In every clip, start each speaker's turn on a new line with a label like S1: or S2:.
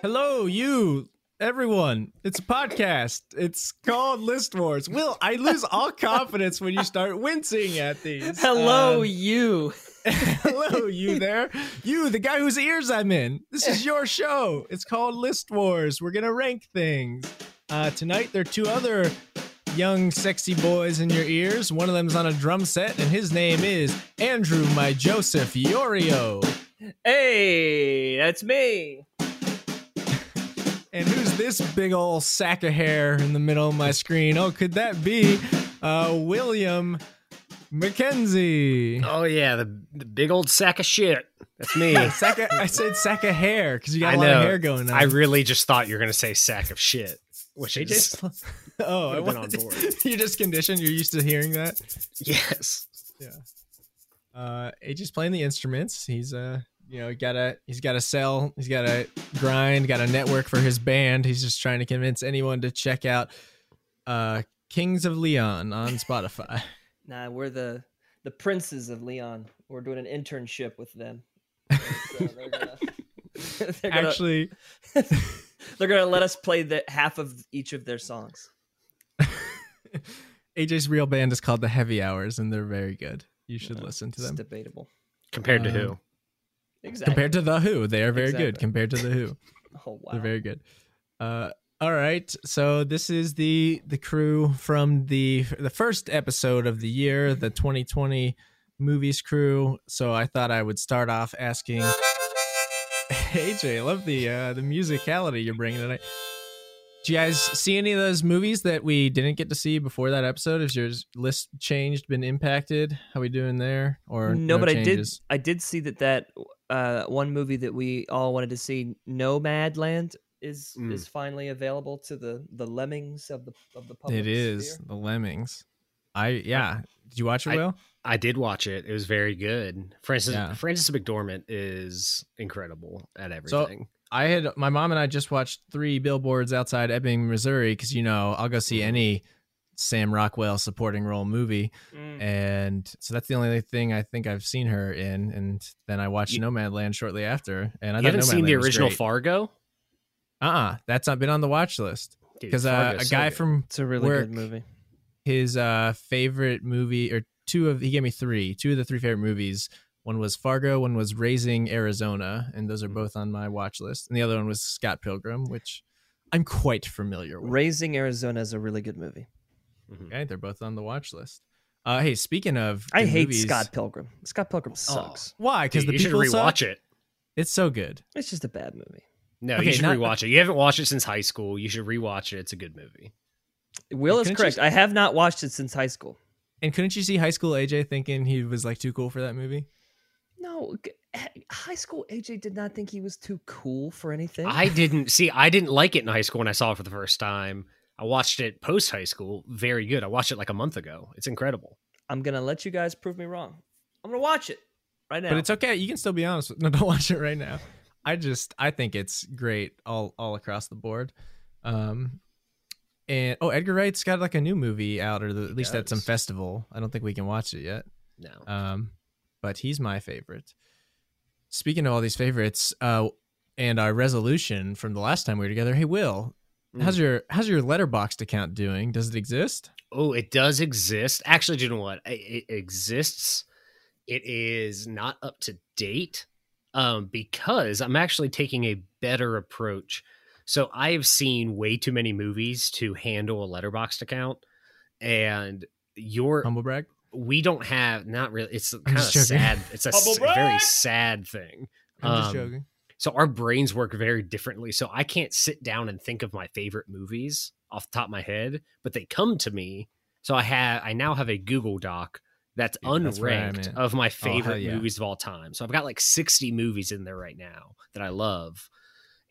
S1: Hello, you, everyone. It's a podcast. It's called List Wars. Will, I lose all confidence when you start wincing at these.
S2: Hello,
S1: Um,
S2: you.
S1: hello, you there. You, the guy whose ears I'm in. This is your show. It's called List Wars. We're going to rank things. Uh, tonight, there are two other young, sexy boys in your ears. One of them's on a drum set, and his name is Andrew My Joseph Yorio.
S2: Hey, that's me.
S1: And who's this big old sack of hair in the middle of my screen? Oh, could that be uh, William McKenzie?
S3: Oh yeah, the, the big old sack of shit. That's me.
S1: Yeah, sack of, I said sack of hair because you got a
S3: I
S1: lot
S3: know.
S1: of hair going on.
S3: I really just thought you were gonna say sack of shit, which
S1: They
S3: is
S1: just- oh, I
S3: Would've been
S1: went
S3: on board.
S1: You're just conditioned. You're used to hearing that.
S3: yes.
S1: Uh, AJ's playing the instruments. He's uh, you know, gotta he's gotta sell. He's gotta grind. Got a network for his band. He's just trying to convince anyone to check out uh, Kings of Leon on Spotify.
S2: Nah, we're the the princes of Leon. We're doing an internship with them. So they're gonna, they're gonna-
S1: Actually.
S2: they're gonna let us play the half of each of their songs.
S1: AJ's real band is called The Heavy Hours, and they're very good. You should listen to
S2: It's
S1: them.
S2: debatable.
S3: Compared to
S1: Um,
S3: who?
S2: Exactly.
S1: Compared to The Who, they are very good.
S2: Exactly.
S1: Compared to The Who,
S2: oh wow.
S1: they're very good. Uh, all right, so this is the the crew from the the first episode of the
S2: Mm-hmm.
S1: year, the 2020 movies crew. So I thought I would start off asking AJ, I love the uh, the musicality you're bringing tonight. Do you guys see any of those movies that we didn't get to see before that episode? Has your list changed, been impacted? How we doing there? Or
S2: no, but I did
S1: changes?
S2: I did see that that uh, one movie that we all wanted to see, Nomadland, is
S3: Mm.
S2: is finally available to the the lemmings of the of the public.
S1: It is
S2: sphere.
S1: the Lemmings. I yeah. Did you watch it,
S3: I-
S1: Will?
S3: I did watch it. It was very good. Francis
S1: Yeah.
S3: Francis McDormand is incredible at everything.
S1: I had my mom and I just watched three billboards outside Ebbing, Missouri, because you know I'll go
S3: Mm-hmm.
S1: see any Sam Rockwell supporting role movie.
S3: Mm-hmm.
S2: Mm.
S1: and so that's the only thing I think I've seen her in. And then I watched
S3: You-
S1: Nomadland shortly after, and I
S3: you haven't seen the original
S1: Uh
S3: Fargo,
S1: uh that's not been on the watch list
S3: Dude,
S1: because uh, a
S3: Fargo's so
S1: guy
S3: good.
S1: from
S2: It's a really
S1: Work.
S2: good movie.
S1: his uh favorite movie or two of he gave me three, two of the three favorite movies. One was Fargo, one was Raising Arizona, and those are
S3: Mm-hmm.
S1: both on my watch list. And the other one was Scott Pilgrim, which I'm quite familiar with.
S2: Raising Arizona is a really good movie.
S3: Mhm.
S1: Okay, they're both on the watch list. Uh, hey, speaking of,
S2: I
S1: good
S2: hate
S1: movies-
S2: Scott Pilgrim. Scott Pilgrim
S1: Oh,
S2: sucks.
S1: why? Because
S3: Dude,
S1: the
S3: you should
S1: people
S3: rewatch
S1: suck?
S3: it.
S1: It's so good.
S2: It's just a bad movie.
S3: No,
S1: Okay,
S3: you should
S1: not-
S3: rewatch it. You haven't watched it since high school. You should rewatch it. It's a good movie.
S2: Will is
S1: couldn't
S2: correct.
S1: you-
S2: I have not watched it since high school.
S1: And couldn't you see high school AJ thinking he was like too cool for that movie?
S2: No, g- h- high school AJ did not think he was too cool for anything.
S3: I didn't see. I didn't like it in high school when I saw it for the first time. I watched it post high school. Very good. I watched it like a month ago. It's incredible.
S2: I'm gonna let you guys prove me wrong. I'm gonna watch it right now.
S1: But it's okay. You can still be honest. With, no, don't watch it right now. I just I think it's great all all across the board. Um, and oh, Edgar Wright's got like a new movie out, or the, at least at some
S3: does.
S1: festival. I don't think we can watch it yet.
S3: No,
S1: Um, but he's my favorite. Speaking of all these favorites, uh, and our resolution from the last time we were together. Hey, Will,
S3: Mm.
S1: how's your how's your letterboxed account doing? Does it exist?
S3: Oh, it does exist. Actually, do you know what? It, it exists. It is not up to date um, because I'm actually taking a better approach. So I have seen way too many movies to handle a letterboxed account, and your
S1: Humble brag.
S3: we don't have not really. It's kind of
S1: Um, just joking.
S3: sad. It's a
S2: Humble
S3: s-
S2: brag!
S3: very sad thing.
S1: I'm just
S3: Um,
S1: joking.
S3: So our brains work very differently. So I can't sit down and think of my favorite movies off the top of my head, but they come to me. So I have I now have a Google Doc that's
S1: Yeah, that's where I'm
S3: unranked
S1: at.
S3: of my
S1: hell
S3: favorite
S1: yeah.
S3: movies of all time. So I've got like 60 movies in there right now that I love.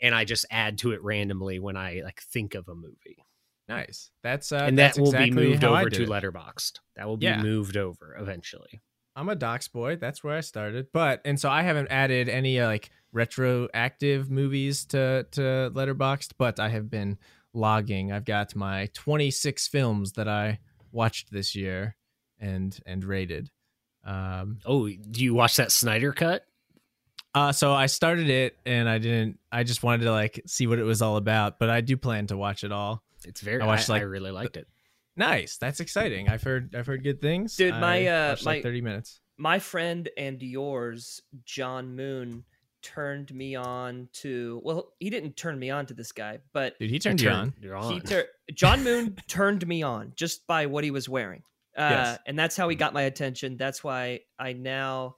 S3: And I just add to it randomly when I like think of a movie.
S1: Nice. That's uh,
S3: and
S1: that's
S3: that will
S1: exactly
S3: be moved
S1: how I
S3: over
S1: did
S3: to
S1: it.
S3: letterboxed. That will be
S1: Yeah.
S3: moved over eventually.
S1: I'm a docs boy. That's where I started. But and so I haven't added any uh, like retroactive movies to to Letterboxd, but I have been logging. I've got my 26 films that I watched this year and and rated. Um
S3: Oh, do you watch that Snyder cut?
S1: Uh, so I started it and I didn't. I just wanted to like see what it was all about, but I do plan to watch it all.
S3: It's very.
S1: I
S3: I,
S1: watched,
S3: I
S1: like,
S3: really liked it.
S1: Nice, that's exciting. I've heard I've heard good things.
S2: Dude,
S1: I
S2: my, uh,
S1: watched, like,
S2: my-
S1: thirty minutes.
S2: my friend and yours, John Moon, turned me on to. Well, he didn't turn me on to this guy, but
S1: Dude, he turned you on.
S3: You're
S2: he
S3: on.
S2: tur- John Moon turned me on just by what he was wearing. Uh,
S1: Yes. Mm-hmm.
S2: And that's how he got my attention. That's why I now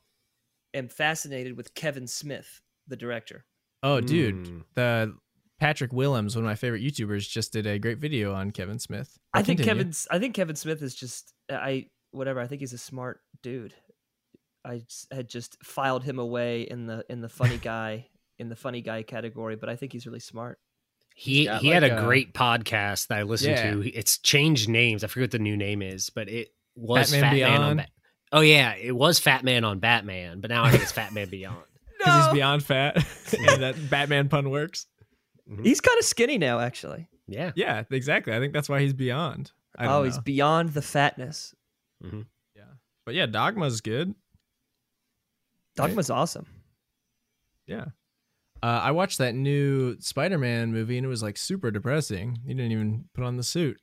S2: am fascinated with Kevin Smith, the director.
S1: Oh, dude,
S2: Hmm.
S3: Mm.
S1: the Patrick Willems, one of my favorite YouTubers, just did a great video on Kevin Smith.
S2: I think
S1: Continue.
S2: Kevin's. I think Kevin Smith is just. uh, I whatever. I think he's a smart dude. I s- had just filed him away in the in the funny guy in the funny guy category, but I think he's really smart.
S3: He
S1: got
S3: he had
S1: like
S3: a,
S1: a-
S3: great podcast that I listened
S1: Yeah.
S3: to. It's changed names. I forget what the new name is, but it was
S1: Batman
S3: Fat Man on
S1: Beyond?
S3: Bat. Oh yeah, it was Fat Man on Batman, but now I think it's Fat Man Beyond.
S1: 'Cause he's beyond fat, and that Batman pun works.
S2: He's kind of skinny now, actually.
S3: Yeah.
S1: Yeah, exactly. I think that's why he's beyond. I don't
S2: Oh, he's
S1: know.
S2: beyond the fatness.
S1: yeah, but yeah, Dogma's good.
S2: Dogma's awesome.
S1: Yeah. Uh, I watched that new Spider-Man movie and it was like super depressing. He didn't even put on the suit.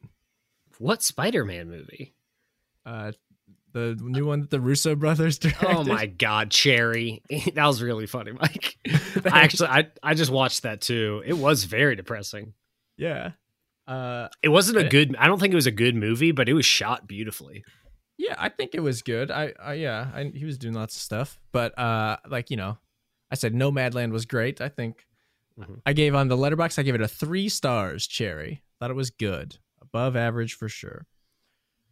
S3: What Spider Man movie?
S1: Uh, the new one that the Russo brothers directed.
S3: Oh my god, Cherry. that was really funny, Mike. I actually I, I just watched that too. It was very depressing.
S1: Yeah. Uh,
S3: It wasn't a
S1: Yeah.
S3: good I don't think it was a good movie, but it was shot beautifully.
S1: yeah, I think it was good. I, I yeah, I, he was doing lots of stuff, but uh, like you know, I said Nomadland was great. I think
S3: Mhm.
S1: I gave on the letterbox. I gave it a three stars. Cherry thought it was good, above average for sure.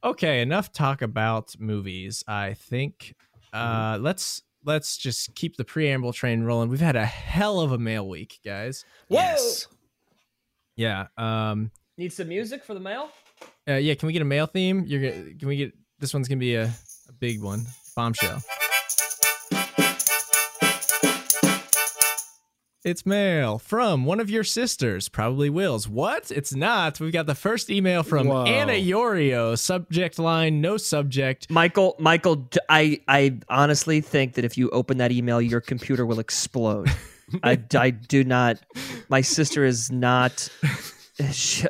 S1: Okay, enough talk about movies. I think uh, let's let's just keep the preamble train rolling. We've had a hell of a mail week, guys.
S2: Whoa!
S1: Yeah. Um.
S2: Need some music for the mail?
S1: Uh, yeah. Can we get a mail theme? You're gonna. Can we get this one's gonna be a, a big one. Bombshell. It's mail from one of your sisters, probably Will's. What? It's not. We've got the first email from
S3: Whoa.
S1: Anna Yorio. Subject line: No subject.
S2: Michael, Michael, d- I, I honestly think that if you open that email, your computer will explode. I, I do not. My sister is not. she-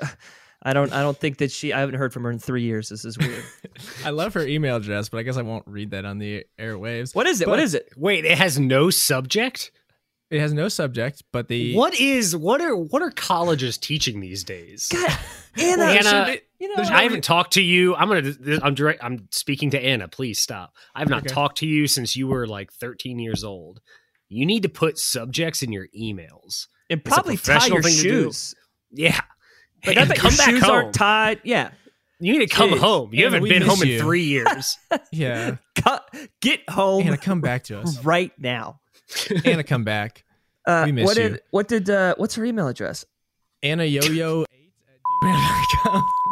S2: I don't. I don't think that she. I haven't heard from her in three years. This is weird.
S1: I love her email address, but I guess I won't read that on the airwaves.
S2: What is it? what
S1: But-
S2: is it?
S3: Wait, it has no subject?
S1: It has no subject, but the
S3: What is what are what are colleges teaching these days?
S2: Anna,
S1: Well, there
S3: Anna,
S1: should be-
S2: you know,
S1: there's
S3: I
S1: no
S3: haven't talked to you. I'm gonna. th- I'm direct. I'm speaking to Anna. Please stop. I have not
S1: Okay.
S3: talked to you since you were like 13 years old. You need to put subjects in your emails.
S2: and
S3: it's a
S2: probably tie
S3: professional
S2: your
S3: thing to do.
S2: shoes.
S3: Yeah,
S2: Like, I
S3: And
S2: bet
S3: come
S2: your
S3: back
S2: shoes
S3: home.
S2: aren't tied. Yeah,
S3: you need to come
S2: Jeez.
S3: home. You
S1: Anna,
S3: haven't
S1: we
S3: been
S1: miss
S3: home
S1: you.
S3: in three years.
S1: yeah.
S2: Cut, get home
S1: Anna, come back to us.
S2: right now.
S1: Anna, come back.
S2: Uh,
S1: We miss
S2: what
S1: you.
S2: did? What did? Uh, what's her email address?
S1: Anna Yoyo
S2: I was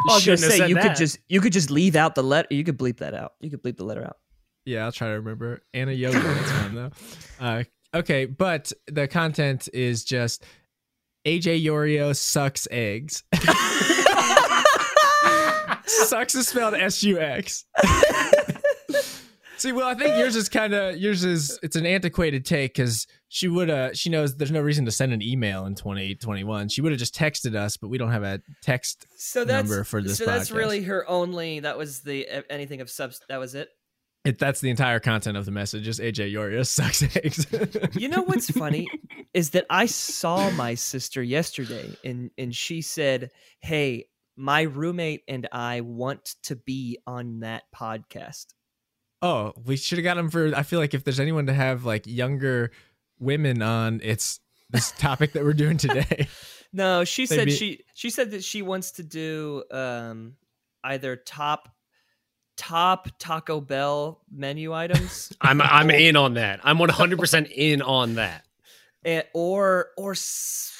S2: gonna
S3: Shouldn't have
S2: say
S3: said
S2: you could
S3: that.
S2: just you could just leave out the letter. You could bleep that out. You could bleep the letter out.
S1: Yeah, I'll try to remember. Anna Yoyo. That's fun though. Uh, okay, but the content is just AJ Yorio sucks eggs. sucks is spelled S U X. See, well, I think yours is kind of yours is it's an antiquated take because she would uh she knows there's no reason to send an email in 2021. She would have just texted us, but we don't have a text.
S2: So
S1: that's- Number for this
S2: so that's
S1: podcast.
S2: really her only. That was the e, anything of subs. That was it.
S1: It, that's the entire content of the message. Is AJ Yorio sucks eggs.
S2: You know what's funny is that I saw my sister yesterday, and and she said, "Hey, my roommate and I want to be on that podcast."
S1: Oh, we should have got him for. I feel like if there's anyone to have like younger women on, it's this topic that we're doing today.
S2: No, she said
S1: Maybe-
S2: she she said that she wants to do um either top top Taco Bell menu items
S3: I'm I'm in on that. I'm 100 percent in on that.
S2: and, or or s-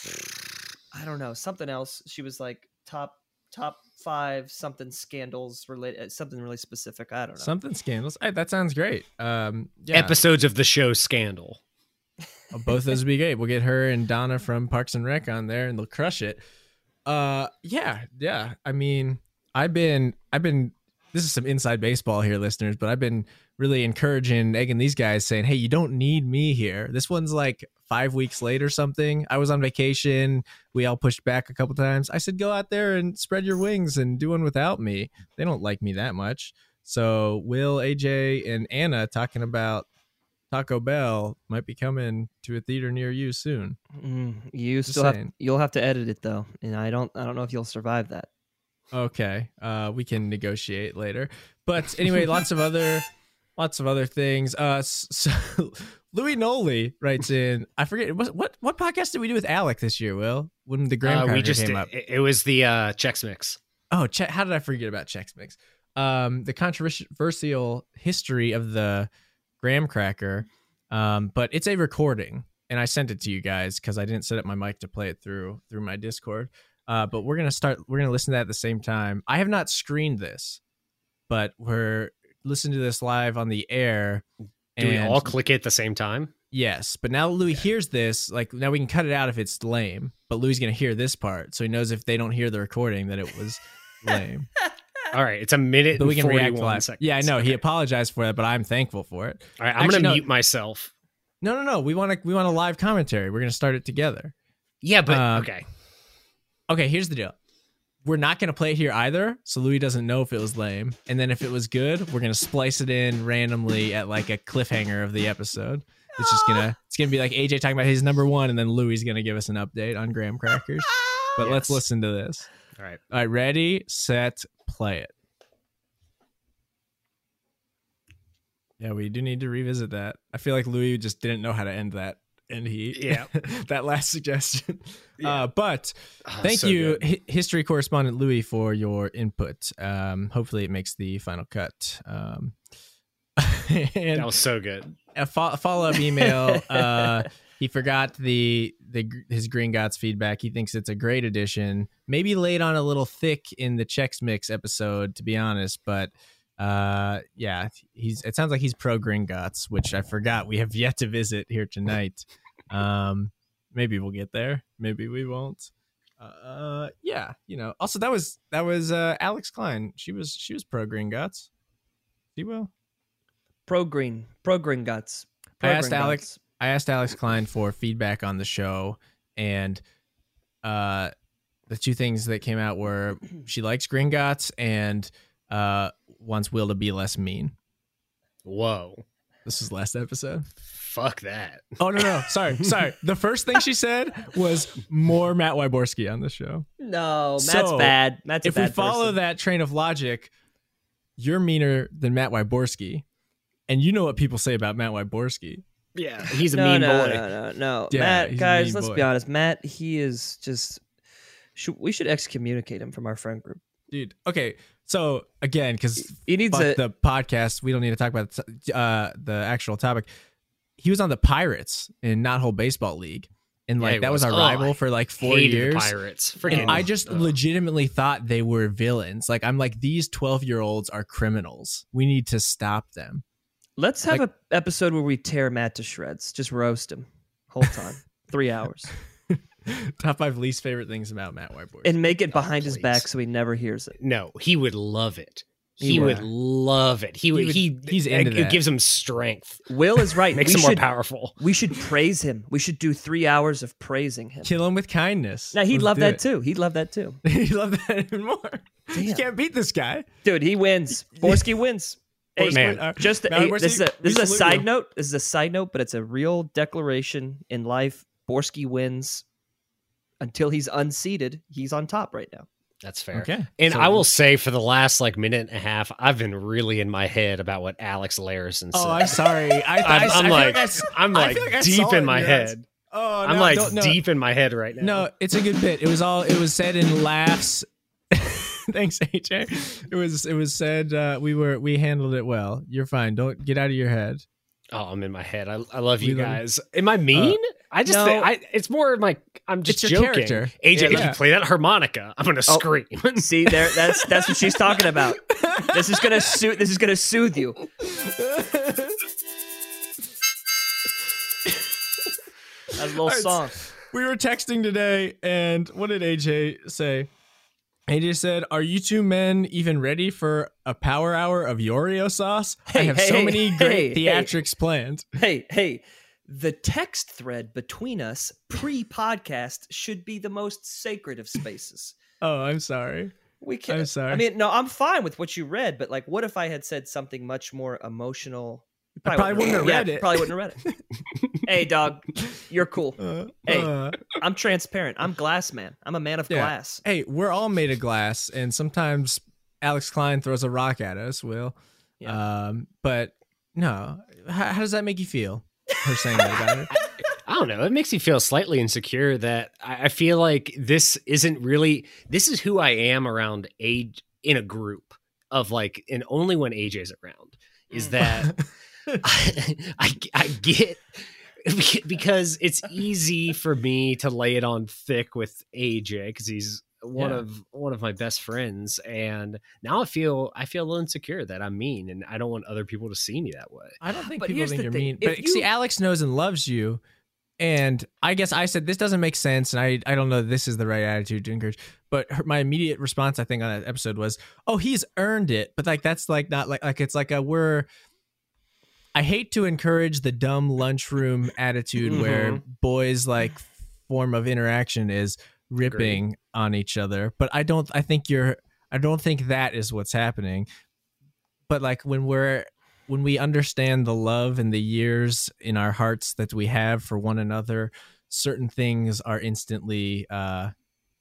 S2: I don't know, something else. She was like top top 5 something scandals related something really specific. I don't know.
S1: Something scandals. Hey, that sounds great. Um, yeah,
S3: Episodes of the show Scandal. Uh,
S1: both those would be great. We'll get her and Donna from Parks and Rec on there, and they'll crush it. Uh, yeah, yeah. I mean, I've been, I've been. this is some inside baseball here, listeners, but I've been really encouraging, egging these guys, saying, "Hey, you don't need me here." This one's like five weeks late or something. I was on vacation. We all pushed back a couple times. I said, "Go out there and spread your wings and do one without me." They don't like me that much. So Will, AJ, and Anna talking about Taco Bell might be coming to a theater near you soon.
S2: Mm, you
S1: Just
S2: still have
S1: saying.
S2: you'll have to edit it though, and I don't I don't know if you'll survive that.
S1: Okay, uh, we can negotiate later. But anyway, lots of other, lots of other things. Uh, s- so Louis Noli writes in. I forget what what what podcast did we do with Alec this year? Will when the Graham
S3: Uh, we
S1: Cracker
S3: just
S1: came
S3: it,
S1: up.
S3: it was the uh, checks mix.
S1: Oh, che- how did I forget about Chex Mix? Um, the controversial history of the graham cracker, um, but it's a recording, and I sent it to you guys because I didn't set up my mic to play it through through my Discord. Uh, but we're gonna start. We're gonna listen to that at the same time. I have not screened this, but we're listening to this live on the air.
S3: Do we
S1: and-
S3: all click it at the same time?
S1: Yes, but now Louis hears this. Like now we can cut it out if it's lame, but Louis is gonna hear this part, so he knows if they don't hear the recording that it was lame.
S3: All right, it's a minute.
S1: but we can
S3: and
S1: react
S3: 41
S1: live.
S3: Seconds.
S1: Yeah, I know he
S3: Okay.
S1: apologized for that, but I'm thankful for it.
S3: All right, I'm
S1: Actually,
S3: gonna
S1: no.
S3: mute myself.
S1: No, no, no. We want to. We want a live commentary. We're gonna start it together.
S3: Yeah, but
S1: Um,
S3: okay.
S1: Okay, here's the deal. We're not gonna play it here either, so Louis doesn't know if it was lame. And then if it was good, we're gonna splice it in randomly at like a cliffhanger of the episode. It's just gonna. It's gonna be like AJ talking about his number one, and then Louis is gonna give us an update on graham crackers. But let's
S3: Yes.
S1: listen to this.
S3: All right.
S1: All right, ready, set, play it. Yeah, we do need to revisit that. I feel like Louis just didn't know how to end that, and he
S3: Yeah.
S1: that last suggestion.
S3: Yeah.
S1: Uh, but
S3: Oh,
S1: thank
S3: so
S1: you,
S3: good.
S1: hi history correspondent Louis, for your input. Um, hopefully, it makes the final cut. Um, and
S3: That was so good.
S1: a fo- follow up email. Uh, he forgot the the gr- his Green Gots feedback. He thinks it's a great addition. Maybe laid on a little thick in the Chex Mix episode, to be honest. But uh, yeah, he's. It sounds like he's pro Green Gots, which I forgot we have yet to visit here tonight. Um, maybe we'll get there. Maybe we won't. Uh, yeah, you know. Also, that was that was uh, Alex Klein. She was she was pro Green Gots. She will.
S2: Pro green, pro green guts.
S1: I
S2: Pro
S1: asked
S2: green
S1: Alex-
S2: guts.
S1: I asked Alex Klein for feedback on the show, and uh, the two things that came out were she likes Gringotts and uh, wants Will to be less mean.
S3: Whoa.
S1: This is last episode.
S3: Fuck that.
S1: Oh no, no, sorry, sorry. The first thing she said was more Matt Wyborski on the show.
S2: No, Matt's
S1: So,
S2: bad. Matt's a
S1: if we
S2: bad
S1: follow
S2: person.
S1: that train of logic, you're meaner than Matt Wyborski, and you know what people say about Matt Wyborski.
S3: Yeah, he's a
S2: no,
S3: mean
S2: no,
S3: boy.
S2: no, no, no.
S1: Yeah,
S2: Matt,
S1: he's a mean
S2: guys, let's be
S1: boy.
S2: honest. Matt, he is just. Should, we should excommunicate him from our friend group.
S1: Dude, okay. So again, because
S2: He needs
S1: fuck
S2: a.
S1: the podcast. We don't need to talk about uh, the actual topic. He was on the Pirates in Not Whole Baseball League, and
S3: Yeah,
S1: like
S3: he
S1: that was,
S3: was.
S1: our
S3: Oh,
S1: rival
S3: I
S1: for like four
S3: Hated the
S1: years.
S3: Pirates.
S1: And
S3: Freaking.
S1: I just
S3: ugh.
S1: legitimately thought they were villains. Like I'm like these twelve year olds are criminals. We need to stop them.
S2: let's have
S1: like-
S2: an episode where we tear Matt to shreds. Just roast him whole time. Three hours.
S1: Top five least favorite things about Matt Whiteboard.
S2: And make it
S3: Oh,
S2: behind his
S3: please.
S2: back so he never hears it.
S3: no, he would love it. He,
S2: He
S3: would
S2: would.
S3: love it. He would.
S1: would-
S3: He,
S1: he's
S3: it-
S1: into
S3: it,
S1: that.
S3: gives him strength.
S2: Will is right.
S3: Makes
S2: we
S3: him more
S2: should-
S3: powerful.
S2: We should praise him. We should do three hours of praising him.
S1: Kill him with kindness.
S2: Now he'd
S1: Let's
S2: love
S1: do
S2: that
S1: it.
S2: too. He'd love that too.
S1: he'd love that even more. You
S2: Damn.
S1: can't beat this guy.
S2: Dude, he wins. Borsky wins. Hey,
S3: Man.
S1: Uh,
S2: Just
S1: Matt
S2: hey,
S1: Wyborski,
S2: this is a
S1: we
S2: this is a
S1: salute
S2: side
S1: you.
S2: note. This is a side note, but it's a real declaration in life. Borsky wins until he's unseated. He's on top right now.
S3: That's fair.
S1: Okay,
S3: And
S1: So-
S3: I will say, for the last like minute and a half, I've been really in my head about what Alex Larison said.
S1: Oh, I'm sorry. I, I,
S3: I'm,
S1: I
S3: I'm
S1: feel
S3: like,
S1: I s-
S3: I'm
S1: I
S3: like
S1: feel like I saw
S3: deep
S1: it
S3: in
S1: in
S3: my
S1: your eyes.
S3: head.
S1: oh,
S3: I'm
S1: no,
S3: like
S1: don't- no.
S3: deep in my head right now.
S1: No, it's a good bit. It was all it was said in laughs. Thanks, AJ. It was it was said uh, we were we handled it well. You're fine. Don't get out of your head.
S3: Oh, I'm in my head. I, I love you Uh,
S1: We love you.
S3: guys. Am I mean? I just
S2: no.
S3: think I, it's more of my I'm just
S1: It's your
S3: joking.
S1: character.
S3: AJ, if
S1: Yeah.
S3: you play that harmonica, I'm gonna
S2: Oh.
S3: scream.
S2: See there, that's that's what she's talking about. This is gonna suit. This is gonna soothe you. That little
S1: Alright,
S2: song.
S1: We were texting today, and what did AJ say? He just said, "Are you two men even ready for a power hour of Yorio sauce? I
S2: Hey,
S1: have
S2: hey,
S1: so
S2: hey,
S1: many
S2: hey,
S1: great
S2: hey.
S1: theatrics planned."
S2: Hey, hey, the text thread between us pre podcast should be the most sacred of spaces.
S1: Oh, I'm sorry.
S2: We can't.
S1: I'm sorry.
S2: I mean, no, I'm fine with what you read, but like, what if I had said something much more emotional? You
S1: I probably wouldn't have read
S2: yeah,
S1: it.
S2: Probably wouldn't have read it. hey, dog, you're cool.
S1: Uh,
S2: Hey.
S1: uh,
S2: I'm transparent. I'm glass man. I'm a man of
S1: Yeah.
S2: glass.
S1: hey, we're all made of glass, and sometimes Alex Klein throws a rock at us. Will, um, but no. How, how does that make you feel? Her saying that about it.
S3: I don't know. It makes me feel slightly insecure that I I feel like this isn't really this is who I am around age in a group of like and only when AJ's around is
S2: Mm.
S3: that I, I I get because it's easy for me to lay it on thick with AJ because he's one
S1: Yeah.
S3: of one of my best friends and now I feel I feel a little insecure that I'm mean and I don't want other people to see me that way.
S1: I don't think
S2: But
S1: people
S2: here's
S1: think
S2: the
S1: you're
S2: thing,
S1: mean.
S2: if
S1: But see,
S2: you-
S1: Alex knows and loves you. And I guess I said this doesn't make sense, and I, I don't know that this is the right attitude to encourage. But her, my immediate response, I think, on that episode was, "Oh, he's earned it," but like that's like not like like it's like a we're. I hate to encourage the dumb lunchroom attitude where
S2: Mm-hmm.
S1: boys like form of interaction is ripping on each other, but I don't. I think you're. I don't think that is what's happening. But like when we're when we understand the love and the years in our hearts that we have for one another, certain things are instantly uh,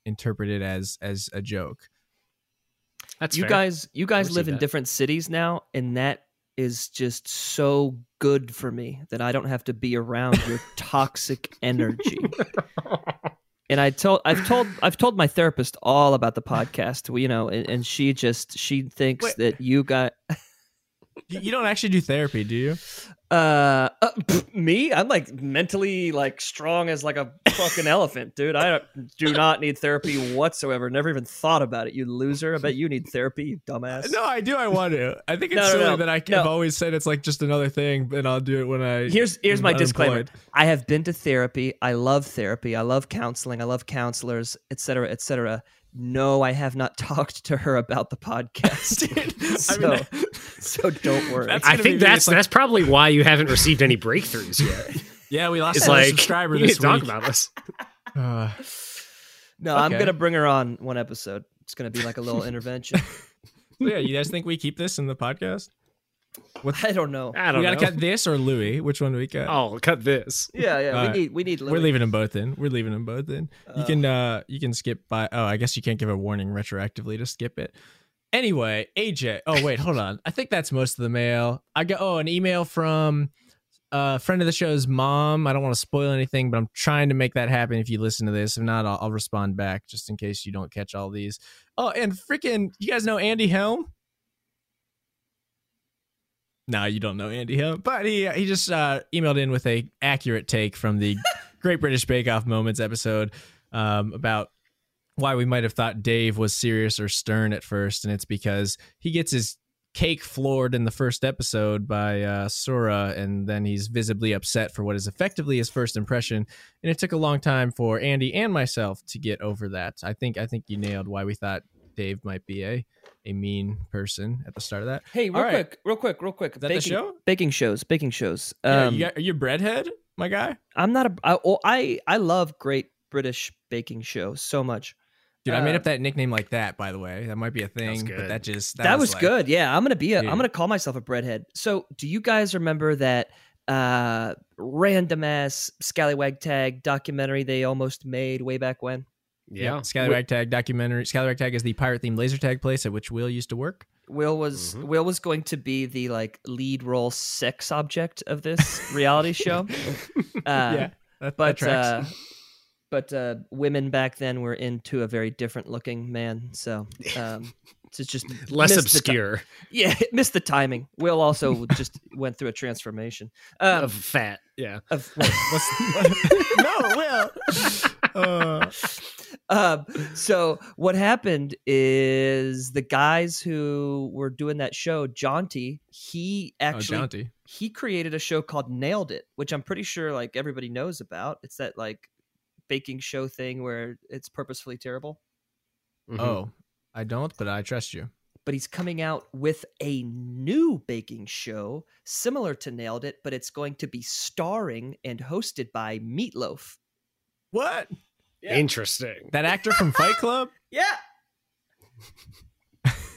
S1: interpreted as as a joke.
S3: That's
S2: you
S3: fair.
S2: guys, you guys
S3: see
S2: live in
S3: that.
S2: different cities now, and that is just so good for me that I don't have to be around your toxic energy. and I told I've told I've told my therapist all about the podcast, you know, and, and she just she thinks
S1: Wait.
S2: that you got
S1: You you don't actually do therapy, do you?
S2: uh, uh pff, me. I'm like mentally like strong as like a fucking elephant, dude. I don't, do not need therapy whatsoever. Never even thought about it. You loser. I bet you need therapy, you dumbass.
S1: No, I do. I want to. I think it's
S2: No, no,
S1: silly
S2: no.
S1: that I,
S2: No.
S1: I've always said it's like just another thing, and I'll do it when I.
S2: Here's here's my
S1: I'm
S2: disclaimer.
S1: unemployed.
S2: I have been to therapy. I love therapy. I love counseling. I love counselors, et cetera, et cetera. No, I have not talked to her about the podcast.
S1: I
S2: so,
S1: mean,
S2: so don't worry.
S1: That's-
S3: I
S1: gonna be
S3: think
S1: the-
S3: that's
S1: it's like-
S3: that's probably why you haven't received any breakthroughs yet.
S1: yeah, we lost
S3: It's
S1: another
S3: like
S1: subscriber
S3: you need
S1: this
S3: to talk
S1: week.
S3: about us.
S1: Uh,
S2: no, I'm
S1: okay.
S2: gonna bring her on one episode. It's gonna be like a little intervention.
S1: yeah, you guys think we keep this in the podcast?
S2: I don't know.
S3: I don't
S1: we gotta
S3: know.
S1: cut this or Louis. Which one do we cut?
S3: Oh, cut this.
S2: Yeah, yeah. we
S1: Alright.
S2: need we need.
S1: We're leaving them both in. We're leaving them both in. you can uh you can skip by oh, I guess you can't give a warning retroactively to skip it. Anyway, AJ. Oh wait, hold on. I think that's most of the mail. I got oh, an email from uh, friend of the show's mom. I don't want to spoil anything, but I'm trying to make that happen. If you listen to this, if not, I'll, I'll respond back just in case you don't catch all these. Oh, and freaking, you guys know Andy Helm? No, you don't know Andy Helm, but he he just uh, emailed in with a accurate take from the Great British Bake Off moments episode um, about why we might have thought Dave was serious or stern at first, and it's because he gets his cake floored in the first episode by uh, Sora, and then he's visibly upset for what is effectively his first impression. And it took a long time for Andy and myself to get over that. I think I think you nailed why we thought Dave might be a a mean person at the start of that.
S2: Uh, Hey, real
S1: All right.
S2: quick, real quick, real quick.
S1: Is that
S2: baking,
S1: the show?
S2: baking shows, baking shows.
S1: yeah,
S2: Um,
S1: you got, are you a breadhead, my guy?
S2: I'm not a. I, oh, I I love Great British Baking Show so much.
S1: Dude, I made
S2: uh,
S1: up that nickname like that, by the way. That might be a thing, but
S3: good.
S1: that just that,
S2: That, was,
S1: like-
S2: good. Yeah, I'm gonna be a.
S1: Yeah.
S2: am gonna call myself a breadhead. So, do you guys remember that uh random ass scallywag tag documentary they almost made way back when?
S1: Yeah, Scallywag Tag documentary. Scallywag Tag is the pirate themed laser tag place at which Will used to work.
S2: Will was
S3: Mhm.
S2: Will was going to be the like lead role sex object of this reality show. Uh,
S1: yeah, that,
S2: but
S1: that tracks.
S2: uh, but uh, women back then were into a very different looking man. So um, to just
S3: Less
S2: missed the ti-
S3: obscure
S2: yeah, missed the timing. Will also just went through a transformation.
S3: of
S2: Um,
S3: fat. Yeah.
S2: of,
S1: no, Will. Uh,
S2: um, so what happened is the guys who were doing that show, Jaunty, he actually
S1: Jaunty.
S2: he created a show called Nailed It, which I'm pretty sure like everybody knows about. It's that like baking show thing where it's purposefully terrible.
S3: Mhm.
S1: Oh, I don't, but I trust you.
S2: but he's coming out with a new baking show similar to Nailed It, but it's going to be starring and hosted by Meatloaf.
S1: What? Yeah.
S3: Interesting.
S1: That actor from Fight Club?
S2: Yeah.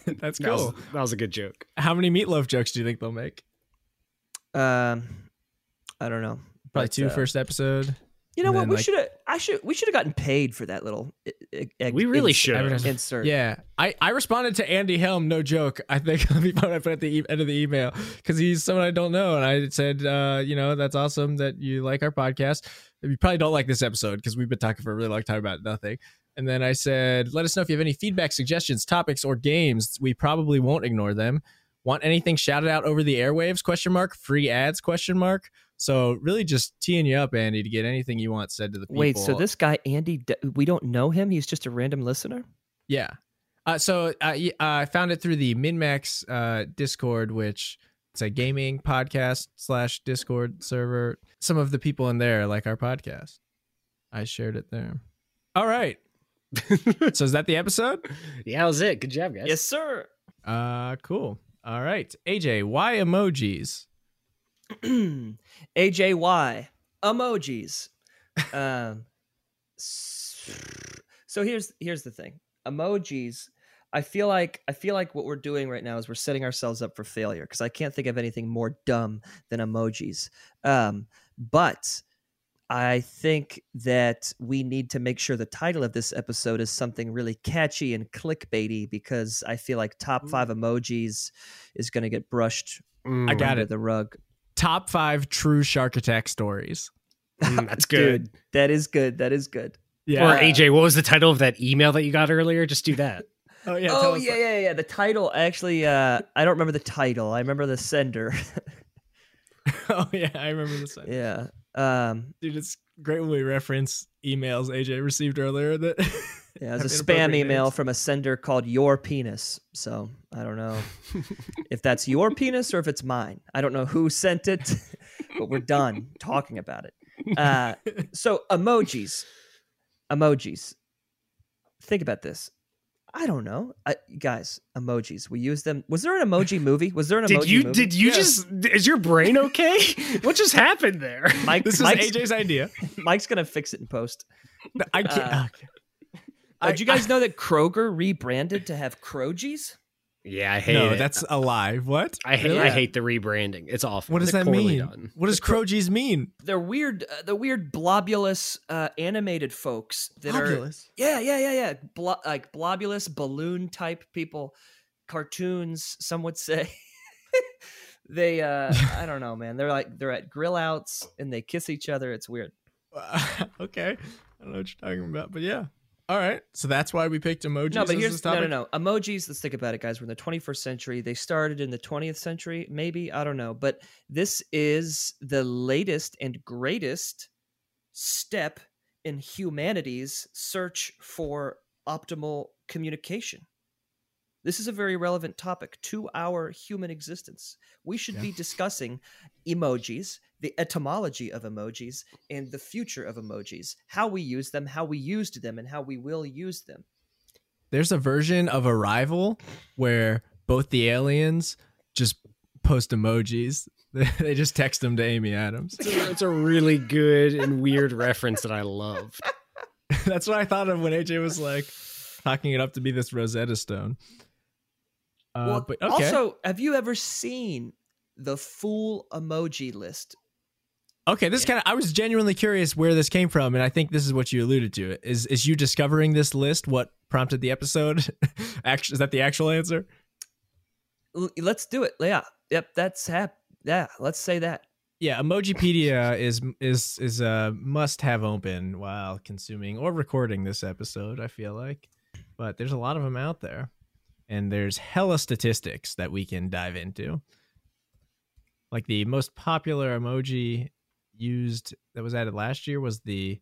S1: That's
S3: That was-
S1: cool.
S3: That was, a good joke.
S1: How many meatloaf jokes do you think they'll make?
S2: Um, I don't know.
S1: Probably
S2: But,
S1: two
S2: uh,
S1: first episode.
S2: You know
S1: And
S2: what?
S1: then,
S2: We
S1: like-
S2: should have. I should. We should have gotten paid for that little. i- i- ex-
S3: We really
S2: ins- uh,
S3: should.
S1: Advertisement.
S2: Insert.
S1: Yeah, I, I responded to Andy Helm, no joke. I think let me put I put at the e- end of the email because he's someone I don't know, and I said, uh, you know, that's awesome that you like our podcast. You probably don't like this episode because we've been talking for a really long time about nothing. And then I said, let us know if you have any feedback, suggestions, topics, or games. We probably won't ignore them. Want anything shouted out over the airwaves? Question mark. Free ads? Question mark. So really, just teeing you up, Andy, to get anything you want said to the people.
S2: Wait. So this guy Andy, D- we don't know him. He's just a random listener.
S1: Yeah. Uh, so uh, y- I found it through the MinMax uh, Discord, which it's a gaming podcast slash Discord server. Some of the people in there like our podcast. I shared it there. All right. so is that the episode?
S3: Yeah, that was it. Good job, guys.
S2: sir.
S1: Uh, cool. All right, AJ. Why emojis?
S2: AJY emojis. Um, s- so here's here's the thing. Emojis. I feel like I feel like what we're doing right now is we're setting ourselves up for failure because I can't think of anything more dumb than emojis. Um, but I think that we need to make sure the title of this episode is something really catchy and clickbaity because I feel like
S1: Mm.
S2: top five emojis is going to get brushed
S3: Mm,
S1: I got
S2: under
S1: it.
S2: the rug.
S1: Top five true shark attack stories.
S3: mm, that's good.
S2: Dude, that is good. That is good.
S1: Yeah.
S3: Or AJ, what was the title of that email that you got earlier? Just do that.
S1: oh yeah.
S2: oh yeah, yeah, yeah. The title actually, uh, I don't remember the title. I remember the sender.
S1: oh yeah. I remember this. One.
S2: yeah. Um,
S1: Dude, it's great when we reference emails AJ received earlier that
S2: yeah, it was a
S1: have
S2: spam
S1: inappropriate
S2: email
S1: names.
S2: from a sender called Your Penis. So I don't know if that's your penis or if it's mine. I don't know who sent it, but we're done talking about it. Uh, so emojis, emojis. Think about this. I don't know, I, guys. Emojis. We use them. Was there an emoji movie? Was there an emoji
S3: Did you
S2: movie?
S3: did you
S1: Yes.
S3: just is your brain okay? what just happened there?
S2: Mike,
S1: This is
S2: Mike's,
S1: AJ's idea.
S2: Mike's gonna fix it in post.
S1: I can't.
S2: Uh, Uh,
S1: I-
S2: did you guys know that Kroger rebranded to have Krogies?
S3: Yeah, I hate
S1: no,
S3: it.
S1: that's a lie. What?
S3: I hate
S1: Really?
S3: I hate the rebranding. It's awful.
S1: What does
S3: They're
S1: that
S3: poorly
S1: mean?
S3: done.
S1: What does Crogies mean?
S2: They're weird. Uh, the weird blobulous uh, animated folks that are.
S1: Populous.
S2: Yeah, yeah, yeah, yeah. Blo- like blobulous balloon type people, cartoons. Some would say. they, uh, I don't know, man. They're like they're at grill outs and they kiss each other. It's weird.
S1: okay, I don't know what you're talking about, but yeah. All right, so that's why we picked emojis.
S2: No, but
S1: as
S2: here's
S1: this
S2: no,
S1: topic.
S2: no, no. Emojis. Let's think about it, guys. We're in the 21st century. They started in the 20th century, maybe. I don't know. But this is the latest and greatest step in humanity's search for optimal communication. This is a very relevant topic to our human existence. We should
S1: Yeah.
S2: be discussing emojis, the etymology of emojis, and the future of emojis, how we use them, how we used them, and how we will use them.
S1: There's a version of Arrival where both the aliens just post emojis. they just text them to Amy Adams.
S3: It's a, it's a really good and weird reference that I love.
S1: That's what I thought of when AJ was like talking it up to be this Rosetta Stone. Uh,
S2: well,
S1: but okay.
S2: also, have you ever seen the full emoji list?
S1: okay, this kind of I was genuinely curious where this came from, and I think this is what you alluded to. Is is you discovering this list what prompted the episode? Actually, is that the actual answer?
S2: L- let's do it. Yeah. Yep. That's hap. Yeah. Let's say that.
S1: Yeah, Emojipedia is is is a must have open while consuming or recording this episode. I feel like, but there's a lot of them out there, and there's hella statistics that we can dive into, like the most popular emoji used that was added last year was the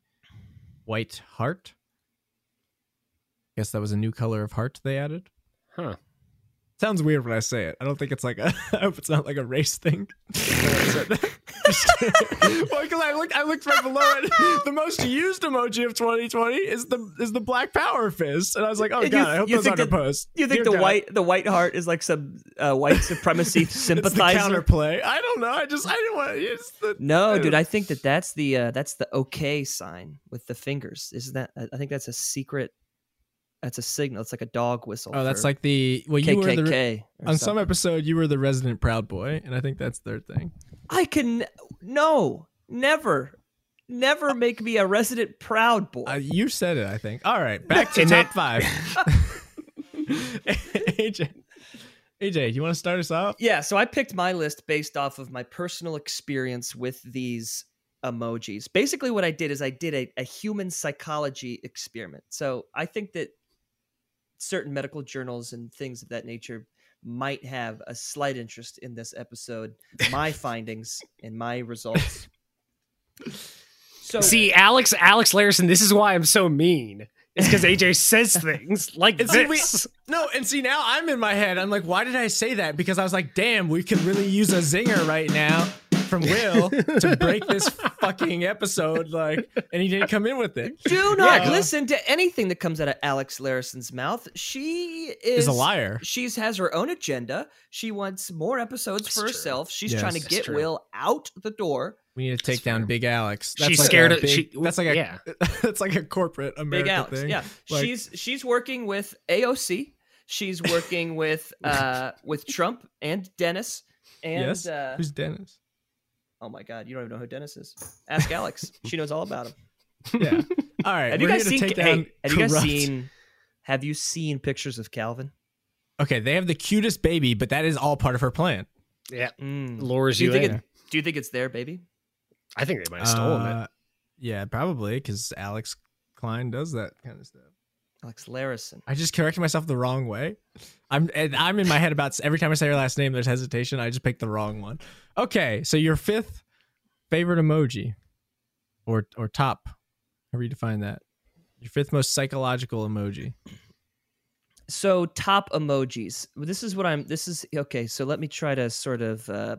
S1: white heart. guess that was a new color of heart they added.
S3: Huh.
S1: Sounds weird when I say it. I don't think it's like a. I hope it's not like a race thing. well, because I looked, I looked right below it. The most used emoji of 2020 is the is the black power fist, and I was like, oh
S2: And you
S1: god,
S2: th-
S1: I hope
S2: you
S1: those
S2: think
S1: aren't a
S2: that-
S1: post.
S2: You
S1: Dear
S2: think the
S1: God.
S2: white the white heart is like some uh, white supremacy
S1: It's the
S2: sympathizer?
S1: counterplay. I don't know. I just I didn't want. It's the
S2: No,
S1: Yeah.
S2: dude, I think that that's the uh, that's the okay sign with the fingers. Isn't that? I I think that's a secret. That's a signal. It's like a dog whistle.
S1: oh, that's
S2: for
S1: like the well, you were the
S2: KKK. or
S1: on some
S2: something.
S1: episode you were the resident proud boy, and I think that's their thing.
S2: I can no, never, never make me a resident proud boy.
S1: Uh, you said it, I think. All right, back to
S3: And
S1: top
S3: it-
S1: five. AJ, AJ, you want to start us off?
S2: yeah, so I picked my list based off of my personal experience with these emojis. Basically, what I did is I did a, a human psychology experiment. So I think that certain medical journals and things of that nature might have a slight interest in this episode, my findings and my results. So
S3: See, Alex, Alex Larison, this is why I'm so mean. It's because AJ says things like
S1: And see, we-
S3: this.
S1: No, and see now I'm in my head. I'm like, why did I say that? Because I was like, damn, we could really use a zinger right now from Will to break this fucking episode. Like, and he didn't come in with it.
S2: do not
S1: Yeah.
S2: listen to anything that comes out of Alex Larison's mouth. She is
S1: He's a liar.
S2: She's has her own agenda. She wants more episodes
S3: That's
S2: for
S3: true.
S2: herself. She's
S1: Yes.
S2: trying to
S3: That's
S2: get
S3: true.
S2: Will out the door.
S1: We need to take
S3: That's fair.
S1: down Big Alex.
S3: She's
S1: like
S3: scared
S1: a
S3: of-
S1: big-
S3: she-
S1: That's like a
S3: yeah.
S1: that's like a corporate American
S2: Big Alex.
S1: thing.
S2: Yeah.
S1: Like-
S2: she's she's working with AOC. She's working with uh with Trump and Dennis and
S1: yes.
S2: uh
S1: Who's Dennis?
S2: oh my god, you don't even know who Dennis is. Ask Alex. she knows all about him.
S1: Yeah. All right.
S2: Have you
S1: we're
S2: guys
S1: here to
S2: seen
S1: take
S2: hey,
S1: down
S2: have you guys
S1: corrupt-
S2: seen have you seen pictures of Calvin?
S1: Okay, they have the cutest baby, but that is all part of her plan.
S3: Yeah,
S2: Mm.
S3: lures
S2: Do
S3: you,
S2: you think
S3: in.
S2: it, do you think it's there, baby?
S3: I think they might have stolen it.
S1: Uh, Yeah, probably because Alex Klein does that kind of stuff.
S2: Alex Larison.
S1: I just corrected myself the wrong way. I'm and I'm in my head about every time I say your last name. There's hesitation. I just picked the wrong one. Okay, so your fifth favorite emoji, or or top, however you define that. Your fifth most psychological emoji.
S2: So top emojis. This is what I'm. This is okay. So let me try to sort of uh,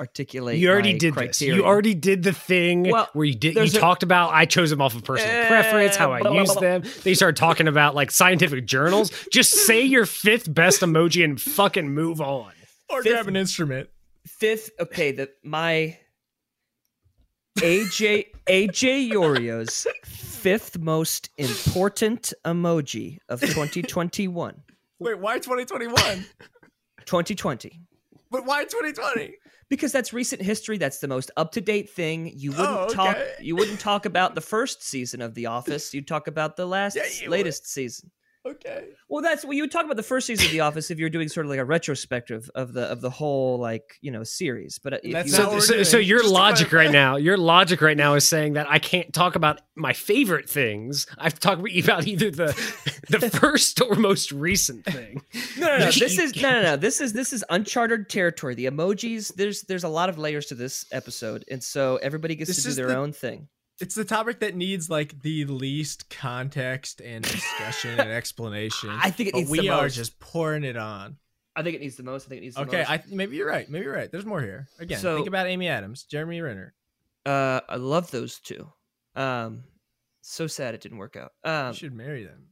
S2: articulate.
S3: You already
S2: my
S3: did
S2: criteria.
S3: this. You already did the thing
S2: Well,
S3: where you did. You
S2: there's a-
S3: talked about I chose them off of personal
S2: Eh,
S3: preference, how I
S2: blah, blah,
S3: use
S2: blah.
S3: them. They started talking about like scientific journals. Just say your fifth best emoji and fucking move on.
S1: Or
S2: Fifth-
S1: grab an instrument.
S2: fifth. Okay, the my AJ AJ Yorio's fifth most important emoji of 2021.
S1: Wait, why 2021?
S2: 2020.
S1: but why 2020?
S2: Because that's recent history. That's the most up to date thing. You wouldn't
S1: Oh,
S2: talk.
S1: okay.
S2: You wouldn't talk about the first season of The Office. You'd talk about the last
S1: Yeah, you would.
S2: latest season.
S1: Okay.
S2: Well, that's well. You would talk about the first season of The Office if you're doing sort of like a retrospective of the of the whole like you know series. But uh, if
S1: That's
S2: you,
S1: not
S3: So,
S1: what we're
S3: so, so
S1: doing.
S3: your
S1: Just to
S3: logic
S1: clarify.
S3: right now, your logic right now is saying that I can't talk about my favorite things. I have to talk about either the the first or most recent thing.
S2: no, no, no.
S3: You-
S2: This
S3: you
S2: is no, no, no. This is this is uncharted territory. The emojis. There's there's a lot of layers to this episode, and so everybody gets
S1: This
S2: to do
S1: is
S2: their
S1: the-
S2: own thing.
S1: It's the topic that needs like the least context and discussion and explanation.
S2: I think it
S1: but
S2: needs
S1: we
S2: the
S1: are
S2: most.
S1: just pouring it on.
S2: I think it needs the most. I think it needs the
S1: Okay,
S2: most.
S1: I maybe you're right. Maybe you're right. There's more here. Again,
S2: So-
S1: think about Amy Adams, Jeremy Renner.
S2: uh, I love those two. Um, so sad it didn't work out.
S1: You
S2: Um,
S1: should marry them.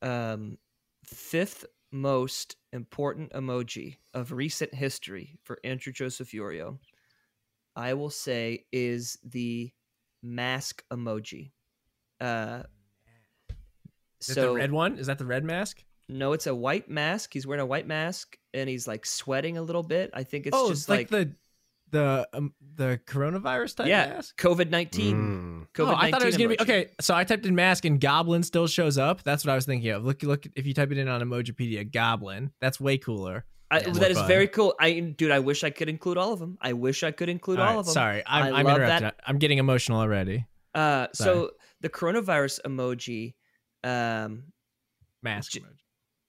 S2: um, fifth most important emoji of recent history for Andrew Joseph Yorio, I will say is the mask emoji. Uh,
S1: Is that the
S2: so
S1: red one? Is that the red mask?
S2: no, it's a white mask. He's wearing a white mask and he's like sweating a little bit. I think it's
S1: oh,
S2: just
S1: it's like, the the um, the coronavirus type
S2: yeah,
S1: mask.
S2: COVID nineteen.
S3: Mm. Hmm.
S2: COVID
S1: Oh,
S2: nineteen.
S1: I thought it was gonna be
S2: emoji.
S1: okay. So I typed in mask and goblin still shows up. That's what I was thinking of. Look, look. If you type it in on Emojipedia, goblin. That's way cooler.
S2: I,
S3: Yeah,
S2: that is
S1: fun.
S2: very cool. I dude, I wish I could include all of them. I wish I could include all,
S1: All right,
S2: of them.
S1: Sorry, I'm,
S2: I
S1: I'm
S2: love
S1: interrupted. I'm getting emotional already.
S2: Uh,
S1: Sorry.
S2: so the coronavirus emoji, um,
S1: Mask.
S2: J-
S1: emoji.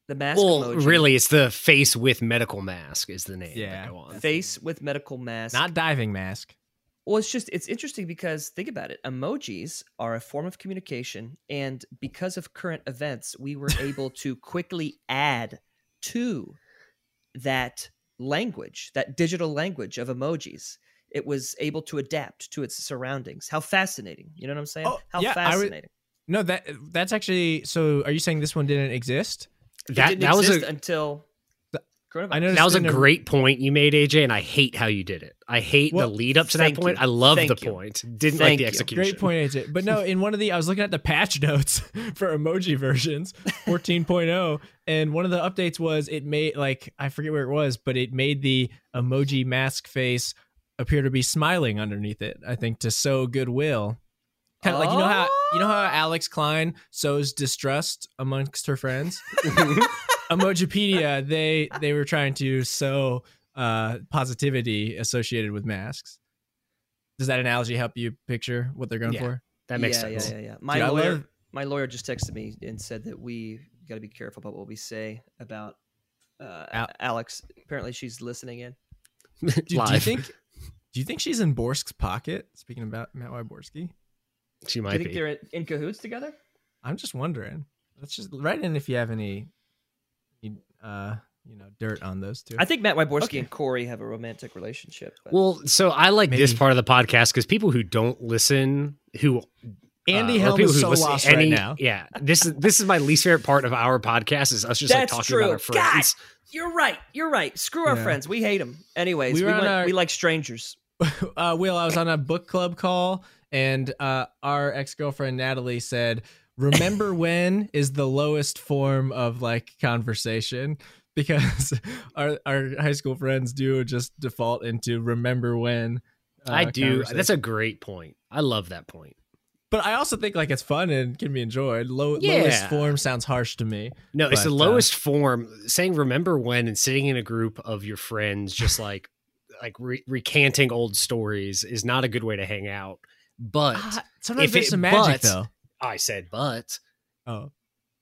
S2: the mask
S3: Well,
S2: emoji,
S3: really, it's the face with medical mask is the name.
S1: Yeah.
S3: That I want.
S2: face with medical mask.
S1: Not diving mask.
S2: well, it's just it's interesting because think about it. Emojis are a form of communication, and because of current events, we were able to quickly add to that language, that digital language of emojis. it was able to adapt to its surroundings. How fascinating! You know what I'm saying?
S1: Oh,
S2: How
S1: yeah, I would-
S2: fascinating!
S1: No, that that's actually. So, are you saying this one didn't exist?
S2: It
S3: That
S2: didn't
S3: that was
S2: exist
S3: a
S2: until coronavirus.
S1: I noticed
S3: that was a
S1: in a-
S3: great point you made, AJ, and I hate how you did it. I hate
S1: Well,
S3: the lead up to
S2: thank
S3: that point.
S2: you.
S3: I love
S2: Thank
S3: the
S2: you.
S3: point.
S2: Thank
S3: Didn't like the
S2: you.
S3: execution.
S1: Great point, AJ. But no, in one of the, I was looking at the patch notes for emoji versions, 14.0, and one of the updates was it made, like, I forget where it was, but it made the emoji mask face appear to be smiling underneath it, I think, to sow goodwill. Kind of like, you know how, you know how Alex Klein sows distrust amongst her friends? Emojipedia, they, they were trying to sow uh, positivity associated with masks. Does that analogy help you picture what they're going
S3: Yeah.
S1: for?
S3: That makes
S2: yeah,
S3: sense.
S2: Yeah, yeah, yeah. My
S1: Dude, I
S2: lawyer,
S1: love-
S2: my lawyer just texted me and said that we got to be careful about what we say about uh,
S1: Al-
S2: Alex. Apparently, she's listening in.
S1: Do, do you
S3: Live.
S1: think? Do you think she's in Borsk's pocket? Speaking about Matt Wyborski,
S3: She
S2: Do you
S3: might
S2: think
S3: be.
S2: they're in, in cahoots together?
S1: I'm just wondering. Let's just write in if you have any, any, uh, you know, dirt on those two.
S2: I think Matt Wyborski
S1: Okay.
S2: and Corey have a romantic relationship. but-
S3: Well, so I like this
S1: uh, Maybe.
S3: part of the podcast because people who don't listen, who
S1: Andy
S3: uh, or
S1: Helm
S3: people
S1: is
S3: who
S1: so
S3: listen-
S1: lost
S3: any-
S1: right now.
S3: Yeah, this is this is my least favorite part of our podcast is us just like
S2: That's
S3: talking
S2: true.
S3: about our friends.
S2: you're right. You're right. Screw our
S1: Yeah.
S2: friends. We hate them. Anyways,
S1: We
S2: we,
S1: were on
S2: went-
S1: our-
S2: we like strangers.
S1: uh, Will, I was on a book club call, and uh, our ex girlfriend Natalie said, "Remember when is the lowest form of like conversation." Because our our high school friends do just default into remember when. uh,
S3: I do.
S1: conversation.
S3: That's a great point. I love that point.
S1: But I also think like it's fun and can be enjoyed. Low, Lowest
S3: Yeah.
S1: form sounds harsh to me.
S3: No, it's the
S1: But, uh,
S3: lowest form. Saying "remember when" and sitting in a group of your friends, just like like re- recanting old stories, is not a good way to hang out. But
S1: Ah, sometimes
S3: if
S1: there's
S3: it-
S1: some magic
S3: but-
S1: though.
S3: I said, but
S1: Oh,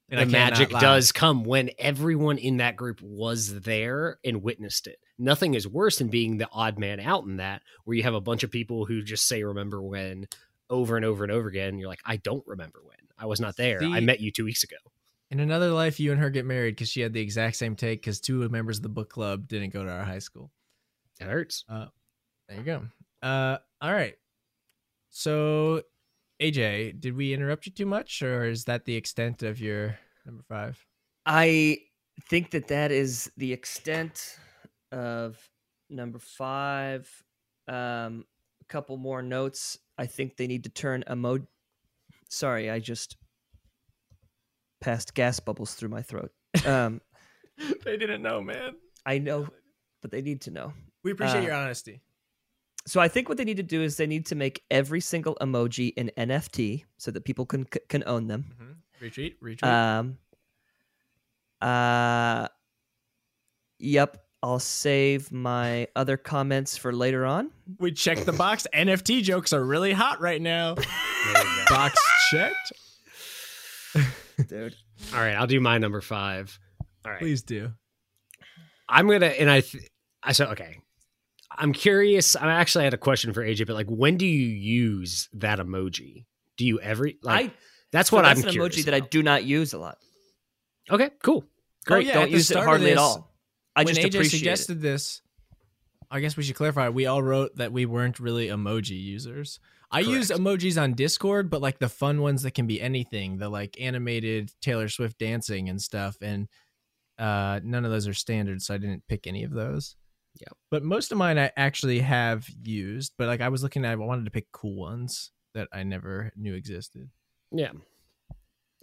S3: the magic does come when everyone in that group was there and witnessed it. Nothing is worse than being the odd man out in that, where you have a bunch of people who just say "remember when" over and over and over again. You're like, I don't remember when. I was not there. I
S1: See-
S3: met you two weeks ago.
S1: In another life, you and her get married because she had the exact same take because two members of the book club didn't go to our high school.
S3: It hurts.
S1: There you go. Uh, all right. So, AJ, did we interrupt you too much, or is that the extent of your number five?
S2: I think that that is the extent of number five. Um, a couple more notes. I think they need to turn emo. Sorry, I just passed gas bubbles through my throat. Um,
S1: they didn't know, man.
S2: I know, but they need to know.
S1: We appreciate
S2: Uh,
S1: your honesty.
S2: So I think what they need to do is they need to make every single emoji an NFT so that people can can own them.
S1: hmm Retreat, retreat.
S2: Um. Uh. Yep. I'll save my other comments for later on.
S1: we checked the box. NFT jokes are really hot right now.
S3: There you go.
S1: box checked.
S2: Dude.
S3: All right, I'll do my number five. All right,
S1: Please do.
S3: I'm gonna and I, th- I said okay. I'm curious. I actually had a question for AJ, but like, when do you use that emoji? Do you every like?
S2: I
S3: that's
S2: so
S3: what
S2: that's
S3: I'm
S2: an
S3: curious
S2: emoji that I
S3: about.
S2: do not use a lot.
S3: Okay, cool. Great.
S1: yeah,
S2: Don't
S1: at the
S2: use it
S1: start of
S2: hardly at
S1: this,
S2: all. I
S1: when
S2: just
S1: AJ
S2: appreciate
S1: suggested this, I guess we should clarify. We all wrote that we weren't really emoji users. I use
S3: Correct.
S1: emojis on Discord, but like the fun ones that can be anything, the like animated Taylor Swift dancing and stuff. And uh, none of those are standard, so I didn't pick any of those.
S3: Yep.
S1: But most of mine I actually have used, but like I was looking at, I wanted to pick cool ones that I never knew existed.
S3: Yeah.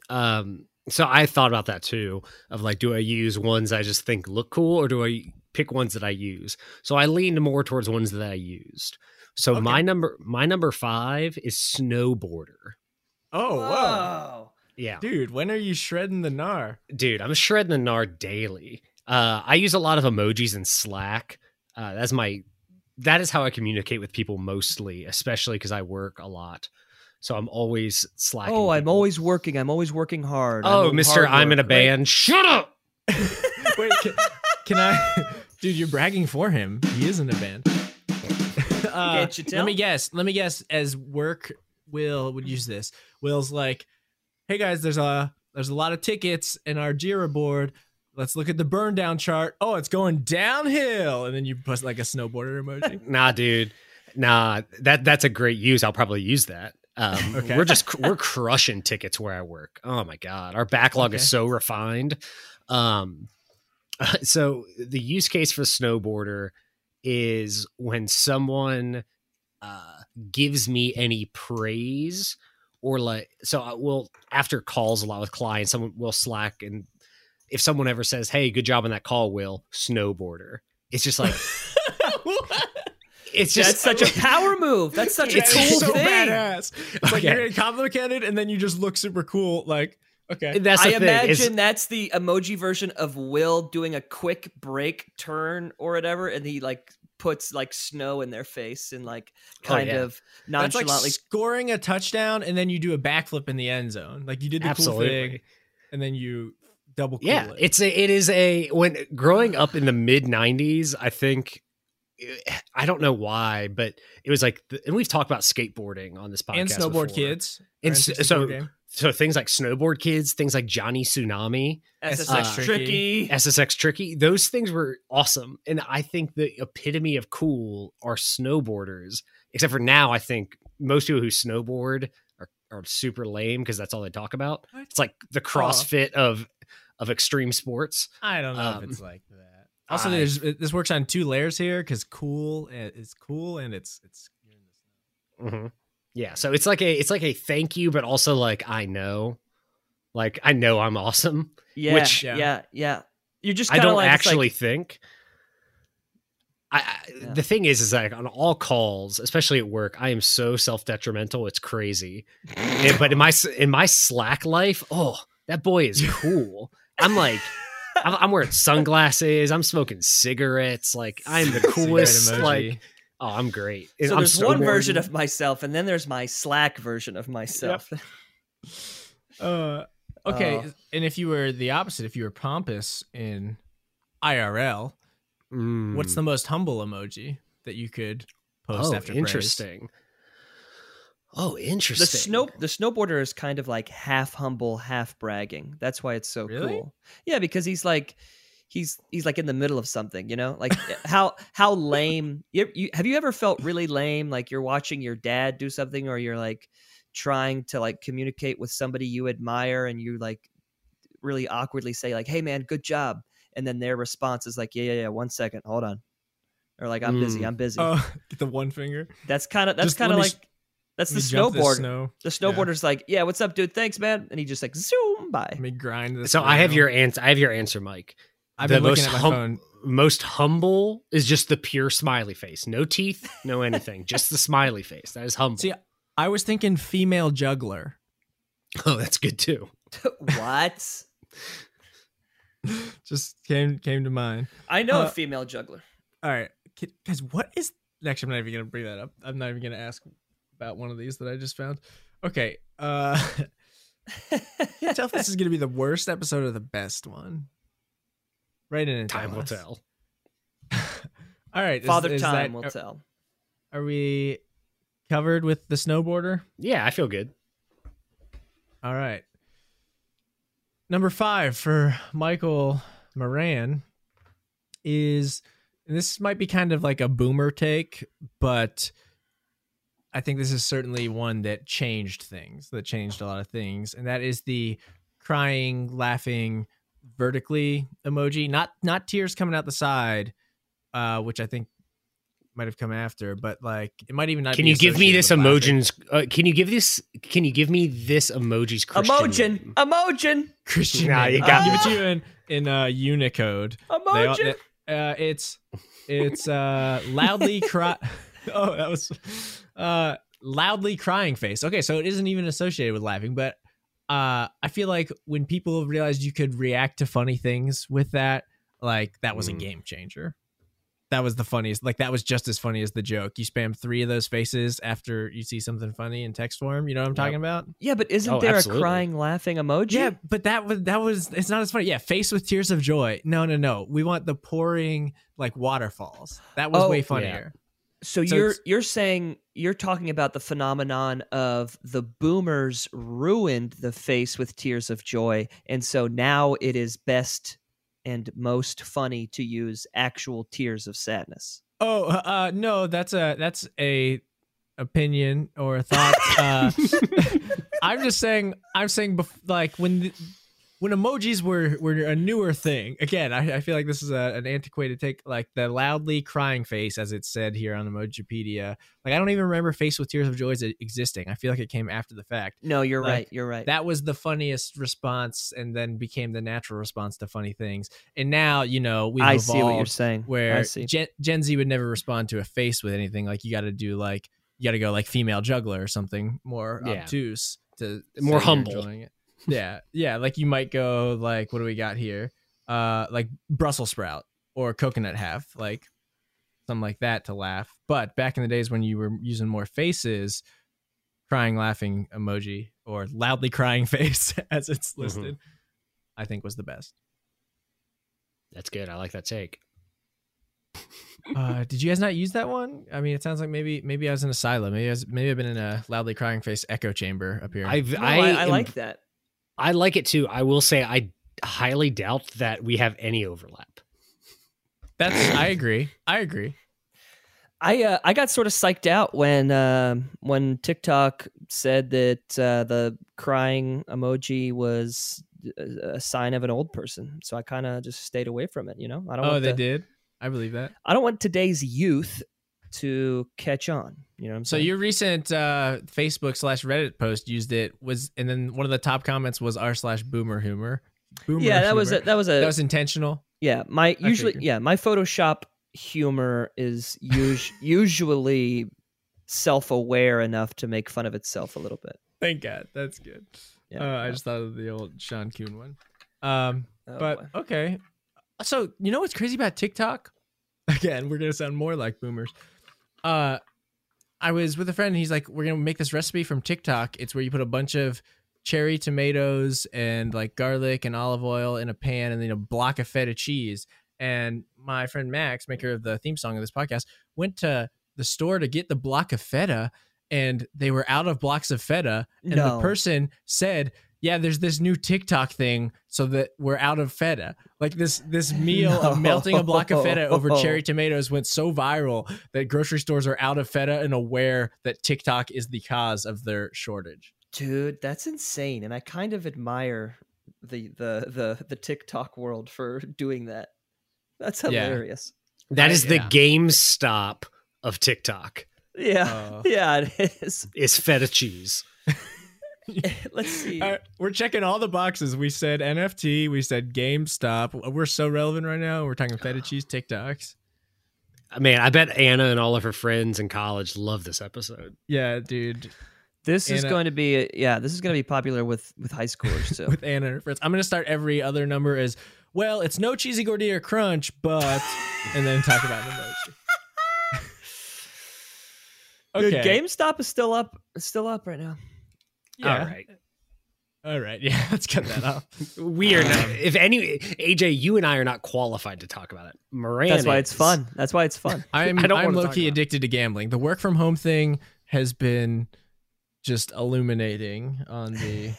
S3: Um. So I thought about that too. Of like, do I use ones I just think look cool, or do I pick ones that I use? So I leaned more towards ones that I used. So
S1: Okay.
S3: my number, my number five is snowboarder.
S1: Oh,
S2: it.
S1: wow.
S3: Yeah.
S1: Dude, when are you shredding the gnar?
S3: dude i'm shredding the nard daily uh i use a lot of emojis in slack uh that's my that is how i communicate with people mostly especially because i work a lot so i'm always slacking
S2: Oh, I'm
S3: people.
S2: always working. I'm always working hard. I'm
S3: oh
S2: on
S3: mr
S2: hard
S3: i'm in a
S2: work. Great.
S3: band shut up
S1: Wait, can, can I? Dude, you're bragging for him. He is in a band. Uh,
S2: Can't you tell?
S1: Let me guess. Let me guess. As work, Will would use this. Will's like, "Hey guys, there's a there's a lot of tickets in our Jira board. Let's look at the burn down chart. Oh, it's going downhill." And then you post like a snowboarder emoji.
S3: nah dude Nah, that that's a great use. I'll probably use that. Um,
S1: Okay.
S3: We're just cr- we're crushing tickets where I work. Oh my god, our backlog
S1: Okay.
S3: is so refined. Um, so the use case for snowboarder is when someone uh, gives me any praise or like so I will after calls a lot with clients someone will slack and if someone ever says hey good job on that call will snowboarder it's just like it's
S2: That's
S3: just
S2: such a power move. That's such a
S1: It's
S3: That is
S2: cool
S1: so
S2: thing.
S1: badass. It's like
S3: Okay.
S1: you're getting complicated, and then you just look super cool. Like, okay,
S3: Uh, that's the
S2: I
S3: thing, is-
S2: imagine that's the emoji version of Will doing a quick break turn or whatever, and he like puts like snow in their face and like
S3: Oh,
S2: kind
S3: yeah.
S2: of
S1: that's like
S2: nonchalantly.
S1: scoring a touchdown, and then you do a backflip in the end zone. Like you did the
S3: Absolutely.
S1: cool thing, and then you double. Cool
S3: yeah
S1: it.
S3: it's a it is a when growing up in the mid 90s i think eh, i don't know why but it was like the, and we've talked about skateboarding on this podcast
S1: and snowboard
S3: before.
S1: kids.
S3: And
S1: Grand
S3: s-
S1: 64
S3: so-
S1: game.
S3: so things like snowboard kids things like johnny tsunami
S2: SSX
S3: Uh,
S2: tricky.
S3: ssx tricky those things were awesome and i think the epitome of cool are snowboarders except for now i think most people who snowboard are, are super lame because that's all they talk about
S1: What?
S3: it's like the crossfit of of extreme sports
S1: I don't know
S3: um,
S1: if it's like that. Also,
S3: I-
S1: there's this works on two layers here because cool is cool, and it's it's.
S3: hmm Yeah, so it's like a it's like a thank you, but also like I know, like I know I'm awesome.
S2: yeah,
S3: which-
S2: yeah, yeah, You're just
S3: I
S2: kinda
S3: don't
S2: like, it's like-
S3: actually think. I, I
S2: Yeah.
S3: the thing is, is like on all calls, especially at work, I am so self detrimental. It's crazy, And- but in my s- in my Slack life, oh, that boy is cool. I'm like. I'm I'm wearing sunglasses. I'm smoking cigarettes. Like I'm the
S1: Cigarette
S3: coolest.
S1: emoji.
S3: Like oh, I'm great. And
S2: so
S3: I'm
S2: there's one
S3: snowboarding.
S2: version of myself, and then there's my Slack version of myself.
S1: Uh, okay,
S2: Oh.
S1: and if you were the opposite, if you were pompous in IRL,
S3: mm,
S1: what's
S3: Hmm.
S1: the most humble emoji that you could post after praise?
S3: oh, interesting. Oh,
S2: the
S3: interesting.
S2: snow the snowboarder is kind of like half humble, half bragging. That's why it's so
S1: Really?
S2: cool. Yeah, because he's like he's he's like in the middle of something, you know? Like eh, how how lame you, you have you ever felt really lame like you're watching your dad do something or you're like trying to like communicate with somebody you admire and you like really awkwardly say like, "Hey man, good job." And then their response is like, "Yeah, yeah, yeah, one second. Hold on." Or like, "I'm busy.
S3: Mm.
S2: I'm busy."
S1: Oh, get the one finger.
S2: that's kind of that's
S1: just let
S2: kind of
S1: me
S2: like
S1: s-
S2: that's the
S1: Let me jump this
S2: snowboarder.
S1: Snow.
S2: The
S1: Yeah.
S2: snowboarder's like, "Yeah, what's up, dude? Thanks, man." And he just like zoom by.
S1: Let me grind this.
S3: So I have
S1: rail.
S3: your answer. I have your answer, Mike.
S1: I've
S3: the
S1: been looking
S3: most
S1: at my
S3: hum-
S1: phone.
S3: Most humble is just the pure smiley face. No teeth, no anything. just the smiley face. That is humble.
S1: See, I was thinking female juggler.
S3: oh, that's good too.
S2: what?
S1: Just came came to mind.
S2: I know
S1: Uh,
S2: a female juggler.
S1: All right, because what is? Actually, I'm not even gonna bring that up. I'm not even gonna ask about one of these that I just found. Okay, uh, tell if this is gonna be the worst episode or the best one. Right in and
S3: Time will
S1: us.
S3: tell.
S1: All right, is-
S2: Father
S1: is
S2: time
S1: that-
S2: will tell.
S1: Are we covered with the snowboarder?
S3: Yeah, I feel good.
S1: All right. Number five for Michael Moran is and this might be kind of like a boomer take, but I think this is certainly one that changed things, that changed a lot of things, and that is the crying, laughing vertically emoji, not not tears coming out the side, uh, which I think might have come after, but like it might even not.
S3: Can
S1: be
S3: you give me
S1: associated
S3: this
S1: with laughing.
S3: emojis? Uh, can you give this? Can you give me this emojis? Christian
S2: Emojin,
S3: name?
S2: emojin,
S1: Christian.
S3: Nah,
S1: name.
S3: you
S1: I'll
S3: got
S1: give
S2: me.
S1: it to you in in uh, Unicode. They all-
S2: emojin.
S1: they- uh, it's it's uh, loudly cry. oh, that was uh, loudly crying face. Okay, so it isn't even associated with laughing, but uh, I feel like when people realized you could react to funny things with that, like that was a
S3: Mm.
S1: game changer. That was the funniest. Like that was just as funny as the joke. You spam three of those faces after you see something funny in text form. You know what I'm
S3: Yep.
S1: talking about?
S2: yeah, but isn't
S3: Oh,
S2: there
S3: absolutely.
S2: a crying, laughing emoji?
S1: Yeah, but that was that was it's not as funny. Yeah, face with tears of joy. No, no, no. We want the pouring like waterfalls. That was
S2: Oh,
S1: way
S2: yeah.
S1: funnier.
S2: So,
S1: So
S2: you're
S1: it's-
S2: you're saying you're talking about the phenomenon of the boomers ruined the face with tears of joy, and so now it is best and most funny to use actual tears of sadness.
S1: Oh, uh, no, that's a that's a opinion or a thought. uh, I'm just saying. I'm saying bef- like when the, when emojis were were a newer thing. Again, I, I feel like this is a, an antiquated take. Like the loudly crying face, as it's said here on Emojipedia. Like I don't even remember face with tears of joys existing. I feel like it came after the fact.
S2: No, you're
S1: Like,
S2: right. You're right.
S1: That was the funniest response, and then became the natural response to funny things. And now you know we.
S2: I
S1: evolved
S2: see what you're saying. I
S1: where
S2: see.
S1: Gen, Gen Z would never respond to a face with anything. Like you got to do like you got to go like female juggler or something more
S3: Yeah.
S1: obtuse to
S3: More
S1: say you're
S3: humble.
S1: enjoying it. Yeah, yeah. Like you might go like what do we got here? Uh, like Brussels sprout or coconut half, like something like that to laugh. But back in the days when you were using more faces, crying laughing emoji or loudly crying face as it's listed, I think was the best.
S3: That's good. I like that take.
S1: Uh, did you guys not use that one? I mean, it sounds like maybe maybe I was in a silo. Maybe I was, maybe I've been in a loudly crying face echo chamber up here.
S3: I've,
S2: No,
S3: I,
S2: I, I
S3: am-
S2: like that.
S3: I like it too. I will say I highly doubt that we have any overlap.
S1: That's I agree. I agree.
S2: I uh, I got sort of psyched out when um when TikTok said that uh, the crying emoji was a, a sign of an old person. So I kind of just stayed away from it. You know, I don't.
S1: Oh,
S2: want
S1: they
S2: the-
S1: did. I believe that.
S2: I don't want today's youth to catch on. You know what I'm
S1: So
S2: saying?
S1: your recent uh, Facebook slash Reddit post used it was, and then one of the top comments was r slash boomer humor. Boomer
S2: yeah, that was a,
S1: humor.
S2: that was a
S1: that was intentional.
S2: yeah. My usually
S1: figured.
S2: yeah, my Photoshop humor is us- usually self-aware enough to make fun of itself a little bit.
S1: Thank God, that's good.
S2: Yeah,
S1: uh, I
S2: yeah.
S1: just thought of the old Sean Kuhn one. Um,
S2: Oh,
S1: but
S2: boy.
S1: okay. So you know what's crazy about TikTok? Again, we're gonna sound more like boomers. Uh, I was with a friend. And he's like, "We're gonna make this recipe from TikTok. It's where you put a bunch of cherry tomatoes and like garlic and olive oil in a pan, and then a block of feta cheese." And my friend Max, maker of the theme song of this podcast, went to the store to get the block of feta, and they were out of blocks of feta. And
S2: No.
S1: the person said, yeah, there's this new TikTok thing, so that we're out of feta. Like this this meal of
S2: No.
S1: melting a block of feta over cherry tomatoes went so viral that grocery stores are out of feta and aware that TikTok is the cause of their shortage.
S2: Dude, that's insane, and I kind of admire the the the the TikTok world for doing that. That's
S1: Yeah.
S2: hilarious.
S3: That
S1: I-
S3: is
S1: yeah.
S3: the GameStop of TikTok.
S2: Yeah,
S1: Oh.
S2: yeah, it is.
S3: Is feta cheese.
S2: Let's see.
S1: All right, we're checking all the boxes. We said NFT, we said GameStop. We're so relevant right now. We're talking feta cheese TikToks.
S3: I mean, I bet Anna and all of her friends in college love this episode.
S1: Yeah, dude.
S2: This is
S1: And, uh,
S2: going to be yeah, this is going to be popular with with high schoolers too.
S1: With Anna and her friends. I'm gonna start every other number as well, it's no cheesy gordita crunch, but and then talk about the emoji.
S2: Dude, GameStop is still up, is still up right now.
S1: Yeah.
S3: All right.
S1: All right. Yeah. Let's cut that off.
S3: We are
S2: Um,
S3: not, if any, AJ, you and I are not qualified to talk about it. Moran.
S2: That's why it's
S3: is.
S2: fun. That's why it's fun.
S1: I'm
S3: I don't
S1: I'm
S3: wanna
S1: low
S3: talk
S1: key
S3: about it.
S1: addicted to gambling. The work from home thing has been just illuminating on the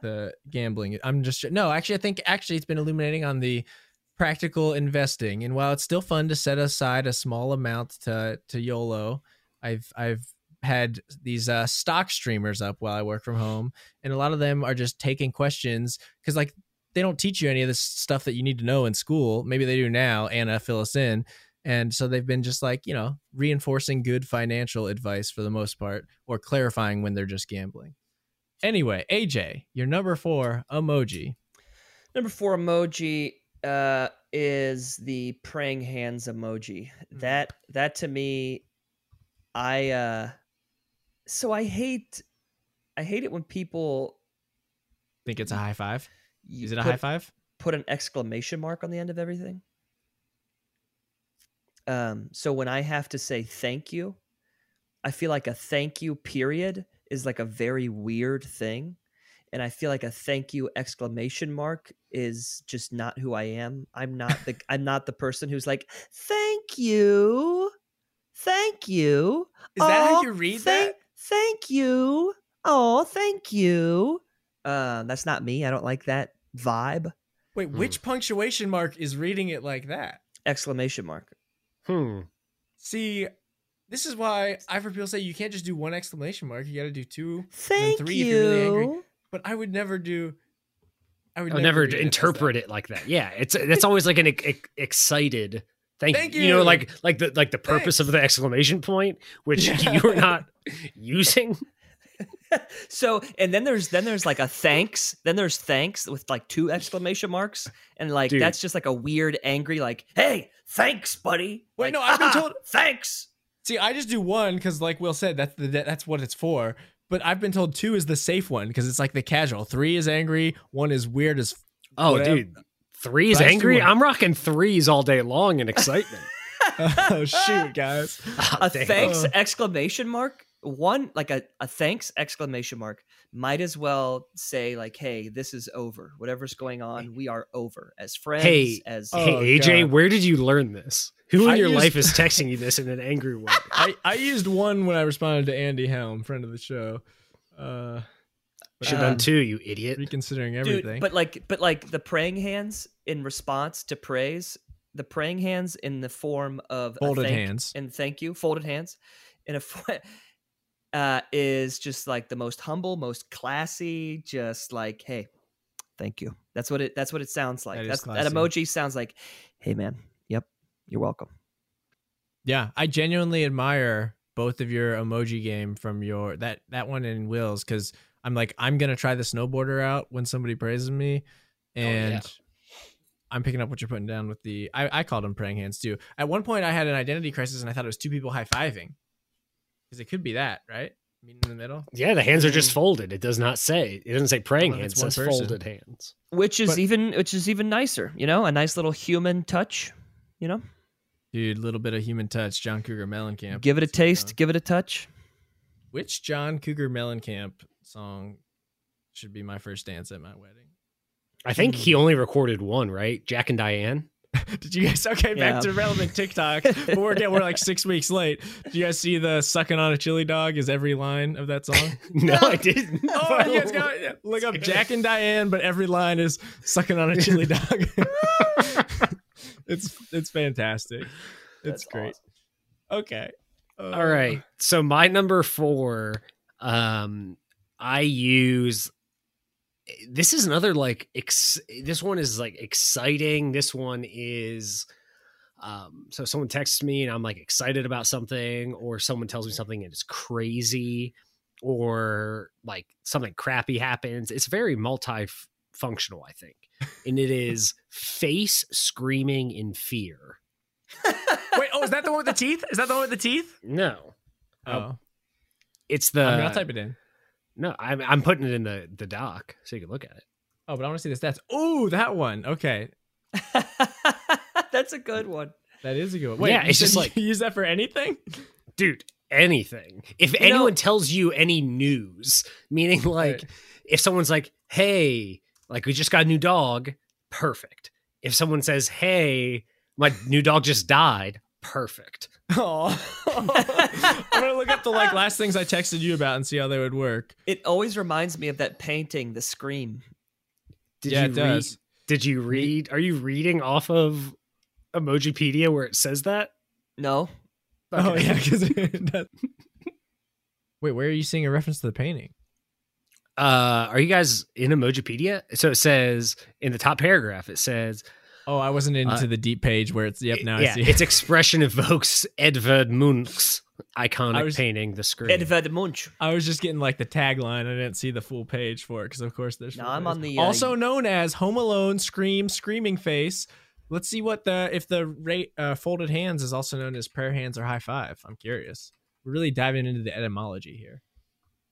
S1: the gambling. I'm just no. Actually, I think actually it's been illuminating on the practical investing. And while it's still fun to set aside a small amount to to YOLO, I've I've had these uh, stock streamers up while I work from home, and a lot of them are just taking questions because like they don't teach you any of this stuff that you need to know in school. Maybe they do now. Anna, fill us in. And so they've been just like, you know, reinforcing good financial advice for the most part or clarifying when they're just gambling. Anyway, AJ, your number four emoji.
S2: Number four emoji uh, is the praying hands emoji.
S1: Mm.
S2: That that to me, I uh, so I hate, I hate it when people
S1: Think it's a high five?
S2: you
S1: Is it a
S2: put,
S1: high five?
S2: put an exclamation mark on the end of everything. Um, so when I have to say thank you, I feel like a thank you period is like a very weird thing. And I feel like a thank you exclamation mark is just not who I am. I'm not the I'm not the person who's like, thank you. Thank you. Aw, thank, Thank you. Oh, thank you. Uh, that's not me. I don't like that vibe.
S1: Wait,
S3: Hmm.
S1: which punctuation mark is reading it like that?
S2: exclamation mark
S3: Hmm.
S1: See, this is why I've heard people say you can't just do one exclamation mark. You got to do two.
S2: Thank
S1: three if
S2: you.
S1: you're really angry. But I would never do. I would
S3: I'll never
S1: do it as
S3: interpret
S1: that.
S3: it like that. Yeah, it's that's always like an ex- ex- excited. Thank,
S1: Thank
S3: you. You know,
S1: you.
S3: like like the like the purpose of the exclamation point, which
S1: Yeah.
S3: you're not using.
S2: so and then there's then there's like a thanks then there's thanks with like two exclamation marks and like
S3: Dude.
S2: that's just like a weird angry like hey thanks buddy
S1: Wait,
S2: Like,
S1: no, I've been
S2: "Ah,
S1: told-
S2: thanks
S1: See, I just do one because, like Will said, that's the that's what it's for. But I've been told two is the safe one because it's like the casual. Three is angry. One is weird as.
S3: Oh,
S1: Whatever.
S3: dude, three is
S1: That's
S3: angry.
S1: the one.
S3: I'm rocking threes all day long in excitement.
S1: oh shoot, guys!
S3: Ah,
S2: a
S3: dang.
S2: thanks exclamation mark one like a, a thanks exclamation mark might as well say like hey this is over whatever's going on we are over as friends
S3: Hey,
S2: as
S1: oh,
S3: hey AJ,
S1: God.
S3: where did you learn this? Who in
S1: I
S3: your
S1: used-
S3: life is texting you this in an angry way?
S1: I I used one when I responded to Andy Helm, friend of the show. Uh, but
S3: Should have
S1: I'm
S3: done two, you idiot.
S1: reconsidering
S2: Dude,
S1: everything.
S2: but like, but like the praying hands in response to praise, the praying hands in the form of a
S1: Folded
S2: thank-
S1: hands.
S2: and thank you, folded hands, in a fo- uh, is just like the most humble, most classy. Just like, hey, thank you. That's what it. That's what it sounds like.
S1: That is
S2: That's that
S1: classy.
S2: emoji sounds like. Hey, man. Yep. You're welcome.
S1: Yeah, I genuinely admire both of your emoji game from your that that one and Will's because I'm like I'm gonna try the snowboarder out when somebody praises me, and
S3: yeah.
S1: I'm picking up what you're putting down with the I, I called them praying hands too. At one point, I had an identity crisis and I thought it was two people high fiving because it could be that right meeting in the middle.
S3: Yeah, the hands are just folded. It does not say. It doesn't say praying
S1: Well,
S3: hands.
S1: Mm.
S3: It
S1: Oh, that's one
S3: says
S1: person.
S3: folded hands.
S2: Which is
S1: But-
S2: even which is even nicer. You know, a nice little human touch. You know,
S1: Dude, little bit of human touch, John Cougar Mellencamp.
S2: give it a
S1: That's what it's
S2: taste.
S1: on.
S2: Give it a touch.
S1: Which John Cougar Mellencamp song should be my first dance at my wedding?
S3: I think
S1: Hmm.
S3: he only recorded one, right? Jack and Diane.
S1: Did you guys okay
S2: Yeah.
S1: back to relevant TikTok? but we're again we're like six weeks late. Did you guys see the sucking on a chili dog is every line of that song?
S3: No, I didn't.
S1: oh, you guys got look up Jack and Diane, but every line is sucking on a chili dog. it's it's fantastic. It's
S2: That's
S1: great.
S2: awesome.
S1: Okay. Uh,
S3: All right. So my number four, um, I use. This is another like. Ex- this one is like exciting. This one is. Um, so someone texts me and I'm like excited about something, or someone tells me something and it's crazy, or like something crappy happens. It's very multi-functional, I think, and it is face screaming in fear.
S1: Wait, oh, is that the one with the teeth? Is that the one with the teeth?
S3: No,
S1: Oh.
S3: it's the.
S1: I mean, I'll type it in.
S3: No, I'm I'm putting it in the the doc so you can look at it.
S1: Oh, but I want to see the stats. Oh, that one. Okay.
S2: That's a good one.
S1: That is a good one. Wait,
S3: Yeah,
S1: you
S3: it's just
S1: said
S3: like-
S1: you use that for anything?
S3: Dude, anything. If
S2: know-
S3: anyone tells you any news, meaning like if someone's like, "Hey, like we just got a new dog," perfect. If someone says, "Hey, my new dog just died," perfect.
S1: Oh, I'm gonna look up the like last things I texted you about and see how they would work.
S2: It always reminds me of that painting, The Scream.
S3: Did
S1: yeah,
S3: you
S1: it does.
S3: Read, did you read? Are you reading off of Emojipedia where it says that?
S2: No,
S1: Oh yeah, because that... wait, where are you seeing a reference to the painting?
S3: Uh, are you guys in Emojipedia? So it says in the top paragraph. It says
S1: Oh, I wasn't into the deep page where it's. Yep,
S3: It-
S1: now
S3: Uh, yeah,
S1: I see.
S3: its expression evokes Edvard Munch's iconic
S1: I was-
S3: painting, The Scream.
S2: Edvard Munch.
S1: I was just getting like the tagline. I didn't see the full page for it because, of course, there's.
S2: No,
S1: full
S2: I'm
S1: page.
S2: on the, uh,
S1: also known as Home Alone, Scream, Screaming Face. Let's see what the if the rate uh, folded hands is also known as prayer hands or high five. I'm curious. We're really diving into the etymology here.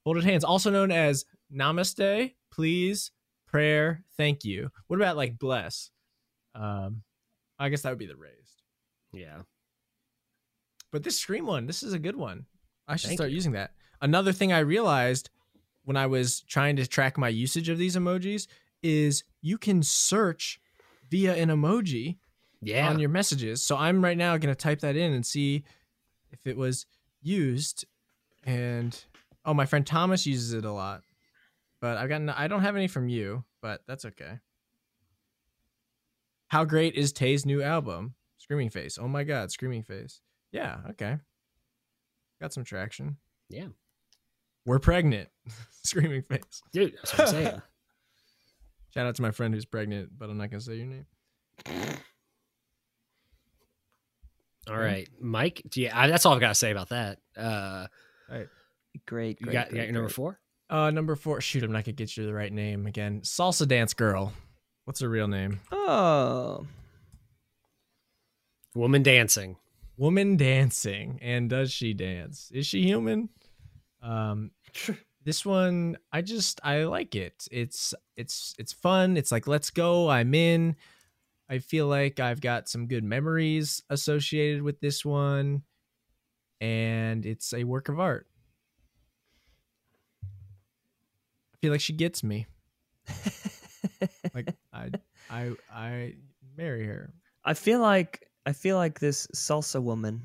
S1: Folded hands, also known as Namaste, please, prayer, thank you. What about like bless? Um, I guess that would be the raised.
S3: yeah,
S1: But this Scream one, this is a good one. I should
S3: Thank
S1: start using that. Another thing I realized when I was trying to track my usage of these emojis is you can search via an emoji
S3: yeah.
S1: on your messages. So I'm right now going to type that in and see if it was used. And oh, my friend Thomas uses it a lot. But I've gotten I don't have any from you, but that's okay. How great is Tay's new album? Screaming Face. Oh my god, Screaming Face. Yeah. Okay. Got some traction.
S3: Yeah.
S1: We're pregnant. Screaming face.
S3: Dude, that's what I'm saying.
S1: Shout out to my friend who's pregnant, but I'm not gonna say your name.
S3: All right, Mike. Yeah, I, that's all I've got to say about that. Uh,
S2: Great,
S3: you
S2: great.
S3: got, you
S2: great,
S3: got your number
S2: great.
S3: four?
S1: Uh, number four. Shoot, I'm not gonna get you the right name again. Salsa dance girl. What's her real name?
S2: Oh,
S3: Woman dancing.
S1: Woman dancing, and does she dance? Is she human? Um, this one, I just I like it. It's it's it's fun. It's like let's go. I'm in. I feel like I've got some good memories associated with this one, and it's a work of art. I feel like she gets me. like I I I marry her.
S2: I feel like I feel like this salsa woman.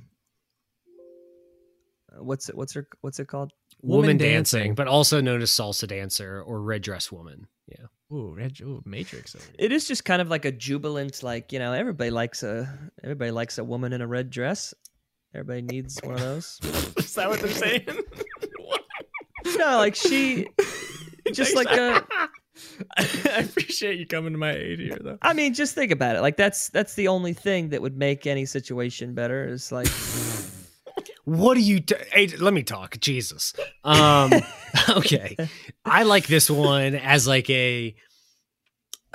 S2: uh, What's it? What's her? What's it called?
S1: Woman
S3: Woman, dancing,
S1: dancing.
S3: but also known as salsa dancer or red dress woman. Yeah.
S1: Ooh, Reg, ooh, Matrix. over here.
S2: It is just kind of like a jubilant, like you know, everybody likes a everybody likes a woman in a red dress. Everybody needs one of those.
S1: Is that what they're saying?
S2: no, like she, just like a.
S1: I appreciate you coming to my aid here, though.
S2: I mean, just think about it. Like that's that's the only thing that would make any situation better. Is like
S3: What do you? T- hey, let me talk. Jesus. Um, okay, I like this one as like a.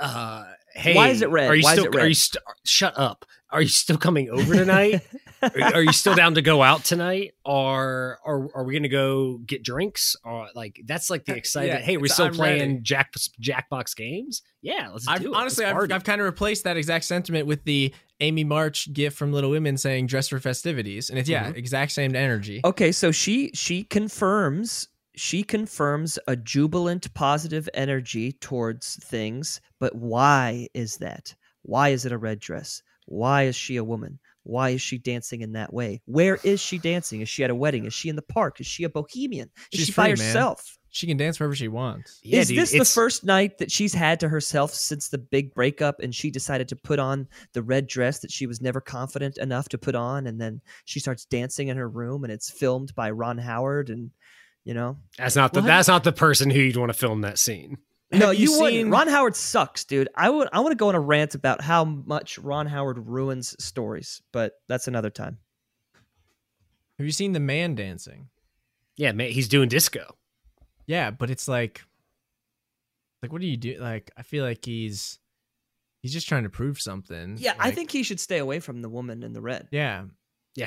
S3: Uh, hey,
S2: Why is it red?
S3: Are you
S2: Why is
S3: still?
S2: it red?
S3: Are you st- shut up? Are you still coming over tonight? are, are you still down to go out tonight? Or are are we gonna go get drinks? Or like that's like the
S2: Uh,
S3: excited.
S1: Yeah,
S3: hey, we're
S1: it's
S3: still
S1: I'm
S3: playing
S1: ready.
S3: Jack Jackbox games. Yeah, let's
S1: I've,
S3: do it.
S1: honestly,
S3: Let's
S1: I've,
S3: party.
S1: I've kind of replaced that exact sentiment with the Amy March gift from Little Women saying "dress for festivities," and it's yeah, exact same energy.
S2: okay, so she she confirms she confirms a jubilant positive energy towards things, but why is that? Why is it a red dress? Why is she a woman? Why is she dancing in that way? Where is she dancing? Is she at a wedding? Is she in the park? Is she a bohemian? Is
S1: She's
S2: she by
S1: free, man.
S2: herself?
S1: She can dance wherever she wants.
S3: yeah,
S2: is
S3: dude,
S2: this the
S3: it's-
S2: first night that she's had to herself since the big breakup and she decided to put on the red dress that she was never confident enough to put on and then she starts dancing in her room and it's filmed by Ron Howard and you know
S3: That's not the
S2: What?
S3: that's not the person who you'd want to film that scene.
S2: no
S1: Have you
S2: you,
S1: seen-
S2: wouldn't Ron Howard sucks dude I would I want to go on a rant about how much Ron Howard ruins stories but that's another time
S1: Have you seen the man dancing?
S3: Yeah, man, he's doing disco.
S1: Yeah, but it's like, like what do you do? Like I feel like he's he's just trying to prove something.
S2: yeah I
S1: Like,
S2: think he should stay away from the woman in the red
S1: yeah,
S3: Yeah,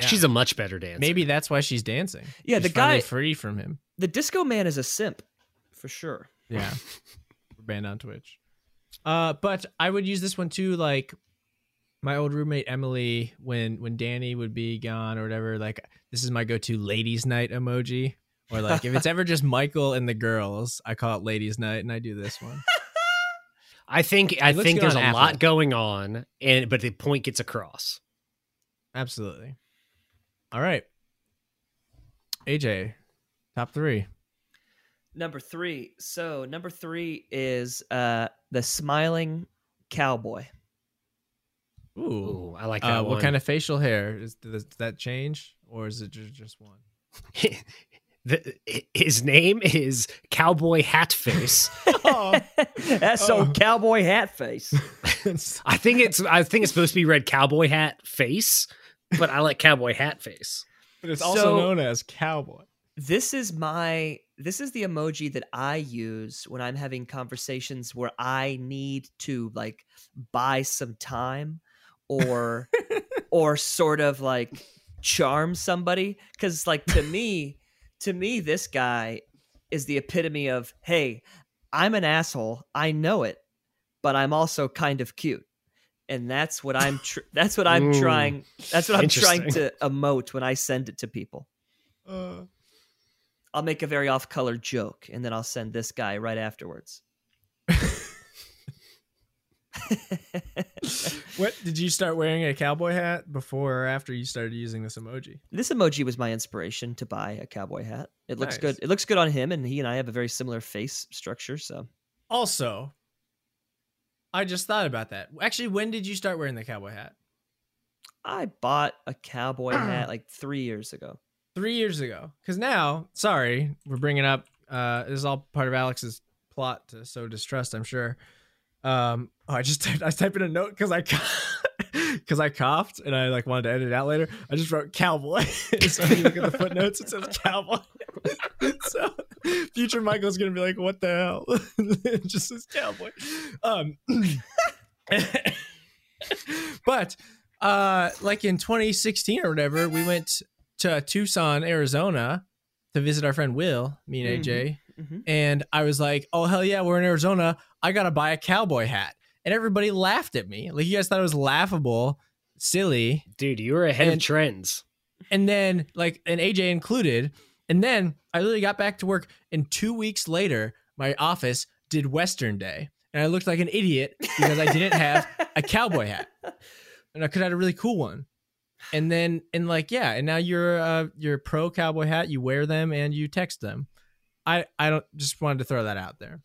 S1: Yeah.
S3: she's a much better dancer.
S1: maybe that's why she's dancing.
S2: Yeah, the
S1: She's finally
S2: guy-
S1: free from him.
S2: the disco man is a simp for sure
S1: Yeah. We're banned on Twitch. Uh, but I would use this one too, like my old roommate Emily, when when Danny would be gone or whatever, like this is my go-to ladies' night emoji. Or like if it's ever just Michael and the girls, I call it ladies' night and I do this one.
S3: I think I
S1: Let's go
S3: think there's a
S1: on Apple.
S3: lot going on, and but the point gets across.
S1: Absolutely. All right. AJ, top three.
S2: Number three. So number three is uh the smiling cowboy.
S1: Ooh.
S3: Ooh, I like that
S1: Uh,
S3: one.
S1: what kind of facial hair is does that change, or is it ju- just one?
S3: The- his name is Cowboy Hat Face.
S2: That's
S1: Oh.
S2: old cowboy hat face.
S3: I think it's I think it's supposed to be read Cowboy Hat Face, but I like Cowboy Hat Face.
S1: But it's
S2: So-
S1: also known as cowboy.
S2: this is my this is the emoji that I use when I'm having conversations where I need to like buy some time or or sort of like charm somebody cuz like to me to me this guy is the epitome of hey I'm an asshole I know it but I'm also kind of cute and that's what I'm tr- that's what I'm
S3: Ooh,
S2: trying that's what I'm trying
S3: interesting.
S2: to emote when I send it to people
S1: Uh,
S2: I'll make a very off color joke and then I'll send this guy right afterwards.
S1: what did you start wearing a cowboy hat before or after you started using this emoji?
S2: this emoji was my inspiration to buy a cowboy hat. It looks
S1: Nice.
S2: good. It looks good on him and he and I have a very similar face structure, so
S1: Also, I just thought about that. Actually, when did you start wearing the cowboy hat?
S2: I bought a cowboy hat like three years ago.
S1: three years ago. Because now, sorry, we're bringing up. Uh, this is all part of Alex's plot to sow distrust. I'm sure. Um, oh, I just typed, I typed in a note because I because I coughed and I like wanted to edit it out later. I just wrote cowboy. so if you look at the footnotes, it says cowboy. so future Michael's gonna be like, "What the hell?" it just says cowboy. Um, but uh, like in 2016 or whatever, we went to Tucson, Arizona to visit our friend Will, me and AJ.
S2: Mhm.
S1: And I was like, oh, hell yeah, we're in Arizona. I got to buy a cowboy hat. And everybody laughed at me. Like, you guys thought it was laughable, silly.
S3: Dude, you were ahead
S1: And-
S3: of trends.
S1: And then, like, and AJ included. And then I literally got back to work. And two weeks later, my office did Western Day. And I looked like an idiot because I didn't have a cowboy hat, and I could have had a really cool one. And then and like yeah, and now you're uh, you're pro cowboy hat. You wear them and you text them. I I don't just wanted to throw that out there.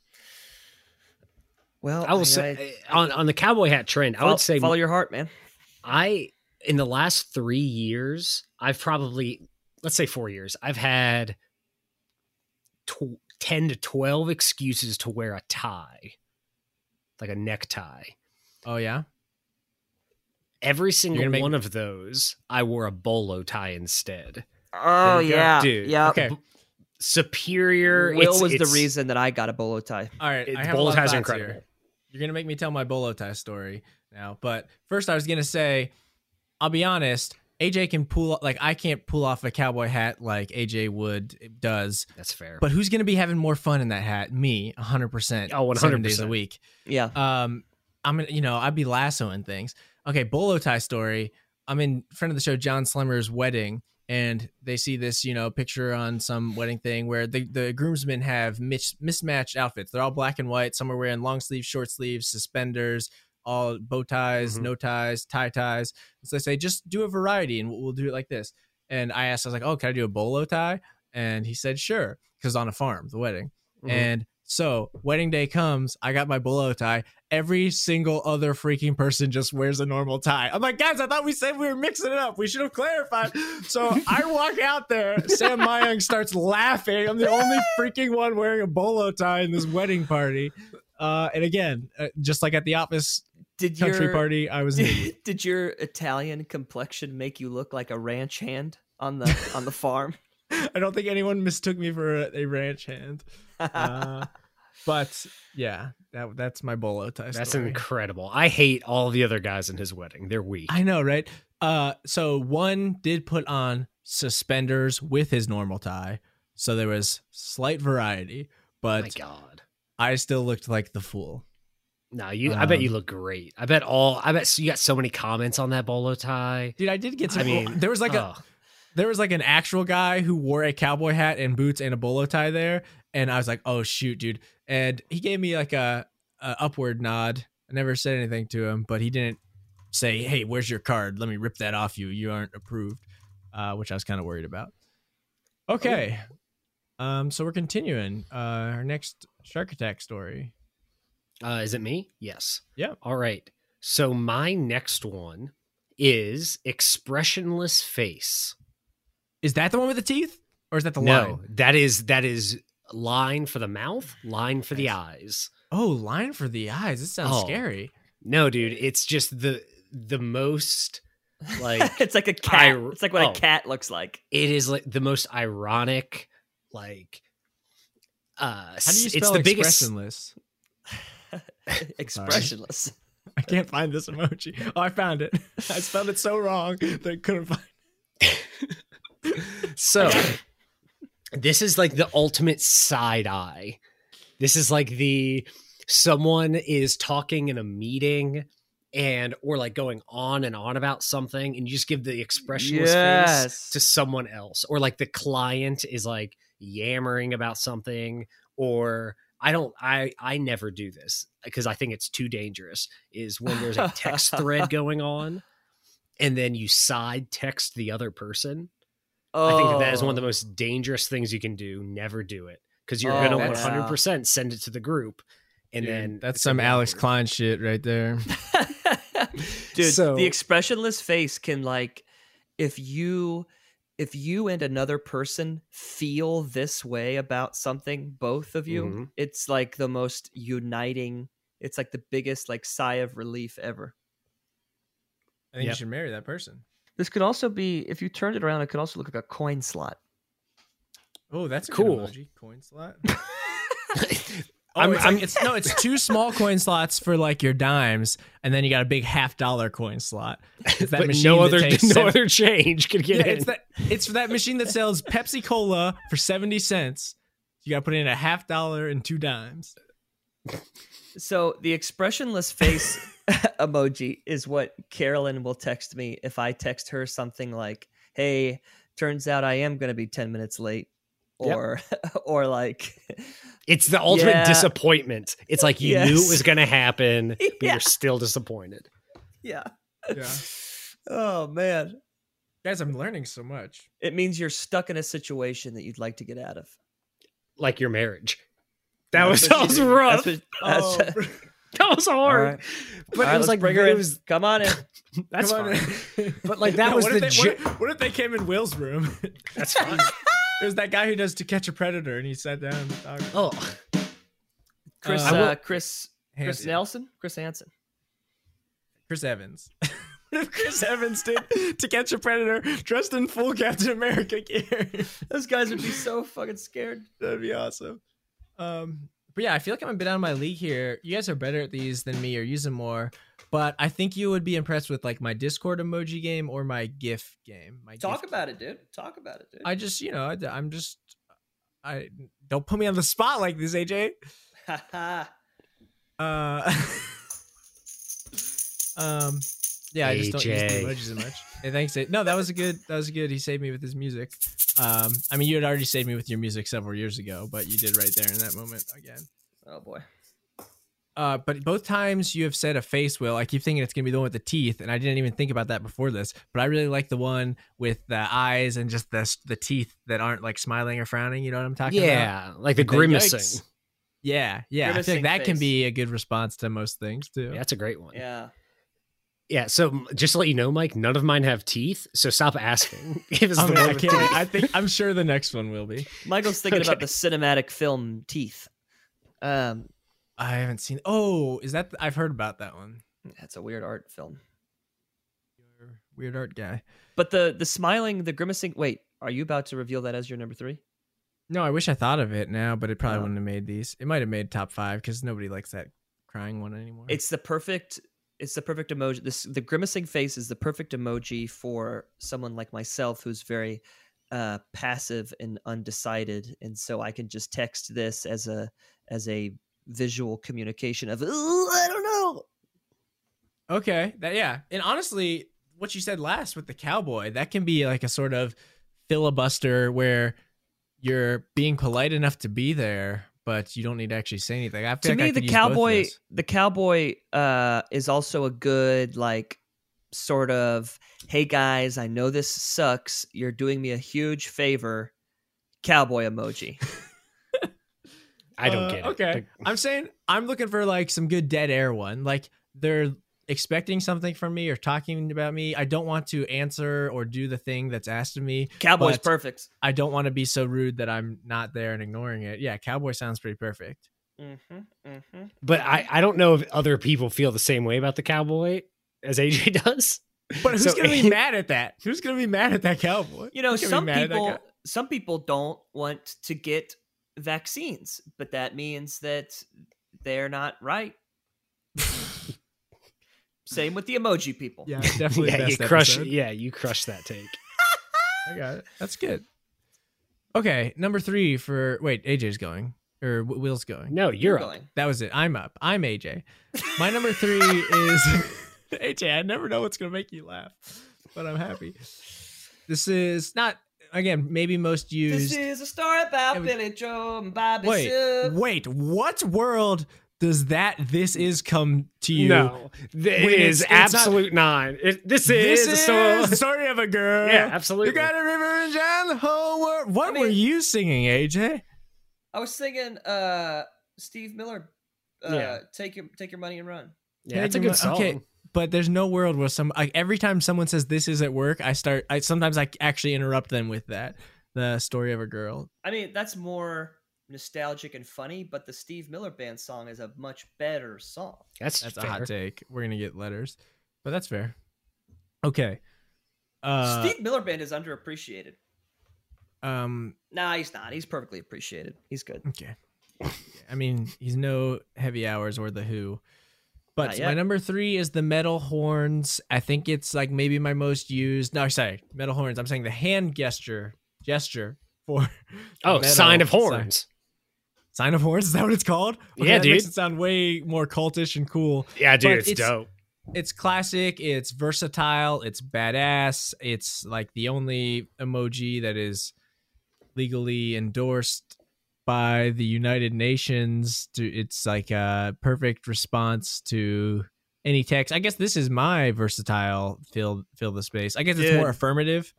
S1: Oh,
S2: Well,
S3: I will
S2: mean,
S3: say eh, on on the cowboy hat trend, I
S2: follow-
S3: would say
S2: follow your heart, man.
S3: I in the last three years, I've probably let's say four years, I've had tw- ten to twelve excuses to wear a tie, like a necktie.
S1: Oh yeah,
S3: Every
S1: gonna
S3: single
S1: make-
S3: one of those, I wore a bolo tie instead.
S2: Oh
S1: you go.
S2: yeah,
S3: Dude,
S2: yeah.
S1: okay.
S3: Superior.
S2: Will
S3: it's-
S2: was
S3: it's-
S2: the reason that I got a bolo tie.
S1: All right,
S3: It,
S1: I have a
S3: bolo
S1: lot of
S3: ties are
S1: thoughts here.
S3: incredible.
S1: You're gonna make me tell my bolo tie story now. But first, I was gonna say, I'll be honest. AJ can pull like I can't pull off a cowboy hat like AJ would does.
S3: That's fair.
S1: But who's gonna be having more fun in that hat? Me, 100%.
S3: Oh,
S1: seven days a
S3: 100%.
S1: week.
S2: Yeah,
S1: um i'm gonna you know i'd be lassoing things okay bolo tie story i'm in front of the show john slimmer's wedding and they see this you know picture on some wedding thing where the, the groomsmen have mis- mismatched outfits they're all black and white some are wearing long sleeves short sleeves suspenders all bow ties
S3: Mhm.
S1: no ties tie ties so they say just do a variety and we'll, we'll do it like this and i asked i was like oh can i do a bolo tie and he said sure because on a farm the wedding
S3: Mhm.
S1: and so wedding day comes, I got my bolo tie. Every single other freaking person just wears a normal tie. I'm like, guys, I thought we said we were mixing it up. We should have clarified. So I walk out there. Sam Myung starts laughing. I'm the only freaking one wearing a bolo tie in this wedding party. Uh, and again, uh, just like at the office
S2: did your
S1: country party, I was. an idiot.
S2: did, did your Italian complexion make you look like a ranch hand on the on the farm?
S1: I don't think anyone mistook me for a, a ranch hand. Uh, but yeah, that that's my bolo tie.
S3: That's
S1: story.
S3: incredible. I hate all the other guys in his wedding. They're weak.
S1: I know, right? Uh, so one did put on suspenders with his normal tie, so there was slight variety,
S3: oh my
S1: but
S3: god.
S1: I still looked like the fool.
S3: No, you. I bet you
S1: Um,
S3: look great. I bet all. I bet you got so many comments on that bolo tie.
S1: Dude, I did get some.
S3: I mean,
S1: there was like a
S3: Oh,
S1: there was like an actual guy who wore a cowboy hat and boots and a bolo tie there, and I was like, oh shoot, dude, and he gave me like a, a upward nod. I never said anything to him, but he didn't say, hey, where's your card? Let me rip that off you. You aren't approved, uh, which I was kind of worried about. Okay. Um, so we're continuing. Uh, our next shark attack story.
S3: uh, is it me? Yes.
S1: Yeah.
S3: All right. So my next one is expressionless face.
S1: Is that the one with the teeth? Or is that the
S3: no,
S1: line?
S3: that is that is line for the mouth, line for the eyes.
S1: Oh, line for the eyes. This sounds
S3: Oh.
S1: scary.
S3: No, dude, it's just the the most like
S2: it's like a cat.
S3: I-
S2: it's like what
S3: oh.
S2: a cat looks like.
S3: it is like the most ironic like uh
S1: How do you
S3: it's
S1: spell
S3: the biggest
S1: expressionless?
S2: Expressionless.
S1: I can't find this emoji. Oh, I found it. I spelled it so wrong that I couldn't find
S3: so this is like the ultimate side eye this is like the someone is talking in a meeting and or like going on and on about something and you just give the expressionless face
S2: Yes.
S3: to someone else or like the client is like yammering about something or i don't i i never do this because i think it's too dangerous is when there's a text thread going on and then you side text the other person i think that, that is one of the
S2: Oh.
S3: most dangerous things you can do never do it because you're
S2: Oh,
S3: gonna
S1: that's-
S3: 100% send it to the group and
S1: Dude,
S3: then
S1: that's
S3: it's
S1: some
S3: gonna be
S1: Alex
S3: awkward.
S1: Klein shit right there.
S2: Oh. Dude,
S3: So-
S2: the expressionless face can like if you if you and another person feel this way about something, both of you,
S3: Mhm.
S2: it's like the most uniting it's like the biggest like sigh of relief ever.
S1: I think you
S3: Yep.
S1: should marry that person.
S2: This could also be if you turned it around, it could also look like a coin slot.
S1: Oh, that's a
S3: Cool.
S1: Good emoji. Coin slot. Oh,
S3: I'm-
S1: it's,
S3: I'm-
S1: like, it's no, it's two small coin slots for like your dimes, and then you got a big half dollar coin slot. It's that
S3: but
S1: machine
S3: no
S1: that
S3: other
S1: takes
S3: no
S1: seven-
S3: other change could
S1: Yeah,
S3: get in.
S1: it's that it's for that machine that sells Pepsi Cola for seventy cents. You got to put in a half dollar and two dimes.
S2: So the expressionless face emoji is what Carolyn will text me if I text her something like, "Hey, turns out I am going to be 10 minutes late."
S3: Yep.
S2: Or or like
S3: It's the ultimate
S2: Yeah.
S3: disappointment. It's like you knew
S2: Yes.
S3: it was going to happen, but
S2: Yeah.
S3: you're still disappointed.
S2: yeah.
S1: Yeah.
S2: Oh man.
S1: Guys, I'm learning so much.
S2: It means you're stuck in a situation that you'd like to get out of.
S3: Like your marriage. That was
S2: That's
S3: that
S2: what
S3: was
S2: she did.
S3: rough.
S2: That's
S1: Oh,
S2: what- that's-
S3: that was hard.
S2: right.
S3: But
S2: All right,
S3: it
S2: let's
S3: was like Uh,
S2: bring her
S3: it
S2: in.
S3: was
S2: Come on in.
S3: that's
S1: Come on
S3: fine.
S1: in.
S3: But, like, that
S1: No,
S3: was
S1: what
S3: the
S1: if they,
S3: ju-
S1: what, if, what if they came in Will's room?
S3: That's fine.
S1: There's that guy who does To Catch a Predator, and he sat down. And talked.
S3: oh,
S2: Chris
S1: I will-
S2: uh, Chris Chris
S1: Hanson.
S2: Nelson, Chris Hansen.
S1: Chris Evans. what if Chris Evans did To Catch a Predator dressed in full Captain America gear?
S2: Those guys would be so fucking scared.
S1: That'd be awesome. Um, but yeah, I feel like I'm a bit out of my league here. You guys are better at these than me or use them more. But I think you would be impressed with like my Discord emoji game or my GIF game. My
S2: Talk
S1: GIF
S2: about it, dude. Talk about it, dude.
S1: I just, you know, I, am just, I don't put me on the spot like this, AJ.
S2: Oh,
S1: Uh, um, yeah, I just don't use the
S3: AJ.
S1: emojis as much. Hey, thanks. A- No, that was a good. That was good. He saved me with his music. Um, I mean, you had already saved me with your music several years ago, but you did right there in that moment again.
S2: oh boy.
S1: Uh, but both times you have said a face will, I keep thinking it's gonna be the one with the teeth, and I didn't even think about that before this. But I really like the one with the eyes and just the the teeth that aren't like smiling or frowning. You know what I'm talking about?
S3: yeah, like the
S1: the
S3: grimacing.
S1: yikes. Yeah, yeah. I feel
S2: Grimacing
S1: like that can
S2: face.
S1: be a good response to most things too.
S3: Yeah, that's a great one. Yeah.
S2: Yeah.
S3: So m- just to let you know, Mike, none of mine have teeth. So stop asking. Give us
S1: I,
S3: the
S1: mean, I
S3: one with
S1: can't-
S3: teeth.
S1: Oh, I think I'm sure the next one will be.
S2: Michael's thinking about the
S3: Okay.
S2: cinematic film Teeth. Um,
S1: I haven't seen. Oh, is that? I've heard about that one.
S2: that's a weird art film.
S1: Your Weird art guy.
S2: But the the smiling, the grimacing. Wait, are you about to reveal that as your number three?
S1: No, I wish I thought of it now, but it probably
S2: Oh.
S1: wouldn't have made these. It might have made top five because nobody likes that crying one anymore.
S2: It's the perfect. It's the perfect emoji. This the grimacing face is the perfect emoji for someone like myself who's very uh, passive and undecided, and so I can just text this as a as a visual communication of "Ooh, I don't know.
S1: Okay. That yeah. And honestly, what you said last with the cowboy, that can be like a sort of filibuster where you're being polite enough to be there, but you don't need to actually say anything. I feel
S2: to
S1: like I
S2: me the
S1: could use both of
S2: cowboy
S1: those.
S2: the cowboy uh is also a good like sort of hey guys i know this sucks you're doing me a huge favor cowboy emoji
S3: I don't
S1: Uh,
S3: get it.
S1: Okay. I'm saying I'm looking for like some good dead air one. Like they're expecting something from me or talking about me. I don't want to answer or do the thing that's asked of me.
S2: cowboy's
S1: But-
S2: perfect
S1: I don't want to be so rude that I'm not there and ignoring it. Yeah, cowboy sounds pretty perfect.
S2: mm-hmm, mm-hmm.
S3: But I, I don't know if other people feel the same way about the cowboy as AJ does.
S1: But who's
S3: So-
S1: gonna be mad at that? Who's gonna be mad at that cowboy?
S2: you know
S1: Who's gonna be
S2: some
S1: mad at that
S2: people
S1: guy?
S2: some people don't want to get vaccines but that means that they're not right same with the emoji people
S1: Yeah, definitely.
S3: yeah, you
S1: best
S3: crush.
S1: episode.
S3: Yeah, you crush that take.
S1: I got it. That's good. Okay, number three for wait, AJ's going or W- Will's going.
S3: No, you're, up.
S2: going
S1: That was it. I'm up. I'm AJ. My number three is AJ. I never know what's gonna make you laugh, but I'm happy. This is not again maybe most used.
S2: This is a story
S1: It
S2: about
S1: was-
S2: Billy Joe and Bobby
S1: wait,
S2: Sue.
S1: wait. What world does that? This is come to you.
S3: No,
S1: When
S3: it
S1: it's-
S3: is
S1: it's not-
S3: absolute nine. It, this,
S1: This
S3: is,
S1: is
S3: so.
S1: the story of a girl.
S3: Yeah, absolutely.
S1: You got a river and John the whole world. What
S2: I mean-
S1: were you singing, AJ?
S2: I was singing uh Steve Miller uh
S3: Yeah.
S2: take your take your money and run.
S3: yeah, it's a good song.
S1: Okay, but there's no world where some like every time someone says this is at work, I start. I sometimes I actually interrupt them with that. The story of a girl.
S2: I mean, that's more nostalgic and funny, but the Steve Miller Band song is a much better song.
S3: That's,
S1: That's a
S3: fair.
S1: hot take. We're gonna get letters, but that's fair. Okay. Uh,
S2: Steve Miller Band is underappreciated.
S1: um.
S2: Nah, he's not. He's perfectly appreciated. He's good.
S1: Okay. I mean, he's no heavy hours or the Who.
S2: Not
S1: But
S2: yet.
S1: my number three is the metal horns. I think it's like maybe my most used. No, sorry, metal horns. I'm saying the hand gesture gesture for
S3: Oh,
S1: metal
S3: sign of
S1: sign.
S3: horns.
S1: sign of horns. Is that what it's called?
S3: Yeah,
S1: that Makes
S3: dude.
S1: it sound way more cultish and cool.
S3: Yeah, dude,
S1: But
S3: it's,
S1: it's-
S3: dope.
S1: It's classic. It's versatile. It's badass. It's like the only emoji that is legally endorsed by the United Nations. To it's like a perfect response to any text. I guess this is my versatile fill fill the space. I guess it's
S2: Dude.
S1: more affirmative.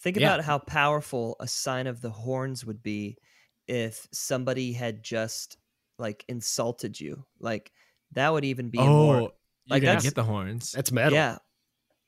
S2: Think
S3: Yeah.
S2: about how powerful a sign of the horns would be if somebody had just like insulted you. Like that would even be
S1: oh,
S2: more.
S1: you're
S2: Like,
S1: gonna
S2: that's-
S1: get the horns.
S3: That's metal.
S2: Yeah.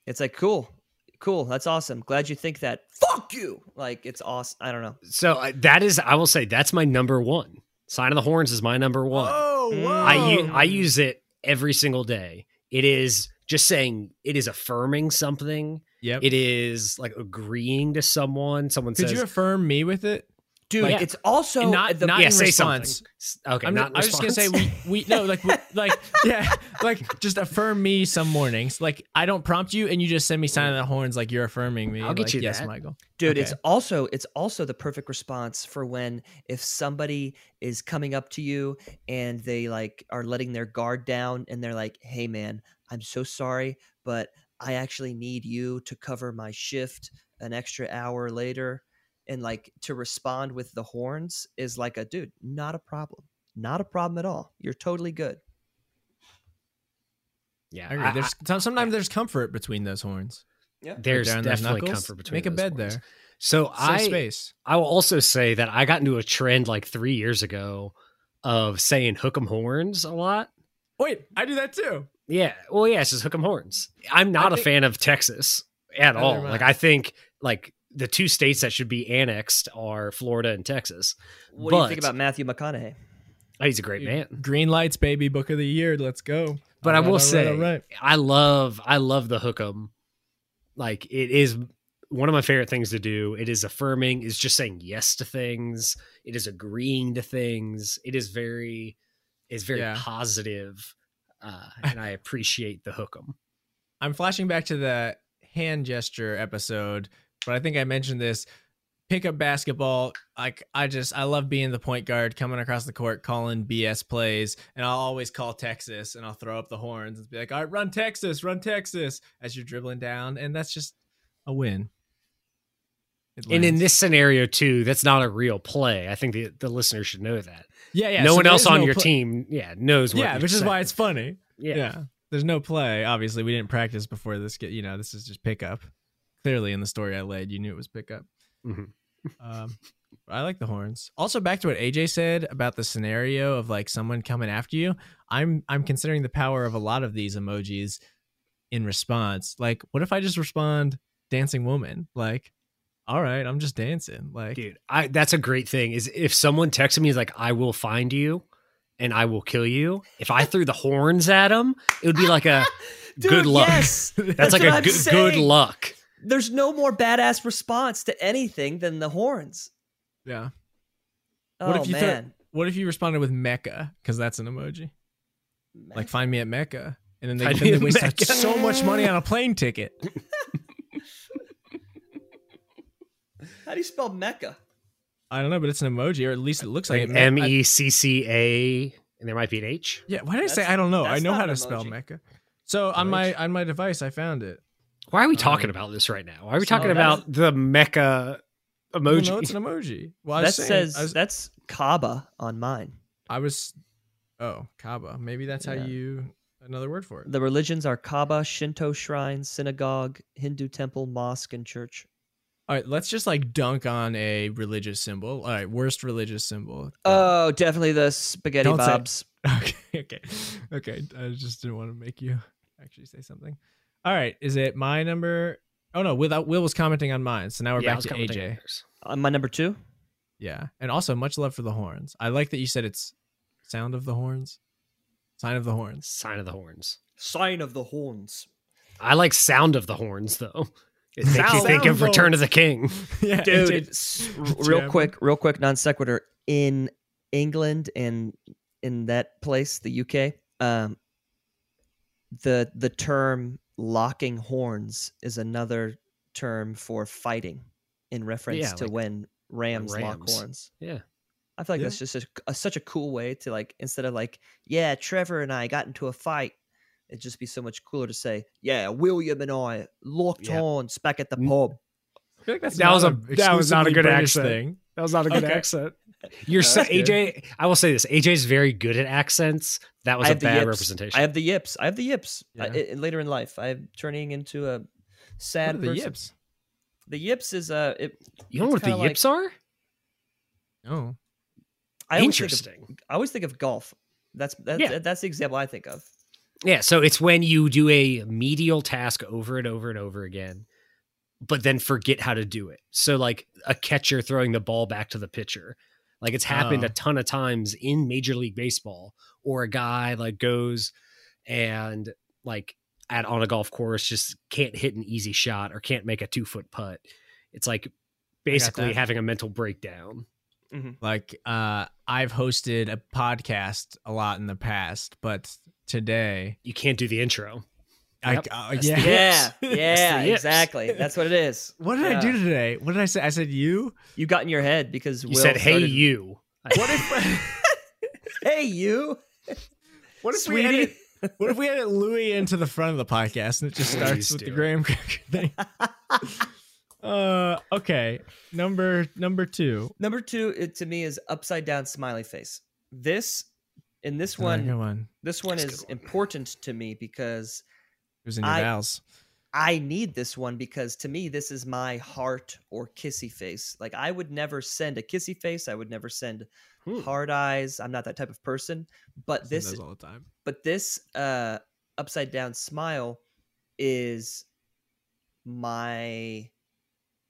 S2: It's like cool. Cool. That's awesome. Glad you think that. Fuck you. Like it's awesome. I don't know.
S3: So uh, that is, I will say, that's my number one. Sign of the horns is my number one.
S1: Oh,
S2: Mm.
S1: whoa.
S3: I u- I use it every single day. It is just saying it is affirming something.
S1: Yep.
S3: It is like agreeing to someone. Someone
S1: Could
S3: says,
S1: you affirm me with it?
S2: Dude,
S3: Like-
S2: it's also
S1: not-
S2: the
S1: not-
S3: "Yeah,
S1: in
S3: say
S1: response.
S3: something." Okay,
S1: I'm
S3: not.
S1: ju- I was just gonna say
S3: response.
S1: we we no like we, like yeah like just affirm me some mornings like I don't prompt you and you just send me sign of the horns like you're affirming me.
S3: I'll get
S1: like,
S3: you
S1: yes,
S3: that.
S1: Michael.
S2: Dude,
S1: Okay.
S2: it's also it's also the perfect response for when if somebody is coming up to you and they like are letting their guard down and they're like, "Hey man, I'm so sorry, but I actually need you to cover my shift an extra hour later." And like to respond with the horns is like a dude, not a problem. Not a problem at all. You're totally good.
S3: yeah,
S1: I agree.
S3: I-
S1: there's some- sometimes there's comfort between those horns.
S3: I- there's
S1: Down those
S3: definitely
S1: knuckles,
S3: comfort between.
S1: Make a
S3: those
S1: bed
S3: horns.
S1: there.
S3: So
S1: Save
S3: I
S1: space.
S3: I will also say that I got into a trend like three years ago of saying "hook 'em horns" a lot.
S1: Wait, I do that too.
S3: Yeah. Well, yeah, it's just hook 'em horns. I'm not a
S1: think-
S3: fan of Texas at
S1: Neither
S3: all.
S1: am I.
S3: Like I think like the two states that should be annexed are Florida and Texas.
S2: What do you think
S3: But-
S2: about Matthew McConaughey?
S3: Oh, he's a great man.
S1: Green lights, baby, book of the year. Let's go.
S3: But I
S1: All right,
S3: will
S1: all right,
S3: say-
S1: all right.
S3: I love I love the hook 'em. Like it is one of my favorite things to do. It is affirming, is just saying yes to things. It is agreeing to things. It is very is very
S1: Yeah.
S3: positive. Uh, and I appreciate the hook 'em.
S1: I'm flashing back to the hand gesture episode, but I think I mentioned this. Pick up basketball. Like I just I love being the point guard, coming across the court, calling BS plays, and I'll always call Texas and I'll throw up the horns and be like, "All right, run Texas, run Texas!" as you're dribbling down, and that's just a win. It
S3: And in
S1: lands.
S3: this scenario too, that's not a real play. I think the, the listener should know that.
S1: yeah, yeah,
S3: no
S1: so
S3: one
S1: there
S3: else
S1: is
S3: on
S1: no
S3: your
S1: pla-
S3: team, yeah, knows what.
S1: yeah,
S3: you're
S1: which is why
S3: saying.
S1: it's funny.
S3: yeah.
S1: Yeah. there's no play. Obviously, we didn't practice before this. Get you know, this is just pickup. Clearly, in the story I laid, you knew it was pickup.
S3: Mhm.
S1: Um, I like the horns. Also, back to what AJ said about the scenario of like someone coming after you. I'm I'm considering the power of a lot of these emojis in response. Like, what if I just respond dancing woman? Like, all right, I'm just dancing. Like,
S3: dude. I that's a great thing. Is if someone texts me is like, "I will find you, and I will kill you." If I threw the horns at him, it would be like a
S2: Dude,
S3: good luck.
S2: yes!
S3: That's,
S2: That's
S3: like
S2: what
S3: a
S2: I'm
S3: good, good
S2: saying.
S3: luck.
S2: There's no more badass response to anything than the horns.
S1: yeah.
S2: Oh
S1: What if you throw-
S2: man.
S1: What if you responded with Mecca? Because that's an emoji. Like, find me at Mecca. And then they,
S3: Find
S1: then
S3: me
S1: they
S3: at
S1: waste
S3: Mecca.
S1: so much money on a plane ticket.
S2: How do you spell Mecca?
S1: I don't know, but it's an emoji, or at least it looks like,
S3: Like
S1: it.
S3: M
S1: I-
S3: E C C A, and there might be an H.
S1: Yeah, why did I say
S2: That's-
S1: I don't know? I
S2: that's
S1: know
S2: not
S1: how
S2: an
S1: to spell
S2: emoji.
S1: Mecca. So on my on my device, I found it.
S3: Why are we
S1: Um,
S3: talking about this right now? Why are we
S2: so
S3: talking
S2: that
S3: about the mecha
S1: Well,
S3: emoji?
S1: No, it's an emoji. Well, I
S2: that
S1: was saying,
S2: says
S1: I was,
S2: that's Kaba on mine.
S1: I was oh Kaba. Maybe that's
S2: Yeah.
S1: how you another word for it.
S2: The religions are Kaba, Shinto shrine, synagogue, Hindu temple, mosque, and church.
S1: All right, let's just like dunk on a religious symbol. All right, worst religious symbol.
S3: Uh,
S2: Oh, definitely the spaghetti
S1: Don't say-
S2: bobs.
S1: Okay, okay, okay. I just didn't want to make you actually say something. All right, is it my number? Oh no, without Will was commenting on mine, so now we're
S3: Yeah, I
S1: back
S3: was
S1: to
S3: coming
S1: AJ.
S3: yours.
S2: Uh, my number two.
S1: Yeah, and also much love for the horns. I like that you said it's sound of the horns, sign of the horns.
S3: Sign of the horns.
S2: Sign of the horns.
S3: I like sound of the horns though. It makes you
S2: Sound
S3: think
S1: of
S3: of
S1: the
S3: Return of the King.
S1: yeah, AJ
S2: Dude, s-
S1: did you
S2: real
S1: have
S2: quick, real quick, non sequitur. In England and in that place, the UK, um, the the term locking horns is another term for fighting in reference
S3: Yeah,
S2: to
S3: like-
S2: when rams, lock
S3: rams.
S2: horns.
S3: Yeah.
S2: I feel like
S1: Yeah.
S2: that's just a, a- such a cool way to like instead of like yeah, Trevor and I got into a fight. It'd just be so much cooler to say, yeah, William and I locked
S3: Yeah.
S2: horns back at the
S3: N-
S2: pub.
S1: I feel like that's
S3: That was
S1: not
S3: a- that was not a
S1: exclusively
S3: good
S1: British
S3: accent.
S1: thing.
S3: That was not a
S1: good
S3: accent.
S2: No,
S3: You're so,
S2: that's good.
S3: AJ. I will say this: AJ's very good at accents. That was
S2: I
S3: a
S2: have the
S3: bad
S2: yips.
S3: representation.
S2: I have the yips. I have the yips. uh, I-
S1: Yeah.
S2: I- later in life, I'm turning into a
S1: What
S2: sad
S1: are the
S2: person.
S1: yips.
S2: The yips is uh, it,
S3: you know
S2: it's
S3: what the
S2: kinda like-
S3: yips are?
S1: No,
S2: I always think of,
S3: Interesting.
S2: I always think of golf. That's that's
S3: Yeah.
S2: that's the example I think of.
S3: Yeah, so it's when you do a medial task over and over and over again, but then forget how to do it. So like a catcher throwing the ball back to the pitcher. Like it's happened
S1: Oh.
S3: a ton of times in Major League Baseball, or a guy like goes and like at on a golf course just can't hit an easy shot or can't make a two foot putt. It's like basically
S1: that.
S3: having a mental breakdown.
S1: like uh, I've hosted a podcast a lot in the past, but today,
S3: You can't do the intro. Yep,
S1: I uh,
S3: that's the
S1: yeah,
S2: Yeah,
S1: That's the
S2: yeah,
S3: yips.
S2: exactly. That's what it is.
S1: What did I
S2: Yeah.
S1: do today? What did I say? I said you.
S2: You got in your head because
S3: You
S2: Will
S3: said, "Hey,
S2: started-
S3: you."
S1: What if?
S2: hey you,
S1: What if we
S2: sweetie."
S1: edit? What if we edit Louis into the front of the podcast and it just starts
S3: Please
S1: with the
S3: do.
S1: graham cracker thing? uh, okay. Number number two.
S2: Number two it, to me is upside down smiley face. This in this
S1: Another good
S2: one,
S1: one.
S2: this one
S3: That's a
S2: is
S3: good one.
S2: important to me because
S1: It was in your
S2: I-
S1: vowels.
S2: I need this one because to me, this is my heart or kissy face. Like, I would never send a kissy face. I would never send
S3: Hmm.
S2: hard eyes. I'm not that type of person. But
S1: This
S2: this,
S1: all the time.
S2: but this uh, upside down smile is my,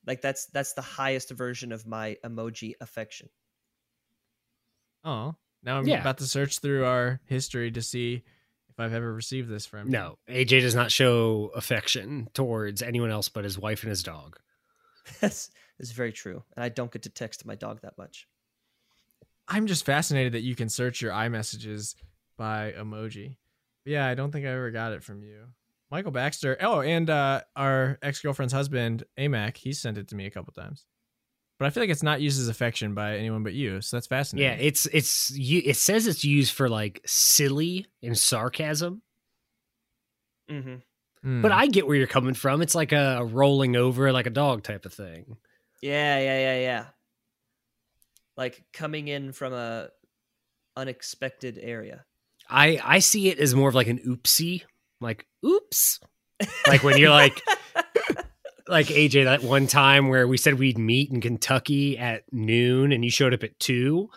S2: like that's that's the highest version of my emoji affection.
S1: Oh, now I'm
S3: Yeah.
S1: about to search through our history to see if I've ever received this from. you.
S3: No, AJ does not show affection towards anyone else but his wife and his dog.
S2: That's is very true, and I don't get to text my dog that much.
S1: I'm just fascinated that you can search your iMessages by emoji. But yeah, I don't think I ever got it from you. Michael Baxter. Oh, and uh, our ex girlfriend's husband, Amac, he sent it to me a couple times. But I feel like it's not used as affection by anyone but you. So that's
S3: Yeah,
S1: fascinating.
S3: it's it's you. It says it's used for like silly and sarcasm,
S2: Mm-hmm.
S1: Hmm.
S3: but I get where you're coming from. It's like a rolling over like a dog type of thing.
S2: Yeah, yeah, yeah, yeah. Like coming in from a unexpected area.
S3: I I see it as more of like an oopsie, like oops, like when you're like like AJ that one time where we said we'd meet in Kentucky at noon and you showed up at two.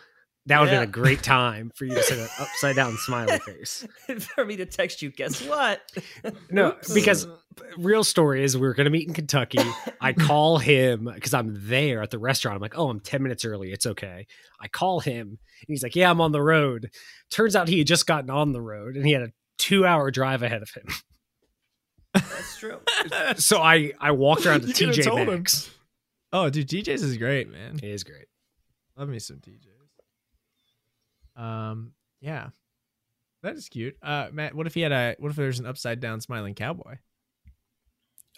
S3: That would have
S2: Yeah.
S3: been a great time for you to send an upside down smiley face.
S2: for me to text you, guess what?
S3: No,
S2: Oops.
S3: because
S1: Mm.
S3: real story is we were going to meet in Kentucky. I call him because I'm there at the restaurant. I'm like, oh, I'm 10 minutes early. It's okay. I call him and he's like, yeah, I'm on the road. Turns out he had just gotten on the road and he had a two hour drive ahead of him.
S2: That's true.
S3: So I, I walked around to
S1: You could've
S3: TJ
S1: told him.
S3: Maxx.
S1: Oh, dude, DJ's is great, man.
S3: It is great.
S1: Love me some DJs. Um, yeah, that is cute. Uh, Matt, what if he had a? What if there's an upside down smiling cowboy?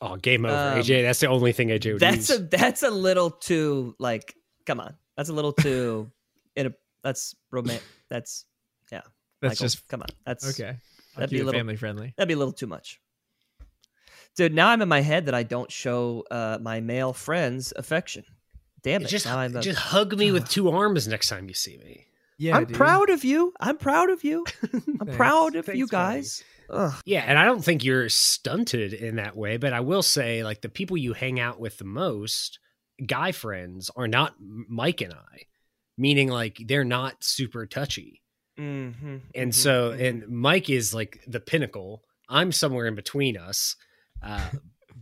S3: Oh, game over,
S2: Um,
S3: AJ. That's the only thing AJ would
S2: That's a
S3: use.
S2: that's a little too like come on. That's a little too in a that's romantic. That's
S1: That's
S2: Michael,
S1: just
S2: come on. That's okay.
S1: okay. I'll
S2: that'd be
S1: keep
S2: a
S1: it
S2: little-
S1: family friendly.
S2: That'd be a little too much. Dude, now I'm in my head that I don't show uh, my male friends affection. Damn it.
S3: Just,
S2: now I'm a-
S3: just hug me with two arms next time you see me.
S1: Yeah,
S2: I'm
S1: dude.
S2: proud of you. I'm proud of you. I'm
S1: Thanks.
S2: proud of you
S1: Thanks, buddy.
S2: guys. Ugh.
S3: Yeah, and I don't think you're stunted in that way, but I will say, like, the people you hang out with the most guy friends are not Mike and I, meaning like they're not super touchy.
S2: Mm-hmm.
S3: And so, and Mike is like the pinnacle. I'm somewhere in between us. Uh,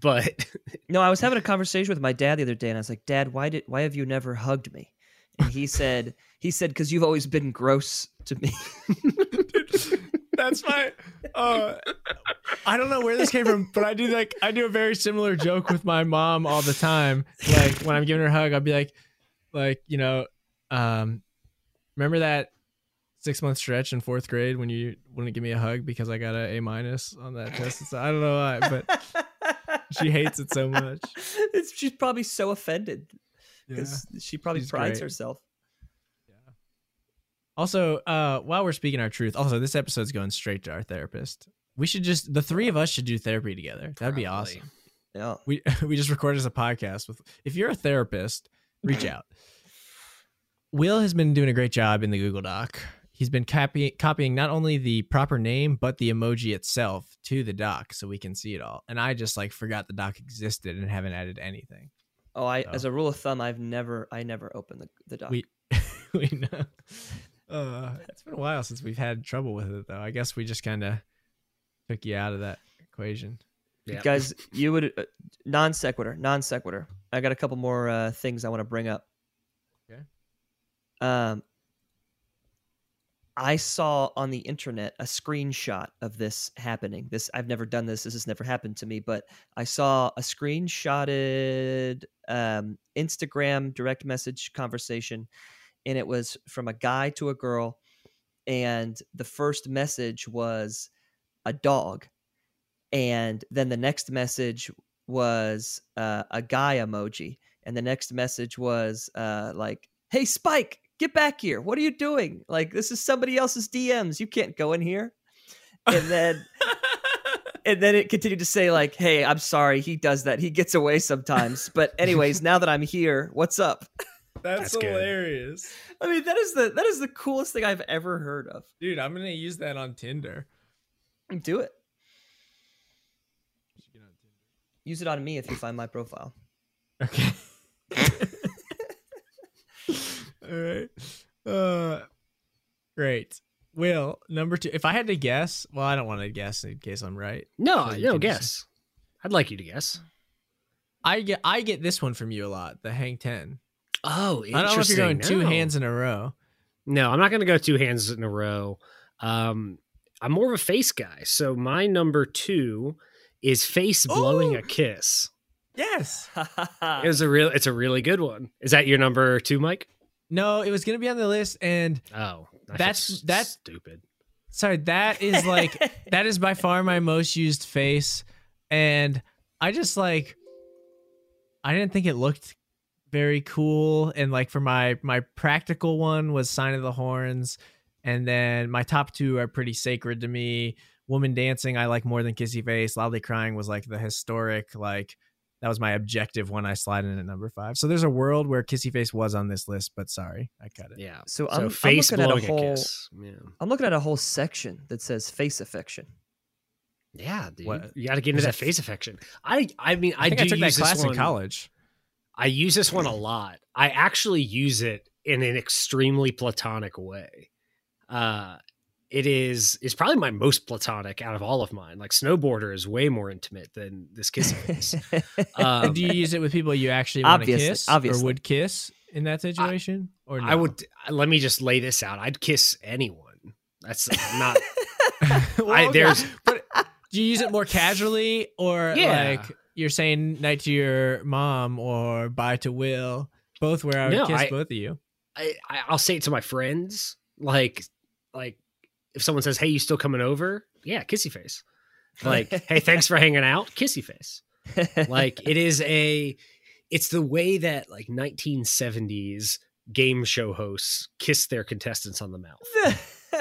S3: but
S2: No, I was having a conversation with my dad the other day, and I was like, "Dad, why did why have you never hugged me?" And he said, "He said because you've always been gross to me."
S1: That's my. Uh, I don't know where this came from, but I do like I do a very similar joke with my mom all the time. Like when I'm giving her a hug, I'll be like, like you know, um, remember that six month stretch in fourth grade when you wouldn't give me a hug because I got a A minus on that test. So I don't know why, but she hates it so much.
S2: It's, she's probably so offended
S1: Yeah.
S2: because she probably
S1: She's
S2: prides
S1: great.
S2: herself.
S1: Also, uh, while we're speaking our truth, also this episode's going straight to our therapist. We should just the three of us should do therapy together. That'd be
S3: Probably.
S1: awesome.
S2: Yeah.
S1: we we just record as a podcast with if you're a therapist reach out will has been doing a great job in the google doc he's been copy, copying not only the proper name but the emoji itself to the doc so we can see it all and i just like forgot the doc existed and haven't added anything
S2: Oh, I
S1: So.
S2: as a rule of thumb, I've never I never open the the doc.
S1: we we know uh, it's been a while since we've had trouble with it though i guess we just kind of took you out of that equation
S3: yeah.
S2: Guys, you would uh, non sequitur, non sequitur. I got a couple more uh, things I want to bring up.
S1: Okay.
S2: Um, I saw on the internet a screenshot of this happening. This I've never done this. This has never happened to me, but I saw a screenshotted um, Instagram direct message conversation, and it was from a guy to a girl, and the first message was a dog, and then the next message was uh, a guy emoji and the next message was uh, like hey spike get back here what are you doing like this is somebody else's dms you can't go in here and then and then it continued to say like hey i'm sorry he does that he gets away sometimes but anyways now that i'm here what's up
S1: that's,
S3: That's good.
S1: hilarious
S2: i mean that is the that is the coolest thing i've ever heard of
S1: dude i'm gonna use that on tinder
S2: do it use it on me if you find my profile
S1: Okay. All right. Uh, great. Will number two. If I had to guess, well, I don't want to guess in case I'm right.
S3: no,
S1: So you
S3: no
S1: can just-
S3: guess. I'd like you to guess.
S1: I get I get this one from you a lot. The hang ten.
S3: Oh,
S1: I don't know if you're going two
S3: No.
S1: hands in a row.
S3: No, I'm not going to go two hands in a row. Um, I'm more of a face guy. So my number two is face blowing
S1: Ooh.
S3: a kiss.
S1: Yes.
S3: It was a real. It's a really good one. Is that your number two, Mike?
S1: No, it was gonna be on the list, and
S3: Oh, I feel
S1: That's-
S3: s-
S1: that's-
S3: stupid.
S1: sorry, that is like that is by far my most used face and i just like i didn't think it looked very cool and like for my my practical one was sign of the horns and then my top two are pretty sacred to me woman dancing i like more than kissy face loudly crying was like the historic like that was my objective when i slide in at number five so there's a world where kissy face was on this list but sorry i cut it
S3: Yeah.
S2: so
S3: So
S2: i'm, I'm
S3: face
S2: looking at
S3: blowing
S2: a
S3: a,
S2: whole
S3: kiss. Yeah.
S2: I'm looking at a whole section that says face affection.
S3: Yeah, dude.
S1: What-
S3: You got to get into
S1: There's a
S3: that
S1: f-
S3: face affection. I. I mean, I,
S1: i think
S3: do
S1: i took that
S3: use this
S1: class in
S3: one-
S1: college
S3: I use this one a lot. I actually use it in an extremely platonic way. Uh, it is is probably my most platonic out of all of mine. Like snowboarder is way more intimate than this kissing face. Um,
S1: do you use it with people you actually want to
S2: Obviously,
S1: kiss
S2: obviously.
S1: or would kiss in that situation? or no?
S3: I would let me just lay this out. I'd kiss anyone. That's not.
S1: Well,
S3: I,
S1: okay.
S3: there's
S1: Do you use it more casually or
S3: Yeah.
S1: like you're saying night to your mom or bye to Will? Both where I would
S3: No,
S1: kiss
S3: I-
S1: both of you.
S3: I, I- I'll say it to my friends. Like, like if someone says, "Hey, you still coming over?" Yeah, kissy face. Like, hey, thanks for hanging out, kissy face. Like, it is a, it's the way that like 1970s game show hosts kiss their contestants on the mouth.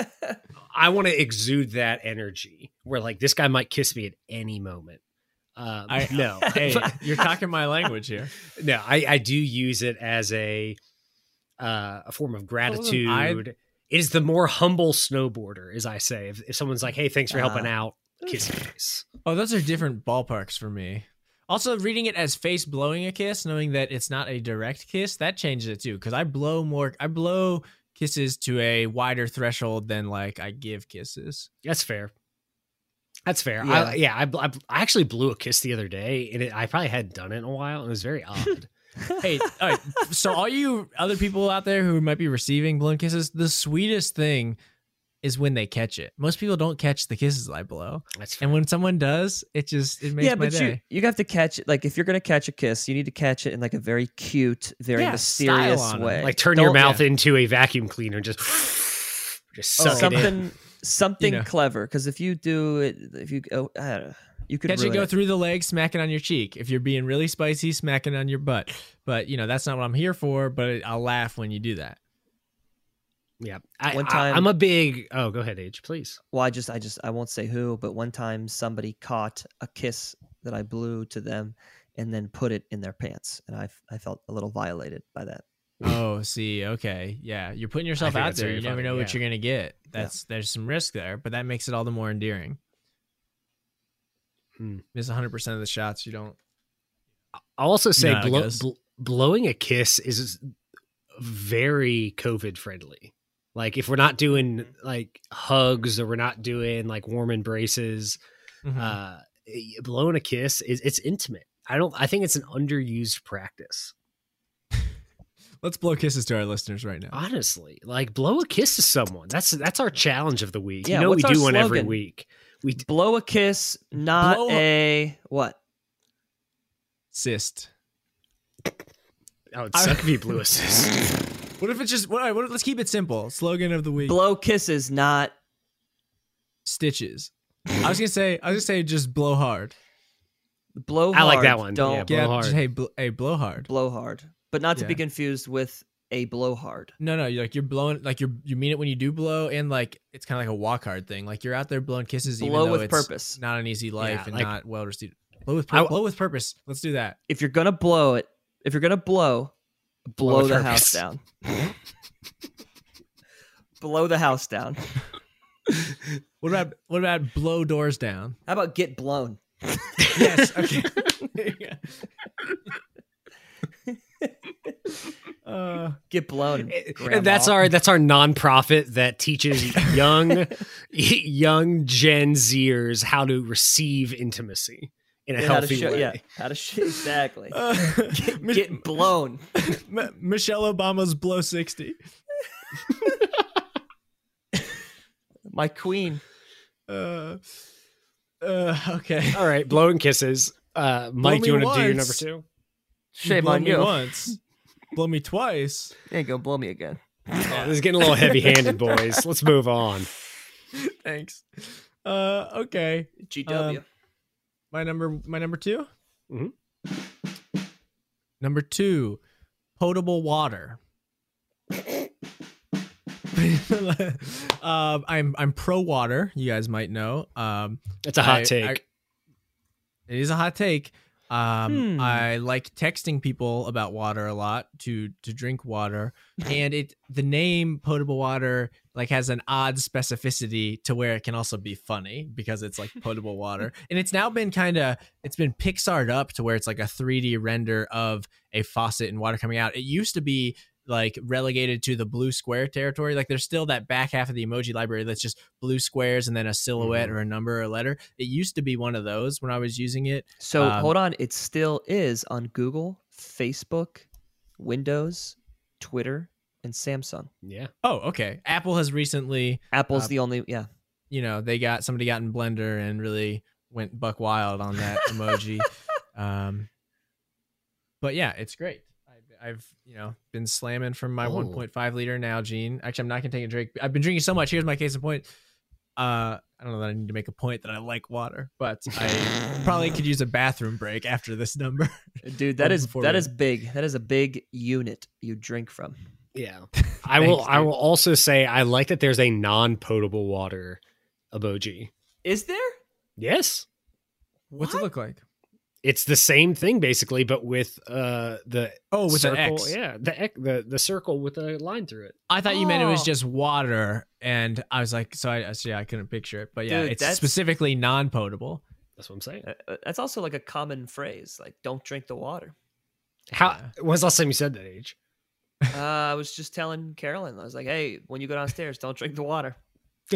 S3: I want to exude that energy where like this guy might kiss me at any moment. Um,
S1: I-
S3: no,
S1: Hey, you're talking my language here.
S3: no, I, I do use it as a uh, a form of
S1: wasn't
S3: gratitude.
S1: I-
S3: It is the more humble snowboarder, as I say. If, if someone's like, "Hey, thanks for helping
S2: Ah.
S3: out," kiss your face.
S1: Oh, those are different ballparks for me. Also, reading it as face blowing a kiss, knowing that it's not a direct kiss, that changes it too. Because I blow more, I blow kisses to a wider threshold than like I give kisses.
S3: That's fair. That's fair.
S2: Yeah.
S3: Yeah, I, yeah, I, bl- I bl- I actually blew a kiss the other day, and it, I probably hadn't done it in a while, and it was very odd.
S1: Hey, all right. So, all you other people out there who might be receiving blown kisses, the sweetest thing is when they catch it. Most people don't catch the kisses I blow,
S3: That's fair.
S1: and when someone does, it just it makes
S2: yeah,
S1: my
S2: but
S1: day.
S2: you you have to catch it. Like if you're gonna catch a kiss, you need to catch it in like a very cute, very
S1: Yeah,
S2: mysterious
S1: style on it.
S2: way.
S3: like turn your
S2: Don't-
S3: mouth into a vacuum cleaner, and just just
S2: Oh,
S3: suck it in.
S2: something something
S1: know.
S2: clever. Because if you do it, if you oh, I don't know, you could
S1: Catch it,
S2: ruin
S1: go through the leg, smack it on your cheek. If you're being really spicy, smack it on your butt. But you know that's not what I'm here for. But I'll laugh when you do that.
S3: Yeah, I,
S2: One
S3: I-
S2: time-
S3: I'm a big. Oh, go ahead, Age, please.
S2: well i just i just i won't say who but one time somebody caught a kiss that i blew to them and then put it in their pants and i, f- I felt a little violated by that
S1: Oh, see, okay, yeah, you're putting yourself
S3: think
S1: out
S3: that's
S1: there.
S3: very
S1: You never
S3: funny,
S1: know what
S3: yeah.
S1: you're gonna get. That's there's some risk there, but that makes it all the more endearing.
S3: Hmm.
S1: Miss 100 percent of the shots you don't.
S3: I'll also say
S1: No, I
S3: blow,
S1: guess.
S3: bl- blowing a kiss is very COVID friendly. Like if we're not doing
S2: Mm-hmm.
S3: like hugs or we're not doing like warm embraces,
S2: Mm-hmm.
S1: Mhm.
S3: uh, blowing a kiss is it's intimate. I don't. I think it's an underused practice.
S1: Let's blow kisses to our listeners right now.
S3: Honestly, like blow a kiss to someone. That's that's our challenge of the week.
S2: Yeah,
S3: you know we
S2: what's our
S3: do one every
S2: slogan?
S3: week. We d-
S2: blow a kiss not
S1: Blow a-
S2: a what
S1: Cyst.
S3: oh, it'd
S1: I-
S3: suck if you blew a kiss.
S1: What if it's just? What, what if, let's keep it simple. Slogan of the week.
S2: blow kisses not
S1: stitches. I was gonna say. I was gonna say just blow hard.
S2: blow
S3: I
S2: hard,
S3: like that one. Yeah,
S2: don't
S3: blow
S1: yeah.
S3: hard.
S1: Just, hey, bl- hey, blow hard.
S2: blow hard but not to be
S1: Yeah.
S2: confused with a blowhard
S1: No, no, you're like you're blowing, like you're you mean it when you do blow, and like it's kind of like a walk hard thing. Like you're out there blowing kisses, even
S2: blow
S1: though
S2: with
S1: it's
S2: purpose
S1: not an easy life
S3: Yeah,
S1: and
S3: like-
S1: not well received. Blow with
S3: I
S1: pur-
S3: w-
S1: blow with purpose. Let's do that.
S2: if you're gonna blow it if you're gonna blow blow,
S3: with
S2: the house
S3: purpose.
S2: down blow the house down
S1: What about what about blow doors down?
S2: how about get blown
S1: Yes. Okay. uh,
S2: get blown. Grandma.
S3: And that's our that's our nonprofit that teaches young young Gen Zers how to receive intimacy in a
S2: And how to
S3: healthy
S2: show,
S3: way.
S2: yeah, how to show, exactly.
S1: uh, Mich-
S2: Get blown.
S1: M- Michelle Obama's blow sixty.
S2: My queen.
S1: Uh, uh, okay.
S3: All right, blowing kisses. Uh, Mike,
S1: me
S3: do you want to do your number
S1: once.
S3: two?
S2: Shame
S1: blow
S2: on
S1: me
S2: you.
S1: Once, blow me twice.
S2: There you go. Blow me again.
S3: Oh, this is getting a little heavy handed, boys. Let's move on.
S1: Thanks. Uh, okay.
S2: GW.
S1: Um, my number my number 2
S3: Mhm.
S2: Mm-hmm.
S1: number two potable water um, I'm I'm pro water. You guys might know. Um,
S3: That's a hot
S1: I-
S3: take.
S1: I- it is a hot take. Um,
S2: Hmm.
S1: I like texting people about water a lot to to drink water, and it the name potable water like has an odd specificity to where it can also be funny because it's like potable water, and it's now been kind of it's been Pixar'd up to where it's like a 3D render of a faucet and water coming out. It used to be like relegated to the blue square territory. Like there's still that back half of the emoji library that's just blue squares and then a silhouette
S3: Mhm.
S1: or a number or a letter. It used to be one of those when I was using it.
S2: so
S1: um,
S2: hold on. It still is on Google, Facebook, Windows, Twitter, and Samsung.
S3: yeah.
S1: Oh, okay. Apple has recently,
S2: Apple's
S1: Uh,
S2: the only. Yeah.
S1: you know, they got somebody got in Blender and really went buck wild on that emoji. Um, but yeah, it's great. I, I've you know been slamming from my
S3: Oh.
S1: 1.5 liter Nalgene. Actually, I'm not gonna take a drink. I've been drinking so much. Here's my case in point. Uh, I don't know that I need to make a point that I like water, but I probably could use a bathroom break after this number.
S2: Dude, that
S1: well,
S2: is
S1: before
S2: that
S1: we-
S2: is big. That is a big unit you drink from.
S3: Yeah. I will
S1: Thanks,
S3: I
S1: dude.
S3: will also say I like that there's a non potable water emoji.
S2: Is there?
S3: Yes.
S1: What's it
S2: What?
S1: look like?
S3: It's the same thing basically, but with uh the
S1: Oh, with
S3: circle,
S1: an X.
S3: Yeah, the ec- the the circle with a line through it.
S1: I thought you meant it was
S2: Oh.
S1: just water, and I was like, so I so yeah, I couldn't picture it, but yeah,
S2: Dude,
S1: it's
S2: that's-
S1: specifically non-potable.
S3: That's what I'm saying.
S2: Uh, uh, That's also like a common phrase, like "don't drink the water."
S3: How? When's the last time you said that, Age?
S2: Uh, I was just telling Carolyn, I was like, "Hey, when you go downstairs, don't drink the water."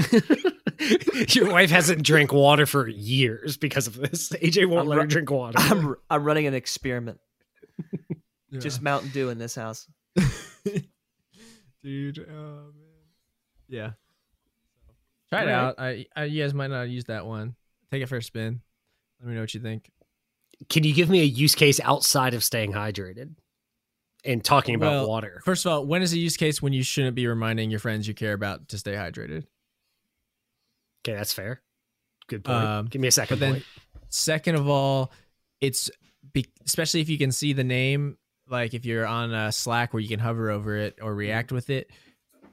S3: Your wife hasn't drank water for years because of this. AJ won't
S2: I'm
S3: let her
S2: ru-
S3: drink water.
S2: I'm I'm running an experiment.
S1: Yeah.
S2: Just Mountain Dew in this house.
S1: dude. Oh man. Yeah. Try it
S2: Alright.
S1: out. I, I you guys might not use that one. Take it for a spin. Let me know what you think.
S3: Can you give me a use case outside of staying hydrated and talking about
S1: Well,
S3: water?
S1: First of all, when is a use case when you shouldn't be reminding your friends you care about to stay hydrated?
S3: Okay, that's fair. Good point.
S1: Um,
S3: give me a second
S1: but then-
S3: point.
S1: Second of all, it's be, especially if you can see the name, like if you're on uh, Slack where you can hover over it or react with it,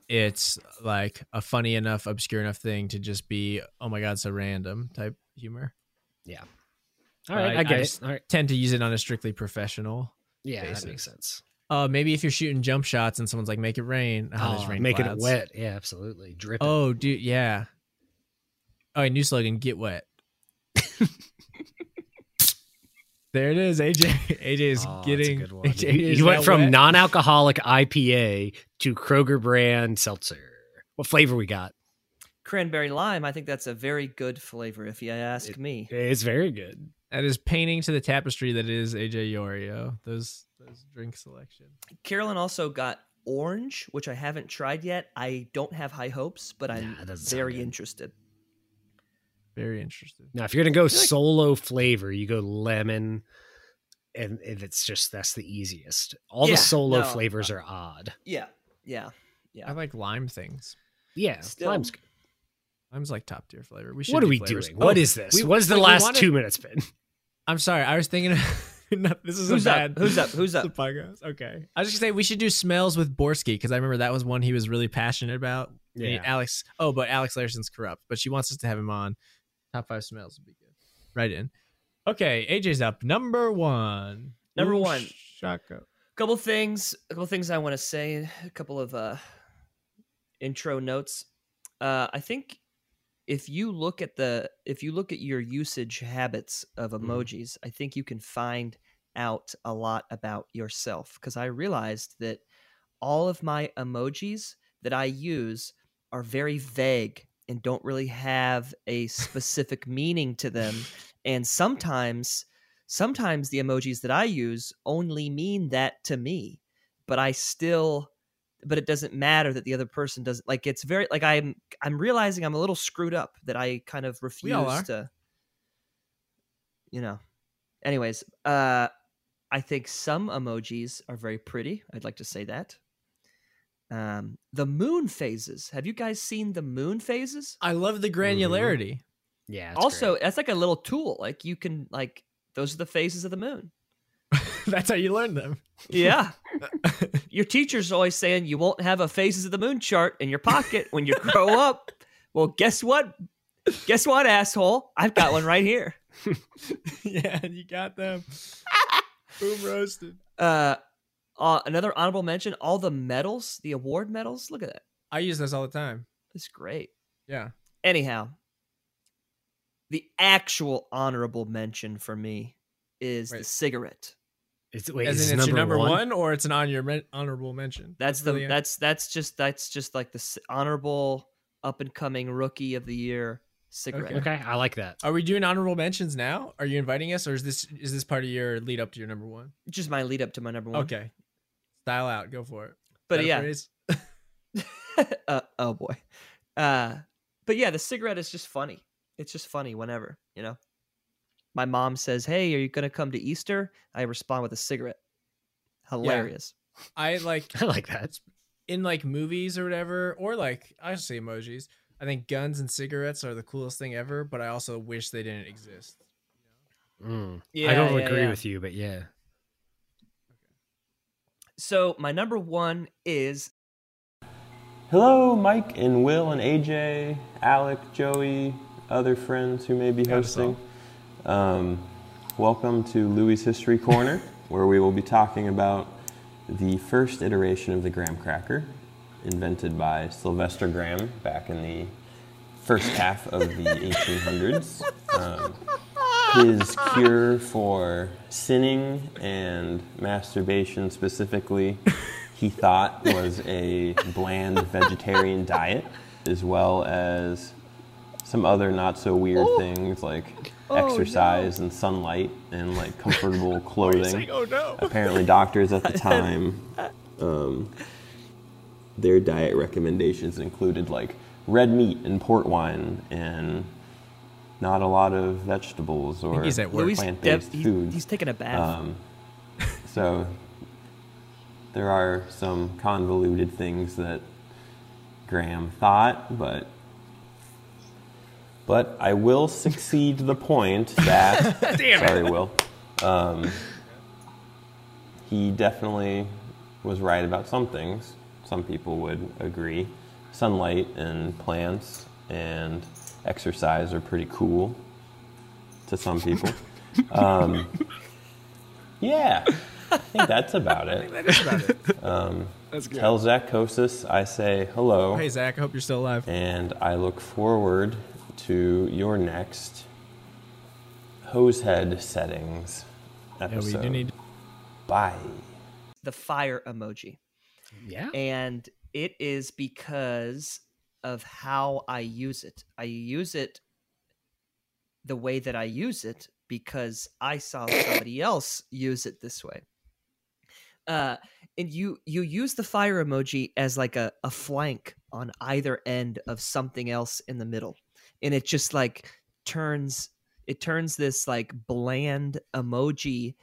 S1: it's like a funny enough, obscure enough thing to just be, oh my god, so random type humor.
S3: All right,
S1: I-
S3: I, get
S1: I
S3: it.
S1: just-
S3: All right,
S1: Tend to use it on a strictly professional.
S3: yeah,
S1: basis.
S3: that makes sense.
S1: Uh, maybe if you're shooting jump shots and someone's like, make it rain, oh, there's
S3: Oh,
S1: rain
S3: making
S1: clouds.
S3: it wet. Yeah, absolutely. Dripping.
S1: Oh, dude, yeah. Oh, new slogan: Get wet. there it is. AJ, AJ is
S3: Oh, that's a
S1: getting.
S3: good one.
S1: AJ
S3: You-
S1: is
S3: you went
S1: now
S3: from
S1: wet.
S3: non-alcoholic IPA to Kroger brand seltzer. What flavor we got?
S2: Cranberry lime. I think that's a very good flavor, if you ask me.
S3: It's very good.
S1: that is painting to the tapestry that is AJ Yorio. Those those drink selection.
S2: Carolyn also got orange, which I haven't tried yet. I don't have high hopes, but I'm
S3: Nah, it doesn't sound
S2: very
S3: good.
S2: interested.
S1: Very interesting.
S3: Now, if you're gonna go
S2: feel like-
S3: solo flavor, you go lemon, and if it's just that's the easiest. All
S2: Yeah,
S3: the solo
S2: no. uh,
S3: flavors are odd.
S2: Yeah, yeah, yeah.
S1: I like lime things.
S3: Yeah,
S2: Still-
S3: lime's good.
S1: Lime's like top tier flavor. We should.
S3: what are
S1: do
S3: we
S1: flavors.
S3: doing?
S1: Oh,
S3: What is this?
S1: we-
S3: What's the
S1: wait, we
S3: last
S1: wanted-
S3: two minutes been?
S1: I'm sorry. I was thinking. no, this is a
S2: Who's
S1: bad.
S2: up? Who's up? Who's
S1: the
S2: up?
S1: podcast. Okay. I was just saying we should do smells with Borsky because I remember that was one he was really passionate about. I mean,
S3: Yeah.
S1: Alex. Oh, but Alex Larson's corrupt, but she wants us to have him on. Top five smells would be good. Right in. Okay, AJ's up. Number one.
S2: Number one.
S1: Shaka.
S2: couple things a couple things i want to say a couple of uh intro notes uh i think if you look at the if you look at your usage habits of emojis i think you can find out a lot about yourself because i realized that all of my emojis that i use are very vague and don't really have a specific meaning to them and sometimes sometimes the emojis that I use only mean that to me, but I still but it doesn't matter that the other person doesn't like it's very like I'm I'm realizing I'm a little screwed up that I kind of refuse
S1: all are.
S2: to you know. Anyways, uh I think some emojis are very pretty. I'd like to say that. Um the moon phases. Have you guys seen the moon phases?
S1: I love the granularity.
S3: Yeah. it's
S2: also,
S3: great.
S2: that's like a little tool. Like you can like those are the phases of the moon.
S1: Mm-hmm. That's how you learn them.
S2: Yeah. your teacher's always saying you won't have a phases of the moon chart in your pocket when you grow up. Well, guess what? Guess what, asshole? I've got one right here.
S1: yeah, you got them. Boom roasted.
S2: Uh, uh, another honorable mention all the medals, the award medals. Look at that.
S1: I use those all the time.
S2: That's great.
S1: Yeah.
S2: Anyhow, the actual honorable mention for me is the
S1: Wait.
S2: cigarette.
S3: it's, wait,
S1: As
S3: is
S1: in
S3: this
S1: it's your number one? or it's an on your men- honorable mention.
S2: That's the
S1: Brilliant.
S2: that's that's just that's just like the c- honorable up and coming rookie of the year cigarette.
S3: Okay, I like that.
S1: Are we doing honorable mentions now? Are you inviting us, or is this is this part of your lead up to your number one?
S2: just my lead up to my number one.
S1: Okay, style out, go for it.
S2: but
S1: Is that a
S2: yeah,
S1: phrase?
S2: uh, oh boy, uh, but yeah, the cigarette is just funny. It's just funny whenever you know. My mom says, "Hey, are you gonna come to Easter?" I respond with a cigarette. Hilarious.
S1: I like
S3: I like that.
S1: in like movies or whatever, or like I just say emojis. I think guns and cigarettes are the coolest thing ever, but I also wish they didn't exist.
S3: Mm. I don't agree with you, but yeah.
S2: So my number one is
S4: Hello, Mike and Will and AJ, Alec, Joey, other friends who may be hosting. Um, welcome to Louis History Corner, where we will be talking about the first iteration of the graham cracker, invented by Sylvester Graham back in the first half of the 1800s. Um, his cure for sinning and masturbation specifically, he thought was a bland vegetarian diet, as well as some other not so weird
S1: Oh.
S4: things like exercise and sunlight and like comfortable clothing.
S1: oh no.
S4: Apparently, doctors at the time, um, their diet recommendations included like red meat and port wine and not a lot of vegetables or
S1: he's at work.
S2: Louis,
S4: plant
S2: Dev-
S4: based
S2: he-
S4: foods.
S2: he's taking a bath.
S4: Um, so there are some convoluted things that Graham thought, but but I will succeed the point that
S3: Damn it.
S4: sorry, Will. Um, he definitely was right about some things. Some people would agree. Sunlight and plants and exercise are pretty cool to some people. Um, yeah, I think that's about it.
S1: That is about it.
S5: That's good.
S4: Tell Zach Kosis I say hello,
S1: Hey Zach, I hope you're still alive.
S4: and I look forward to your next Hosehead settings
S1: Yeah, we
S4: episode.
S1: do need.
S4: Bye.
S2: the fire emoji.
S3: Yeah.
S2: and it is because of how I use it. I use it the way that I use it because I saw somebody else use it this way. Uh, and you you use the fire emoji as like a, a flank on either end of something else in the middle, and it just like turns it turns this like bland emoji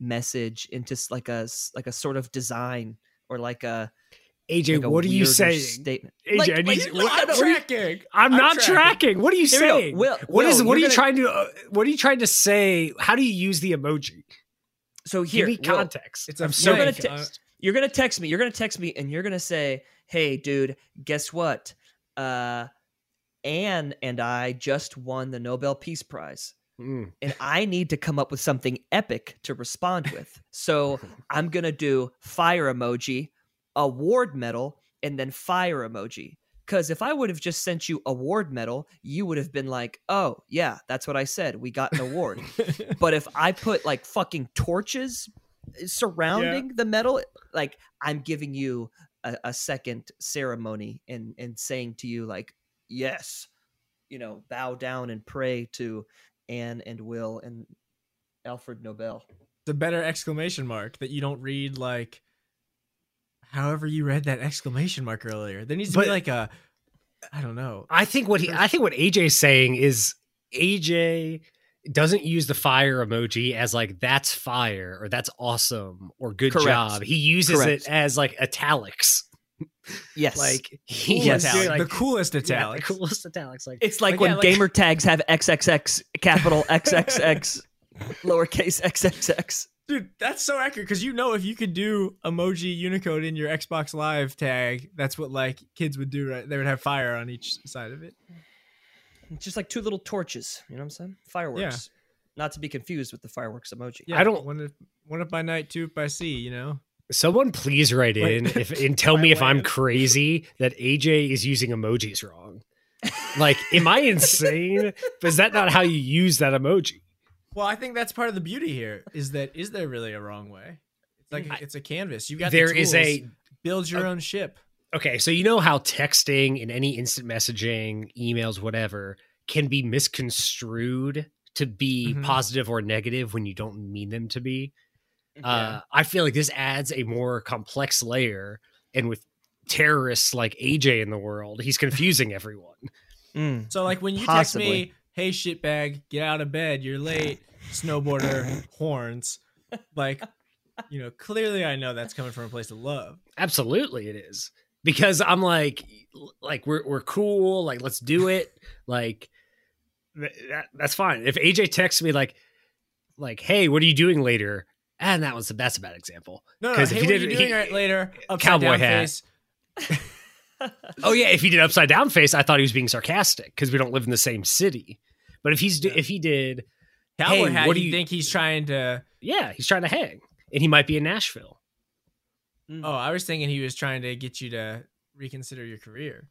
S2: message into s- like a s- like a sort of design or like a
S5: AJ,
S2: like a
S5: what are you
S2: weirder
S5: saying?
S2: Statement.
S5: AJ,
S2: Like-
S5: I need
S2: like-
S5: you-
S2: like,
S5: what-
S2: I don't-
S5: what are you-
S1: Tracking.
S5: I'm
S1: I'm
S5: not
S1: tracking.
S5: tracking. What are you
S2: Here we go.
S5: saying?
S2: Will-
S5: what is-
S2: Will,
S5: what are you
S2: you're
S5: trying to uh, what are you trying to say? How do you use the emoji?
S2: so here,
S5: Give me
S2: Will,
S5: context.
S1: It's
S5: I'm
S1: a uh,
S5: so
S2: flank.
S5: confused.
S2: you're gonna text me. You're gonna text me, and you're gonna say, "Hey, dude, guess what? Uh, Anne and I just won the Nobel Peace Prize."
S5: Mm.
S2: And I need to come up with something epic to respond with. So I'm going to do fire emoji, award medal, and then fire emoji. Because if I would have just sent you award medal, you would have been like, oh, yeah, that's what I said. We got an award. but if I put like fucking torches eh, surrounding the medal, like I'm giving you a, a second ceremony and, and saying to you, like, yes, you know, bow down and pray to Anne and Will and Alfred Nobel.
S1: the better exclamation mark that you don't read like however you read that exclamation mark earlier. There needs to
S5: But-
S1: be like a I don't know.
S2: Uh,
S3: I think what he, I think what AJ's saying is AJ doesn't use the fire emoji as like that's fire or that's awesome or good
S2: Correct.
S3: job. He uses
S2: Correct.
S3: it as like italics.
S2: Yes.
S3: Like he
S2: Yes.
S3: is doing, like,
S1: the coolest
S3: yeah, the
S1: italic.
S3: coolest italics. Like
S2: It's like
S1: Like,
S2: when
S1: yeah, like-
S2: gamer tags have XXX capital XXX lowercase XXX.
S1: Dude, that's so accurate because you know if you could do emoji Unicode in your Xbox Live tag, that's what like kids would do. Right? They would have fire on each side of it.
S2: It's just like two little torches. You know what I'm saying? Fireworks. Not to be confused with the fireworks emoji.
S1: Yeah,
S3: I don't-
S1: one if one up by night, two up by sea. You know,
S3: someone please write
S1: Wait.
S3: in if, and tell me if I'm
S1: Land.
S3: crazy that AJ is using emojis wrong. Like, am I insane? is that not how you use that emoji?
S1: well, I think that's part of the beauty here is that is there really a wrong way? It's like it's a canvas. You got
S3: Mm, There
S1: the
S3: is
S1: tools.
S3: a
S1: build your own ship.
S3: okay so you know how texting and any instant messaging emails whatever can be misconstrued to be
S1: Mhm.
S3: positive or negative when you don't mean them to be
S2: Yeah.
S3: uh, i feel like this adds a more complex layer and with terrorists like aj in the world he's confusing everyone
S2: Mm.
S1: So like when you
S2: Possibly.
S1: text me, "Hey shitbag, get out of bed, you're late, snowboarder horns," like you know clearly I know that's coming from a place of love.
S3: absolutely it is because i'm like like we're, we're cool like let's do it like th- that, that's fine if aj texts me like like hey what are you doing later and that was the that's a bad example
S1: No, no.
S3: 'Cause
S1: Hey,
S3: if
S1: what
S3: he
S1: are you
S3: did-
S1: doing
S3: he-
S1: right later? Upside
S3: cowboy
S1: down
S3: hat.
S1: face.
S3: oh yeah if he did upside down face i thought he was being sarcastic because we don't live in the same city but if he's do- if he did
S1: Cowboy
S3: Hey,
S1: hat.
S3: what
S1: What
S3: do
S1: do you,
S3: you-
S1: think he's trying to?
S3: yeah he's trying to hang and he might be in nashville
S1: Oh, I was thinking he was trying to get you to reconsider your career.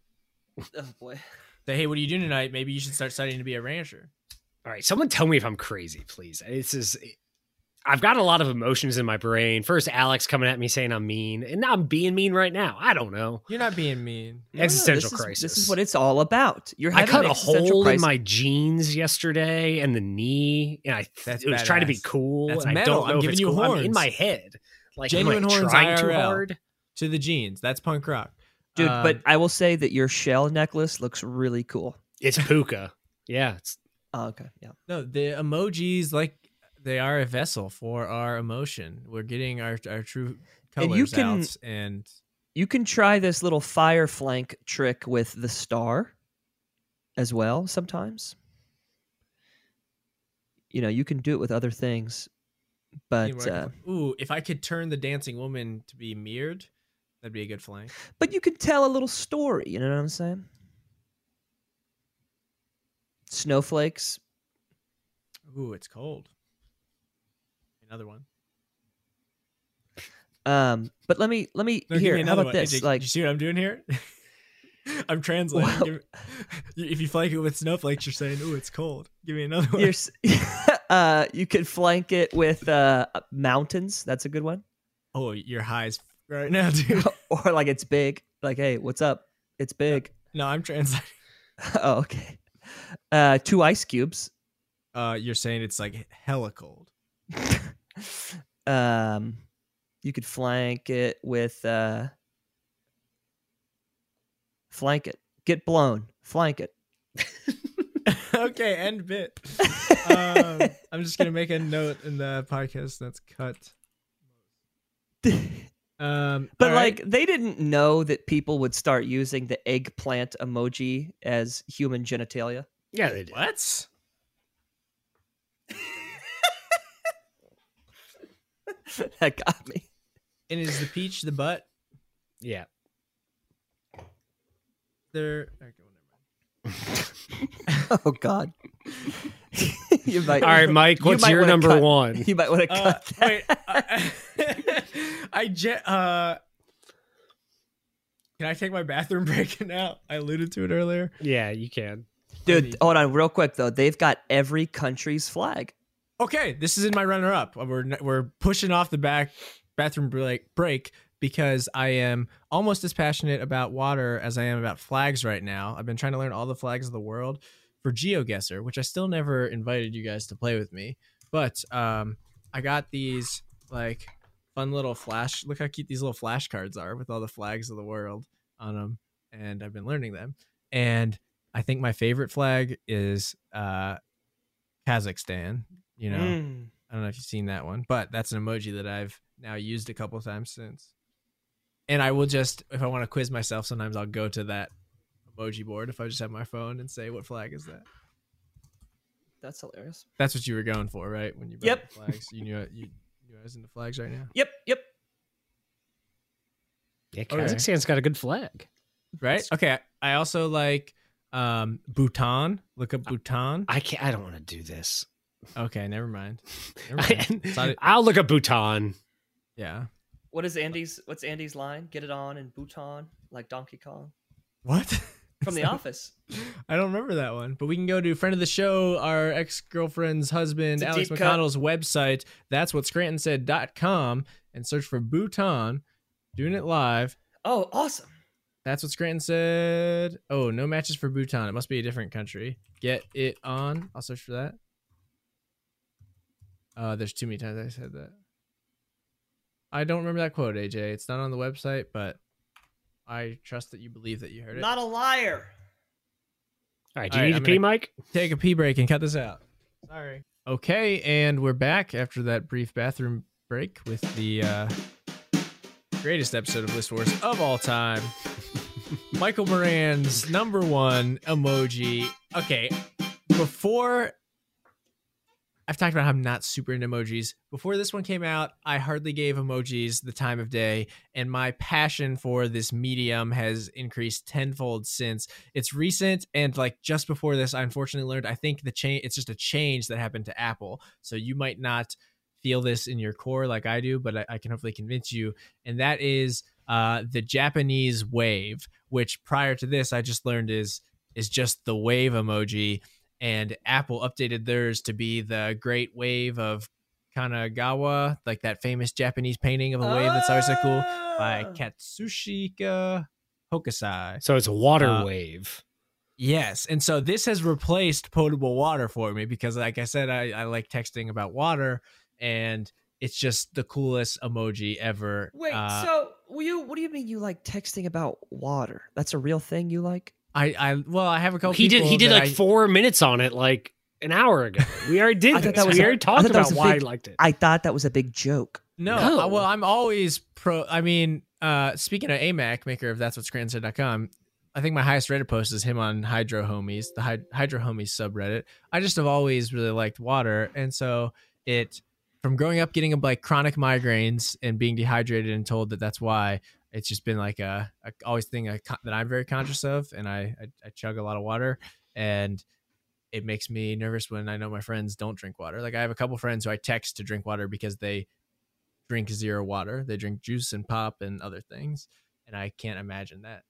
S2: Oh boy.
S1: Say, hey, what are you doing tonight? Maybe you should start studying to be a rancher.
S3: All right, someone tell me if I'm crazy, please. This is I've got a lot of emotions in my brain. First, Alex coming at me saying I'm mean, and I'm being mean right now. I don't know.
S1: You're not being mean.
S2: No, no,
S3: existential
S2: this is-
S3: crisis.
S2: This is what it's all about. You're
S3: I
S2: having
S3: cut
S2: an
S3: a
S2: existential
S3: hole in
S2: crisis.
S3: my jeans yesterday and the knee, and I
S1: That's
S3: it was trying to be
S1: badass.
S3: cool.
S1: That's
S3: and
S1: metal.
S3: I don't know
S1: I'm
S3: if
S1: giving
S3: it's
S1: you
S3: cool. I'm in
S1: horns.
S3: my head. Like
S1: Genuine
S3: am I
S1: horns
S3: trying too
S1: IRL.
S3: hard.
S1: To the jeans. That's punk rock.
S2: dude.
S1: Um,
S2: but I will say that your shell necklace looks really cool.
S3: It's puka. yeah, it's
S2: Oh, okay, yeah.
S1: No, the emojis like they are a vessel for our emotion. We're getting our our true
S2: And
S1: colors
S2: you can-
S1: out, and
S2: You can try this little fire flank trick with the star, as well. Sometimes, you know, you can do it with other things,
S1: you
S2: but
S1: know, I
S2: uh,
S1: could- ooh, if I could turn the dancing woman to be mirrored, that'd be a good flank.
S2: but you can tell a little story. You know what I'm saying? Snowflakes.
S1: Ooh, it's cold. Another one.
S2: Um, but let me let me
S1: No, give
S2: here.
S1: me
S2: How
S1: another
S2: about
S1: one.
S2: this?
S1: AJ,
S2: like,
S1: you see what I'm doing here? I'm translating.
S2: Wow.
S1: Give- if you flank it with snowflakes, you're saying, "Ooh, it's cold." Give me another one.
S2: You're, s- uh, you could flank it with uh, mountains. That's a good one.
S1: oh, you're high as f- right now, dude.
S2: or like it's big. Like, hey, what's up? It's big.
S1: No, I'm translating.
S2: oh, okay. Uh, two ice cubes.
S1: Uh, you're saying it's like hella cold.
S2: Um, you could flank it with uh, flank it. Get blown. Flank it.
S1: okay, end bit. um, I'm just gonna make a note in the podcast that's cut. Um,
S2: But
S1: all right.
S2: like they didn't know that people would start using the eggplant emoji as human genitalia.
S3: yeah. They did.
S1: what?
S2: that got me.
S1: And is the peach the butt?
S3: Yeah.
S1: There. Okay, well, never mind.
S2: Oh God. you might.
S3: All right, Mike.
S2: you
S3: What's
S2: might
S3: your
S2: wanna
S3: number
S2: cut-
S3: one?
S2: You might want to
S1: Uh,
S2: cut. that.
S1: wait. I, I je- uh, can I take my bathroom break now? I alluded to it earlier.
S3: Yeah, you can.
S2: dude.
S1: need-
S2: Hold on, real quick though. They've got every country's flag.
S1: Okay, this is in my runner-up. We're we're pushing off the back bathroom break break because I am almost as passionate about water as I am about flags right now. I've been trying to learn all the flags of the world for GeoGuessr, which I still never invited you guys to play with me. But um, I got these like fun little flash. Look how cute these little flashcards are with all the flags of the world on them, and I've been learning them. And I think my favorite flag is uh, Kazakhstan. You know,
S2: Mm.
S1: I don't know if you've seen that one, but that's an emoji that I've now used a couple times since. And I will just, if I want to quiz myself, sometimes I'll go to that emoji board if I just have my phone and say, "What flag is that?"
S2: That's hilarious.
S1: That's what you were going for, right? When you brought
S2: Yep.
S1: up flags, you knew you knew I was into flags right now,
S2: Yep, yep.
S3: Yeah,
S1: Mm. Okay.
S3: Kazakhstan's got a good flag.
S1: right? Okay. I also like um Bhutan. Look up Bhutan.
S3: I can't. I don't want to do this.
S1: Okay, never mind. Never mind. It's not-
S3: I'll look up Bhutan.
S1: yeah.
S2: What is Andy's? What's Andy's line? Get it on in Bhutan, like Donkey Kong
S1: What?
S2: from The Office.
S1: I don't remember that one, but we can go to friend of the show, our ex girlfriend's husband,
S2: It's a
S1: Alex
S2: deep cut.
S1: McConnell's website. That's what Scranton said.com and search for Bhutan doing it live.
S2: Oh, awesome.
S1: That's what Scranton said. Oh, no matches for Bhutan. It must be a different country. Get it on. I'll search for that. Uh, there's too many times I said that. I don't remember that quote, AJ. It's not on the website, but I trust that you believe that you heard it.
S2: Not a liar.
S3: All right. Do
S1: All
S3: you
S1: right,
S3: need
S1: I'm
S3: to pee,
S1: gonna-
S3: Mike?
S1: take a pee break and cut this out. Sorry. Okay, and we're back after that brief bathroom break with the uh, greatest episode of List Wars of all time. Michael Moran's number one emoji. Okay, before I've talked about how I'm not super into emojis. Before this one came out, I hardly gave emojis the time of day, and my passion for this medium has increased tenfold since it's recent and like just before this i unfortunately learned i think the change it's just a change that happened to apple so you might not feel this in your core like i do but i, I can hopefully convince you and that is uh, the japanese wave which prior to this i just learned is is just the wave emoji and Apple updated theirs to be the Great Wave of Kanagawa, like that famous Japanese painting of a wave that's always so cool
S2: Oh.
S1: by
S2: Uh.
S1: Katsushika Hokusai.
S3: So it's a water
S1: Uh,
S3: wave.
S1: Yes, and so this has replaced potable water for me because, like I said, I, I like texting about water, and it's just the coolest emoji ever.
S2: Wait,
S1: Uh,
S2: so will you? What do you mean you like texting about water? That's a real thing you like?
S1: I, I, well, I have a couple.
S3: He did.
S1: people
S3: He did
S1: that
S3: like
S1: I-
S3: four minutes on it, like an hour ago. We already did.
S2: I thought
S3: this.
S2: that was
S3: we
S2: a-
S3: already
S2: I
S3: talked
S2: thought that
S3: about
S2: was a
S3: why I
S2: big-
S3: liked it.
S2: I thought that was a big joke.
S1: No,
S3: No.
S1: uh, well, I'm always pro. I mean, uh, speaking of AMAC, maker of that's what scranton.com, I think my highest Reddit post is him on Hydro Homies, the Hyd- Hydro Homies subreddit. I just have always really liked water, and so it from growing up getting like chronic migraines and being dehydrated and told that that's why it's just been like a, a always thing I, con- that I'm very conscious of, and I, I I chug a lot of water and. It makes me nervous when I know my friends don't drink water. Like I have a couple friends who I text to drink water because they drink zero water. They drink juice and pop and other things, and I can't imagine that.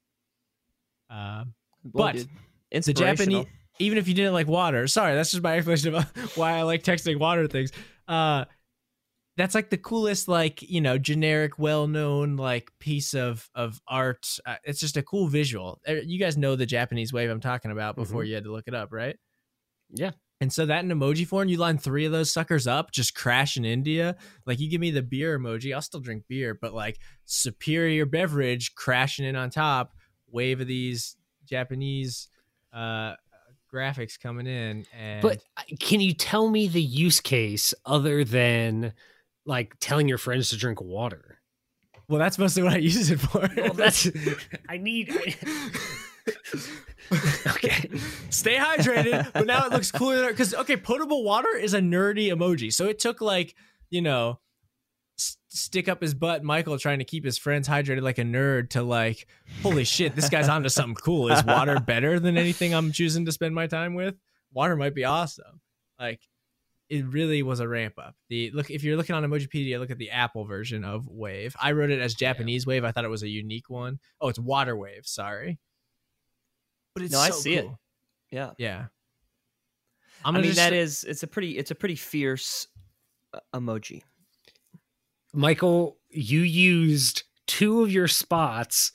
S1: Um,
S2: Well,
S1: But
S2: dude,
S1: the
S2: inspirational.
S1: Japanese, even if you didn't like water, sorry, that's just my explanation about why I like texting water things. Uh, that's like the coolest, like you know, generic, well-known like piece of of art. Uh, it's just a cool visual. Uh, You guys know the Japanese wave I'm talking about before you had to look it up, right?
S3: Mm-hmm. Yeah.
S1: And so that in emoji form, you line three of those suckers up, just crash in India. Like you give me the beer emoji, I'll still drink beer, but like superior beverage crashing in on top, wave of these Japanese uh graphics coming in and
S3: But uh, can you tell me the use case other than like telling your friends to drink water?
S1: well that's mostly what I use it for.
S3: Well, that's. I need. okay.
S1: Stay hydrated, but now it looks cooler because okay, potable water is a nerdy emoji. So it took like you know, s- stick up his butt, Michael trying to keep his friends hydrated like a nerd to like, holy shit, this guy's onto something cool. Is water better than anything I'm choosing to spend my time with? Water might be awesome. Like it really was a ramp up. The look if you're looking on Emojipedia, look at the Apple version of Wave. I wrote it as Japanese Wave. I thought it was a unique one. Oh, it's Water Wave. Sorry, but it's
S2: No, I
S1: so
S2: see it.
S1: cool.
S2: yeah,
S1: Yeah,
S2: i
S1: I'm
S2: mean
S1: gonna just-
S2: that is it's a pretty it's a pretty fierce uh, emoji.
S3: Michael, you used two of your spots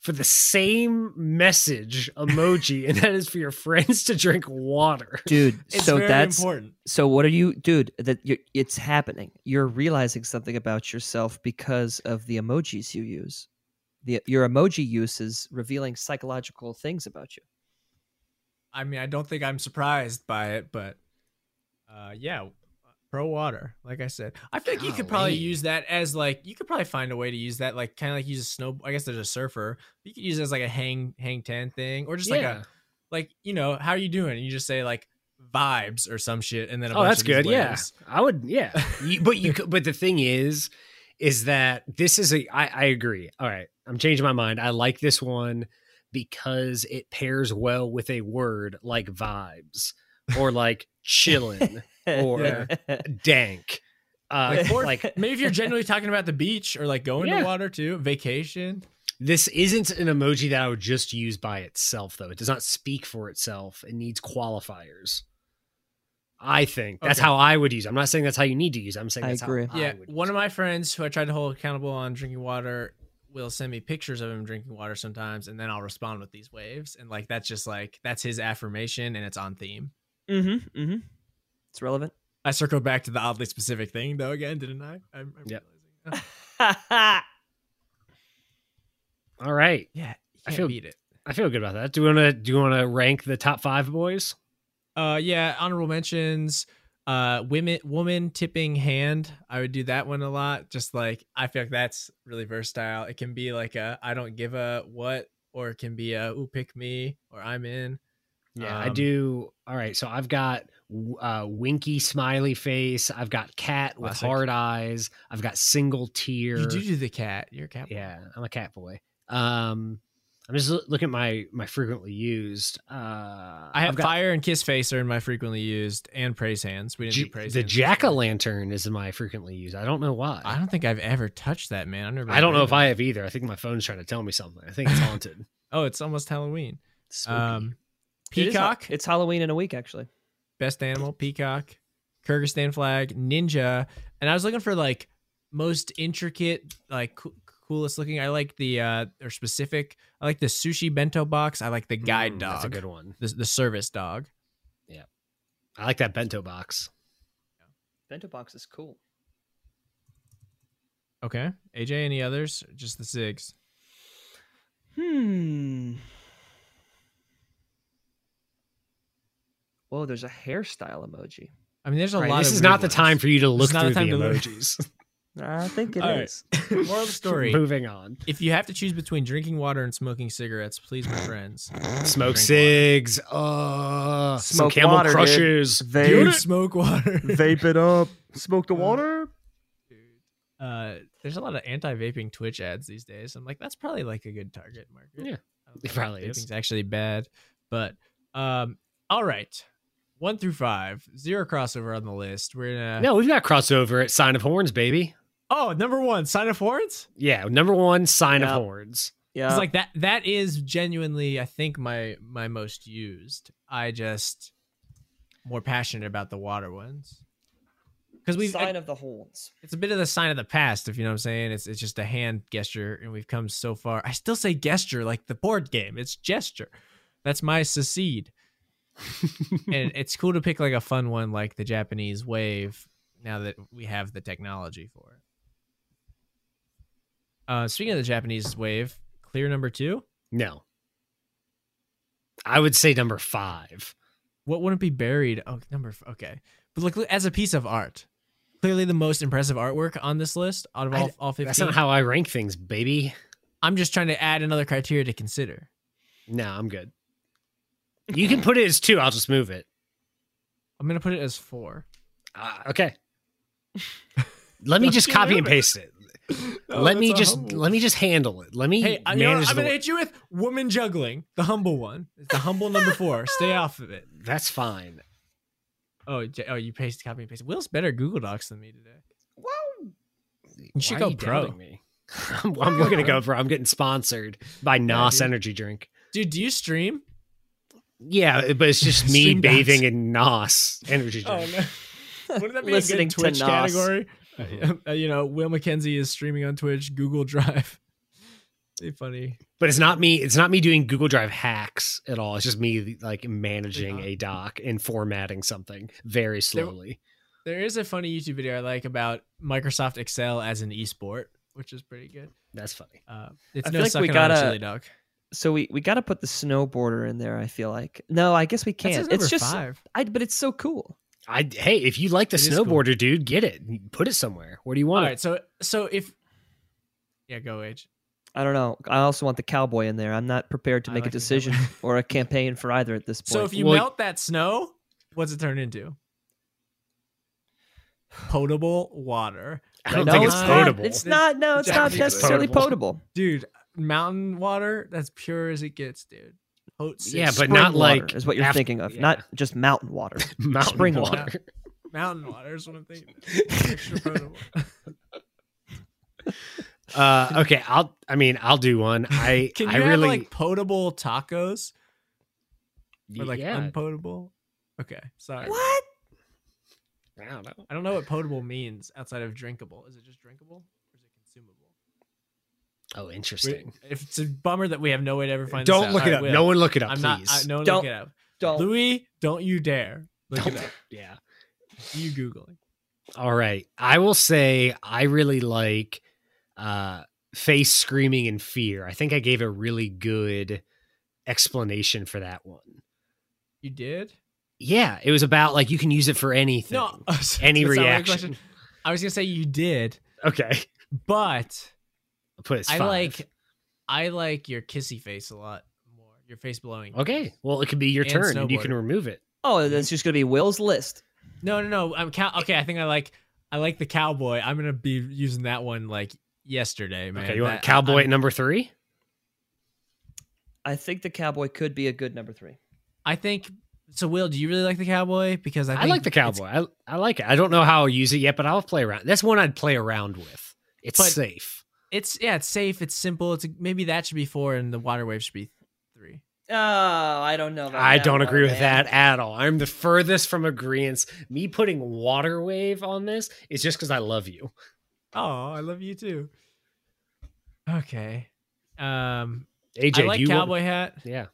S3: for the same message emoji, and that is for your friends to drink water.
S2: Dude,
S1: It's
S2: so
S1: very
S2: that's
S1: important.
S2: so what are you dude that you it's happening. You're realizing something about yourself because of the emojis you use. The, your emoji use is revealing psychological things about you.
S1: I mean, I don't think I'm surprised by it, but uh, yeah, pro water. Like I said, I think you could probably
S3: Golly.
S1: use that as like you could probably find a way to use that like kind of like use a snow. I guess there's a surfer. You could use it as like a hang hang tan thing, or just like a
S3: Yeah.
S1: like you know how are you doing? And you just say like vibes or some shit, and then a
S3: oh,
S1: bunch
S3: that's
S1: of these
S3: good. Yeah,
S1: letters.
S3: I would. Yeah, you, but you. could- But the thing is, is that this is a. I, I agree. All right, I'm changing my mind. I like this one because it pairs well with a word like vibes or like chillin', Or- dank. Uh,
S1: Like, or-
S3: like
S1: Maybe if you're generally talking about the beach or like going
S3: Yeah.
S1: to water too, vacation.
S3: This isn't an emoji that I would just use by itself, though. It does not speak for itself. It needs qualifiers. I think that's
S1: Okay.
S3: how I would use. it. I'm not saying that's how you need to use. it. I'm saying
S2: I
S3: that's
S2: agree.
S3: how
S1: Yeah,
S3: I would
S1: one
S3: use
S1: of my friends who I tried to hold accountable on drinking water will send me pictures of him drinking water sometimes, and then I'll respond with these waves, and like that's just like that's his affirmation, and it's on theme.
S2: mhm. Mhm. It's relevant.
S1: I circled back to the oddly specific thing though again, didn't I? I'm, I'm
S3: Yep.
S1: realizing.
S3: it. All right,
S1: yeah, you
S3: I
S1: can't
S3: feel-
S1: beat it.
S3: I feel good about that. Do you want to do you want to rank the top five boys?
S1: Uh, yeah, honorable mentions. Uh, women, woman tipping hand. I would do that one a lot. Just like I feel like that's really versatile. It can be like a I don't give a what, or it can be a ooh pick me, or I'm in.
S3: Yeah, Uh, I
S1: Um,
S3: do. All right, so I've got uh, winky smiley face. I've got cat with
S1: Classic.
S3: hard eyes. I've got single tear.
S1: You do do the cat. You're a cat. boy.
S3: Yeah, I'm a cat boy. Um, I'm just loo- looking at my my frequently used. Uh,
S1: I have
S3: I've got
S1: fire and kiss face are in my frequently used and praise hands. We didn't
S3: J-
S1: do praise.
S3: the
S1: hands.
S3: jack o' lantern is my frequently used. I don't know why.
S1: I
S3: I,
S1: don't think I've ever touched that man. I've never
S3: don't know
S1: heard
S3: if
S1: of
S3: I
S1: it.
S3: have either. I think my phone's trying to tell me something. I think it's haunted.
S1: Oh, it's almost Halloween.
S2: Spooky.
S1: Um,
S2: It is ha-
S1: Peacock,
S2: it's Halloween in a week, actually.
S1: best animal, peacock, Kyrgyzstan flag, ninja, and I was looking for like most intricate, like coo- coolest looking. I like the uh or specific. I like the sushi bento box. I like the guide
S3: Mm,
S1: dog,
S3: That's a good one.
S1: The, the service dog.
S3: I like that bento box.
S2: Bento box is cool.
S1: Okay, AJ, any others? Just the SIGs.
S2: Hmm. Whoa, there's a hairstyle emoji.
S1: I mean, there's a
S3: Right,
S1: lot.
S3: this
S1: of
S3: is
S1: weird
S3: not the
S1: ones.
S3: time for you to look
S1: not the
S3: through
S1: time
S3: the,
S1: to look.
S3: emojis.
S2: I think it is.
S1: All right. Moral of the story:
S3: Moving on.
S1: If you have to choose between drinking water and smoking cigarettes, please, my friends,
S3: Smoke
S1: Drink
S3: cigs. Uh, some
S2: Smoke
S3: camel
S2: water, dude.
S3: crushes.
S1: dude, smoke water.
S2: vape it up. Smoke the water.
S1: uh, there's a lot of anti-vaping Twitch ads these days. I'm like, that's probably like a good target market.
S3: Yeah,
S1: I don't know
S3: it probably
S1: if vaping's
S3: is.
S1: actually bad, but um, all right, one through five, zero crossover on the list. We're gonna
S3: No, we've got crossover at Sign of Horns, baby.
S1: oh number one, sign of horns.
S3: Yeah, number one, Sign
S2: Yeah.
S3: of Horns.
S2: Yeah.
S1: It's like that. That is genuinely, I think my my most used. I just more passionate about the water ones because we've
S2: sign of the horns.
S1: it's a bit of the sign of the past, if you know what I'm saying. It's it's just a hand gesture, and we've come so far. I still say gesture like the board game. It's gesture. That's my secede. and it's cool to pick like a fun one like the Japanese wave now that we have the technology for it. Uh, speaking of the Japanese wave, clear number two.
S3: No. I would say number five.
S1: What wouldn't be buried? Oh, number f- okay. But look, look, as a piece of art, clearly the most impressive artwork on this list out of
S3: I-
S1: all, all fifteen.
S3: That's not how I rank things, baby.
S1: I'm just trying to add another criteria to consider.
S3: No, I'm good. You can put it as two. I'll just move it.
S1: I'm gonna put it as four.
S3: Ah, okay. Let me just
S1: you
S3: copy and
S1: move it.
S3: paste it. let me just let me just handle it. Let me
S1: Hey, I, you know what?
S3: manage
S1: I'm
S3: the-
S1: gonna hit you with woman juggling, the humble one. It's the humble number four. Stay off of it.
S3: That's fine.
S1: Oh, J- oh, you paste, copy and paste. Will's better at Google Docs than me today.
S3: Why
S1: should
S3: are
S1: go
S3: you
S1: pro.
S3: doubting Me? I'm, I'm looking to go pro. I'm getting sponsored by NOS
S1: dude.
S3: energy drink.
S1: Dude, do you stream?
S3: Yeah, but it's just me
S1: Stream docs.
S3: bathing in NOS energy drink.
S1: Oh, no. Wouldn't that be
S2: Listening
S1: a
S2: to
S1: good Twitch
S2: Nas.
S1: category? Uh, you know, Will McKenzie is streaming on Twitch, Google Drive. Be funny.
S3: But it's not me. It's not me doing Google Drive hacks at all. It's just me like managing a doc and formatting something very slowly.
S1: There is a funny YouTube video I like about Microsoft Excel as an esport, which is pretty good.
S3: That's funny.
S1: Uh, it's
S2: I
S1: no
S2: feel like we
S1: sucking on
S2: gotta-
S1: a chili dog.
S2: So we, we got to put the snowboarder in there. I feel like no, I guess we can't. It's just I. But it's so cool.
S3: I hey, if you like the
S1: It is cool.
S3: snowboarder, dude, get it. Put it somewhere. Where do you
S1: All
S3: want it?
S1: right, so so if yeah, go age.
S2: I don't know. I also want the cowboy in there. I'm not prepared to
S1: I
S2: make
S1: like
S2: a
S1: the
S2: decision or a campaign for either at this point.
S1: So if you
S3: Well-
S1: melt that snow, what's it turn into? Potable water,
S3: I
S2: no,
S3: don't think it's,
S2: it's not.
S3: potable.
S2: It's not. No, it's not
S1: Japanese
S2: necessarily
S3: potable.
S2: potable.
S1: dude. Mountain water, that's pure as it gets, dude. Potent
S3: Yeah, but
S2: Spring
S3: not
S2: water
S3: like
S2: is what you're
S3: af-
S2: thinking of.
S3: yeah.
S2: Not just mountain water.
S3: mountain
S2: spring
S3: water.
S2: water.
S1: mountain water is what I'm thinking. Extra potable.
S3: Uh, okay, I'll. I mean, I'll do one. I.
S1: Can you
S3: I
S1: have
S3: really.
S1: like potable tacos or like
S3: yeah.
S1: unpotable? Okay, sorry.
S2: What?
S3: I don't know.
S1: I don't know what potable means outside of drinkable. Is it just drinkable or is it consumable?
S3: Oh,
S1: We-
S3: interesting.
S1: if it's a bummer that we have no way to ever find.
S3: Don't
S1: this
S3: look
S1: out.
S3: it
S1: I
S3: up.
S1: will.
S3: No one look it up,
S1: I'm not.
S3: please.
S1: I, no, one
S2: Don't-
S1: look it up.
S2: Don't.
S1: Louis, don't you dare look it up.
S3: yeah.
S1: You googling?
S3: All right. I will say I really like uh face screaming in fear. I think I gave a really good explanation for that one.
S1: You did?
S3: Yeah, it was about like you can use it for anything.
S1: No. uh, That's not
S3: any
S1: my
S3: reaction.
S1: question. I was gonna say you did,
S3: Okay.
S1: but
S3: I'll put it as
S1: I
S3: five.
S1: like, I like your kissy face a lot more. Your face blowing.
S3: Okay. Well, it could be your
S1: And
S3: turn and you can
S1: snowboarder.
S3: remove it.
S2: Oh, that's just gonna be Will's list.
S1: No, no, no. I'm cow. Okay, I think I like. I like the cowboy. I'm gonna be using that one like yesterday, man.
S3: okay, you want
S1: That-
S3: cowboy
S1: I'm-
S3: at number 3?
S2: I think the cowboy could be a good number three.
S1: I think. So, Will, do you really like the cowboy? Because I,
S3: I,
S1: think
S3: like the
S1: it's-
S3: cowboy. I I like it. I don't know how I'll use it yet, but I'll play around. That's one I'd play around with. It's
S1: But-
S3: safe.
S1: It's yeah, it's safe. It's simple. It's maybe that should be four, and the water wave should be three.
S2: Oh, I don't know. About
S3: I
S2: that
S3: don't
S2: one,
S3: agree with
S2: man.
S3: that at all. I'm the furthest from agreement. Me putting water wave on this is just because I love you.
S1: Oh, I love you too. Okay. Um,
S3: AJ,
S1: I like
S3: you want-
S1: cowboy hat.
S3: yeah.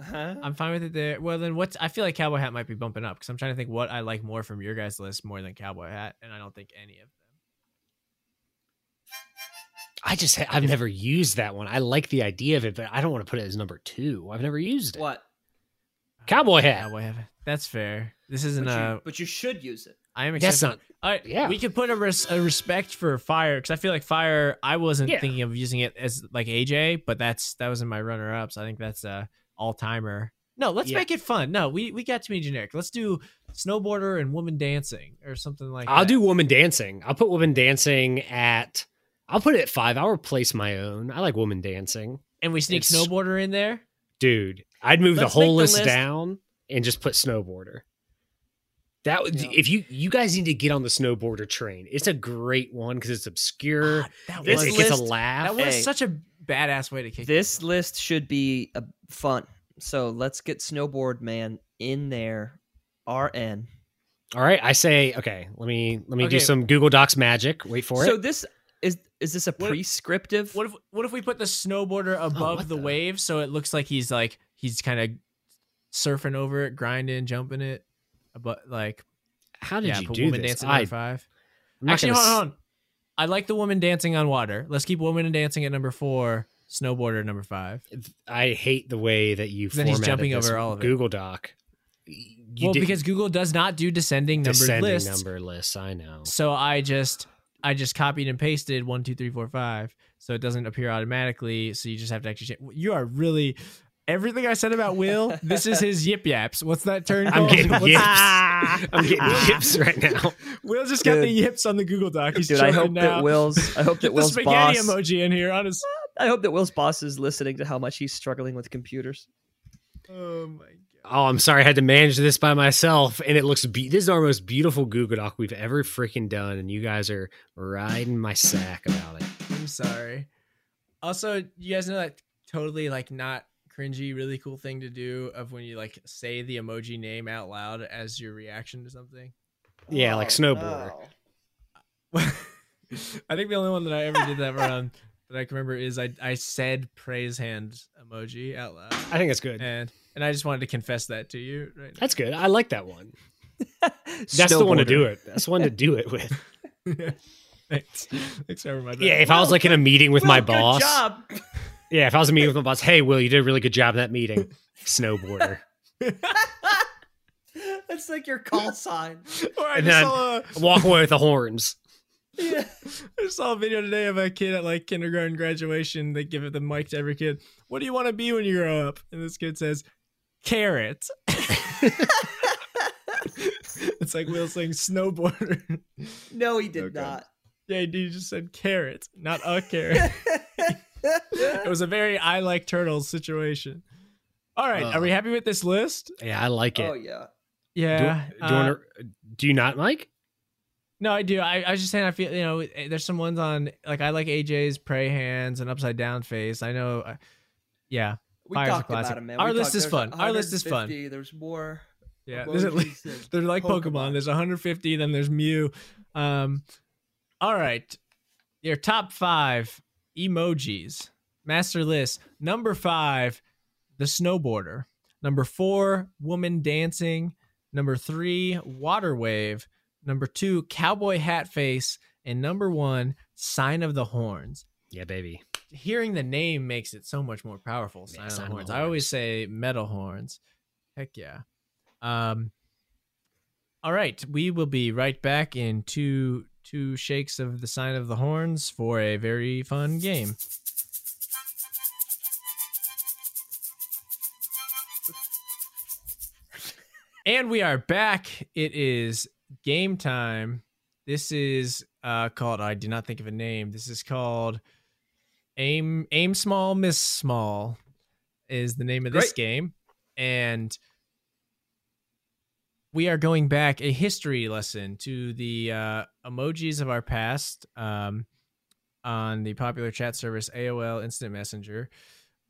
S2: Huh?
S1: I'm fine with it there. Well, then what's I feel like cowboy hat might be bumping up because I'm trying to think what I like more from your guys' list more than cowboy hat, and I don't think any of them.
S3: I just ha- I've never used that one. I like the idea of it, but I don't want to put it as number two. I've never used it.
S2: What?
S3: Cowboy hat.
S1: Cowboy hat. That's fair. This
S2: But,
S1: isn't
S2: you,
S1: a.
S2: but you should use it.
S1: I am.
S3: That's
S1: accepting-
S3: not.
S1: All right,
S3: Yeah.
S1: We could put a, res- a respect for fire because I feel like fire. I wasn't
S3: Yeah.
S1: thinking of using it as like AJ, but that's that was in my runner ups. I think that's a all timer. No, let's
S3: Yeah.
S1: make it fun. No, we we got too many generic. Let's do snowboarder and woman dancing or something like.
S3: I'll
S1: that.
S3: do woman dancing. I'll put woman dancing at. I'll put it at five. I'll replace my own. I like woman dancing,
S1: and we sneak
S3: it's-
S1: snowboarder in there.
S3: dude. I'd move
S1: Let's
S3: the
S1: make
S3: whole
S1: the
S3: list,
S1: list-
S3: down and just put snowboarder. That would
S2: Yeah.
S3: if you you guys need to get on the snowboarder train. It's a great one because it's obscure.
S1: God, Ah, that
S3: It's-
S1: was
S2: this
S3: it gets Ah, a
S2: list-
S3: laugh.
S1: Er, that was
S2: Hey.
S1: such a badass way to kick
S2: This
S1: Off.
S2: list should be uh, fun. So let's get snowboard man in there. RN.
S3: All right, I say okay. Let me let me do
S1: Okay.
S3: some Google Docs magic. Wait for
S2: so
S3: it.
S2: this is is this a
S1: What-
S2: prescriptive?
S1: What if what if we put the snowboarder above
S3: Oh, what
S1: the,
S3: the-
S1: wave so it looks like he's like he's kind of surfing over it, grinding, jumping it, but like
S3: How did
S1: yeah,
S3: you
S1: put
S3: do
S1: woman
S3: this?
S1: dancing
S3: I,
S1: number five.
S3: I'm not
S1: Actually,
S3: gonna
S1: hold on,
S3: s-
S1: hold on. I like the woman dancing on water. Let's keep woman dancing at number four, snowboarder at number five.
S3: I hate the way that you
S1: Then he's
S3: formatted
S1: jumping
S3: this
S1: over all of it.
S3: Google Doc. You
S1: well,
S3: did-
S1: because Google does not do descending numbered
S3: descending
S1: lists,
S3: number lists. I know.
S1: so I just I just copied and pasted one, two, three, four, five, so it doesn't appear automatically. So you just have to actually. Change. You are really everything I said about Will. this is his yip yaps. What's that turn?
S3: I'm
S1: called?
S3: getting
S1: What's-
S3: yips. I'm
S2: Ah.
S3: getting yips right now.
S1: Will just got
S2: Dude.
S1: the yips on the Google Doc. He's
S2: Dude, I hope
S1: chilling
S2: that
S1: now.
S2: Will's I hope that
S1: Get the
S2: Will's
S1: spaghetti
S2: boss
S1: emoji in here on his
S2: I hope that Will's boss is listening to how much he's struggling with computers.
S1: Oh my god.
S3: Oh, I'm sorry. I had to manage this by myself, and it looks. Be- this is our most beautiful Google Doc we've ever freaking done, and you guys are riding my sack about it.
S1: I'm sorry. Also, you guys know that totally like not cringy, really cool thing to do of when you like say the emoji name out loud as your reaction to something.
S3: Yeah, like
S2: Oh,
S3: snowboarder.
S2: no.
S1: I think the only one that I ever did that around that I can remember is I I said praise hand emoji out loud.
S3: I think that's good.
S1: And and I just wanted to confess that to you right now.
S3: That's good. I like that one. That's the one to
S2: Snowboarder.
S3: do it. That's the one to do it with.
S1: Thanks. Thanks for reminding me.
S3: Yeah, if I was like in a meeting with
S2: Will,
S3: my
S2: good
S3: boss.
S2: job.
S3: Yeah, if I was in a meeting with my boss, hey Will, you did a really good job in that meeting. Snowboarder.
S2: That's like your call sign.
S1: Or I
S3: And
S1: just
S3: then-
S1: saw a,
S3: Walk away with the horns.
S2: Yeah.
S1: I just saw a video today of a kid at like kindergarten graduation. They give it the mic to every kid. What do you want to be when you grow up? And this kid says, carrot. it's like Will saying snowboarder.
S2: No, he did
S1: Okay.
S2: not.
S1: yeah, dude, you just said carrot, not a carrot. it was a very I like turtles situation. All right, are we happy with this list?
S3: Yeah, I like it.
S2: Oh yeah.
S1: Yeah.
S2: Oh,
S1: uh,
S3: Do, do, Uh-huh. you wanna,
S2: uh,
S3: do you not, Mike?
S1: No, I do. I, I was just saying, I feel, you know, eh, there's some ones on, like, I like AJ's Pray Hands and Upside Down Face. I know, I, yeah,
S2: We
S1: Fire's a
S2: talked about
S1: classic.
S2: him, man.
S1: Our
S2: We
S1: list
S2: talked-
S1: is
S2: there's
S1: fun. Our list is fun.
S2: 150, There's more.
S1: yeah. There's at least,
S2: emojis
S1: they're
S2: than
S1: like Pokemon. There's 150, then there's Mew. Um, all right. Your top five emojis. Master list. Number five, the snowboarder. Number four, woman dancing. Number three, water wave. Number two, cowboy hat face. And number one, sign of the horns.
S3: Yeah, baby.
S1: Hearing the name makes it so much more powerful.
S3: Yeah,
S1: Sign, of, the horns. I
S3: horns.
S1: always say metal horns. Heck yeah. Um, all right, we will be right back in two two shakes of the sign of the horns for a very fun game. And we are back. It is game time. This is uh, called. I did not think of a name. This is called aim aim small, miss small, is the name of this
S2: Great.
S1: game, and we are going back a history lesson to the uh, emojis of our past um, on the popular chat service AOL Instant Messenger.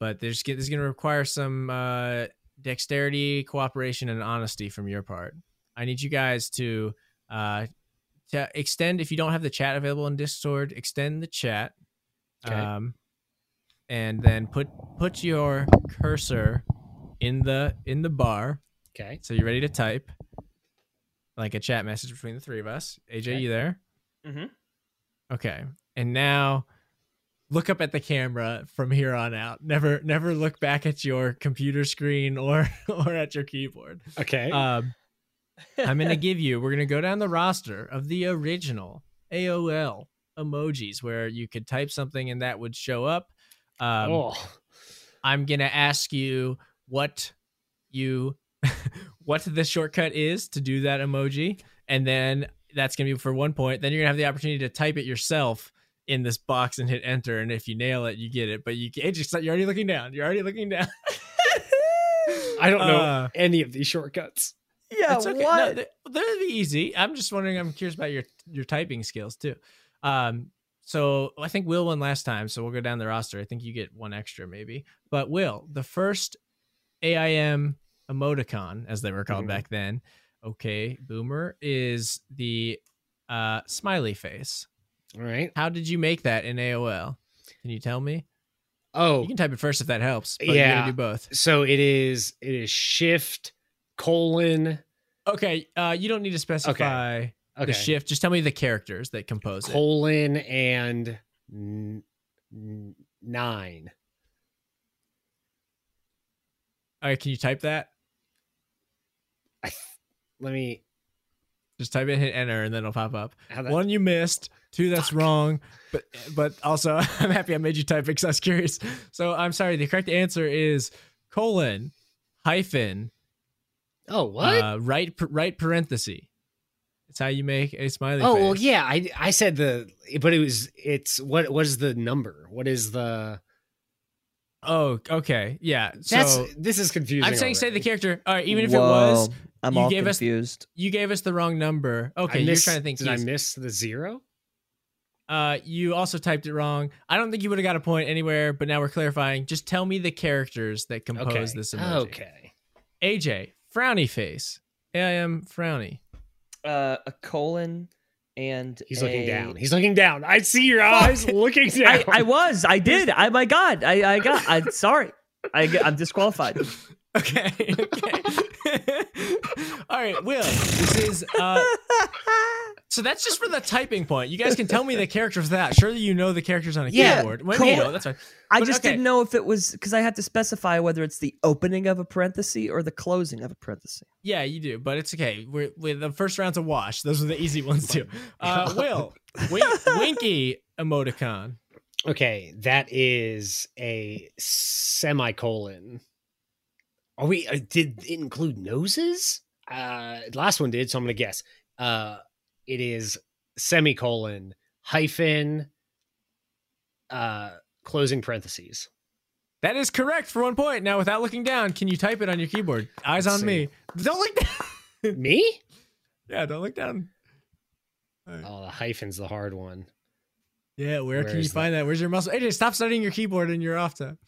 S1: but there's get this is going to require some uh, dexterity, cooperation, and honesty from your part. I need you guys to uh, to extend if you don't have the chat available in Discord, extend the chat,
S2: Okay.
S1: um, and then put put your cursor in the in the bar.
S3: Okay.
S1: So you ready to type like a chat message between the three of us? AJ, you there?
S2: Mhm.
S1: Okay. And now look up at the camera from here on out. Never never look back at your computer screen or or at your keyboard.
S5: Okay.
S1: Um, I'm gonna give you. We're gonna go down the roster of the original AOL emojis where you could type something and that would show up. Um,
S3: oh,
S1: I'm gonna ask you what you what the shortcut is to do that emoji, and then that's gonna be for one point. Then you're gonna have the opportunity to type it yourself in this box and hit enter. And if you nail it, you get it. But you can't just you're already looking down. You're already looking down.
S5: I don't know
S1: Uh,
S5: any of these shortcuts.
S2: Yeah,
S1: It's okay. No,
S2: what?
S1: they- they'll be easy. I'm just wondering. I'm curious about your your typing skills too. Um, so I think Will won last time, so we'll go down the roster. I think you get one extra maybe. But Will, the first AIM emoticon, as they were called
S4: Mhm.
S1: back then, okay, boomer, is the uh, smiley face.
S3: all right.
S1: How did you make that in AOL? Can you tell me?
S3: Oh,
S1: You can type it first if that helps. But you
S3: Yeah.
S1: gotta do both.
S3: so it is it is shift colon
S1: Okay, uh, you don't need to specify
S3: okay
S1: the shift. Just tell me the characters that compose it.
S3: colon and n- n- nine.
S1: All right, can you type that?
S3: I th- let me.
S1: Just type it, hit enter, and then it'll pop up.
S3: How that,
S1: One you missed, two that's wrong, but but also I'm happy I made you type it because I was curious. So I'm sorry. The correct answer is colon hyphen
S3: oh what?
S1: Uh, right par- right parenthesis. It's how you make a smiley.
S3: oh
S1: face.
S3: well, yeah. I I said the, but it was it's what what is the number? What is the?
S1: Oh okay yeah.
S3: That's
S1: so
S3: this is confusing.
S1: I'm saying say the
S3: already.
S1: character. All right, even if
S2: Whoa,
S1: it was
S2: I'm
S1: you
S2: all
S1: gave us-
S2: confused.
S1: you gave us the wrong number. Okay,
S3: I
S1: you're
S3: missed-
S1: trying to think.
S3: Did I
S1: he's-
S3: miss the zero?
S1: Uh, you also typed it wrong. I don't think you would have got a point anywhere, but now we're clarifying. Just tell me the characters that compose
S3: Okay.
S1: this emoji.
S3: Okay.
S1: AJ, frowny face. I am frowny.
S2: uh, a colon and
S3: He's looking
S2: a-
S3: down. He's looking down. I see your eyes looking down.
S2: I, I was. I did. I my God. I I got. I'm sorry. I get- I'm disqualified.
S1: Okay. okay. All right, Will. This is uh so that's just for the typing point. You guys can tell me the characters of that. Surely you know the characters on a
S3: Yeah,
S1: keyboard. Well,
S3: cool.
S1: you know, that's fine.
S2: I
S1: But,
S2: just
S1: okay.
S2: didn't know if it was because I had to specify whether it's the opening of a parenthesis or the closing of a parenthesis.
S1: Yeah, you do, but it's okay. We're, we the first round's a wash. Those are the easy ones too. Uh, Will, wink, winky emoticon.
S3: okay, that is a semicolon. Are we? Uh, did it include noses? Uh, last one did, so I'm gonna guess. Uh, it is semicolon hyphen uh closing parentheses.
S1: That is correct for one point. Now, without looking down, can you type it on your keyboard? Eyes
S3: Let's
S1: on
S3: see.
S1: me. Don't look down.
S3: Me?
S1: Yeah, don't look down.
S3: Oh, the hyphen's the hard one.
S1: Yeah, where,
S3: Where
S1: can you
S3: is that?
S1: find that? Where's your muscle? AJ, stop studying your keyboard and you're off time.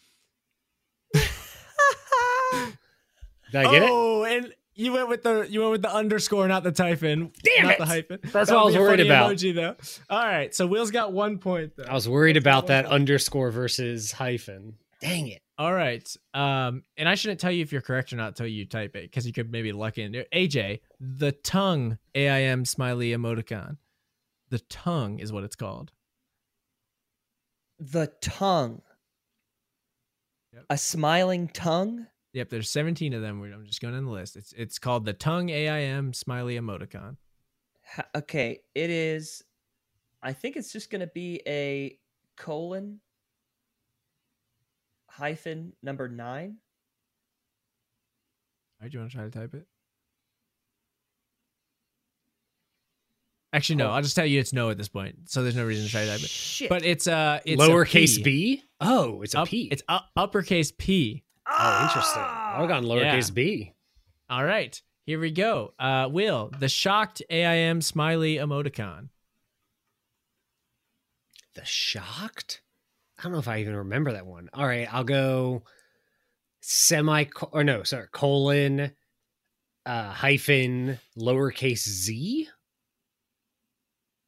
S3: Did I get it?
S1: oh, and you went with the you went with the underscore, not the typhin.
S3: Damn
S1: not
S3: it!
S1: the hyphen.
S3: That's
S1: That
S3: what I
S1: would
S3: was
S1: be a
S3: worried
S1: funny
S3: about.
S1: Emoji though. All right, so Will's got one point though.
S3: I was worried about that underscore versus hyphen. Dang it.
S1: All right. Um, and I shouldn't tell you if you're correct or not until you type it because you could maybe luck in. AJ, the tongue AIM smiley emoticon. The tongue is what it's called.
S2: The tongue.
S1: Yep.
S2: A smiling tongue.
S1: Yep, there's 17 of them. We- I'm just going in the list. It's it's called the tongue AIM smiley emoticon.
S2: Ha- Okay, it is. I think it's just going to be a colon hyphen number nine.
S1: All right, do you want to try to type it? Actually, no.
S2: Oh.
S1: I'll just tell you it's no at this point, so there's no reason to try to type it.
S2: Shit.
S1: But it's uh, it's a
S3: lowercase
S1: P.
S3: b? Oh, it's a P.
S1: Up- It's u- uppercase P.
S3: oh, interesting.
S2: Ah,
S3: I would have gone lowercase
S1: Yeah.
S3: b.
S1: All right, here we go. Uh, Will, the shocked AIM smiley emoticon.
S3: The shocked? I don't know if I even remember that one. All right, I'll go semi or no, sorry, colon uh hyphen lowercase z.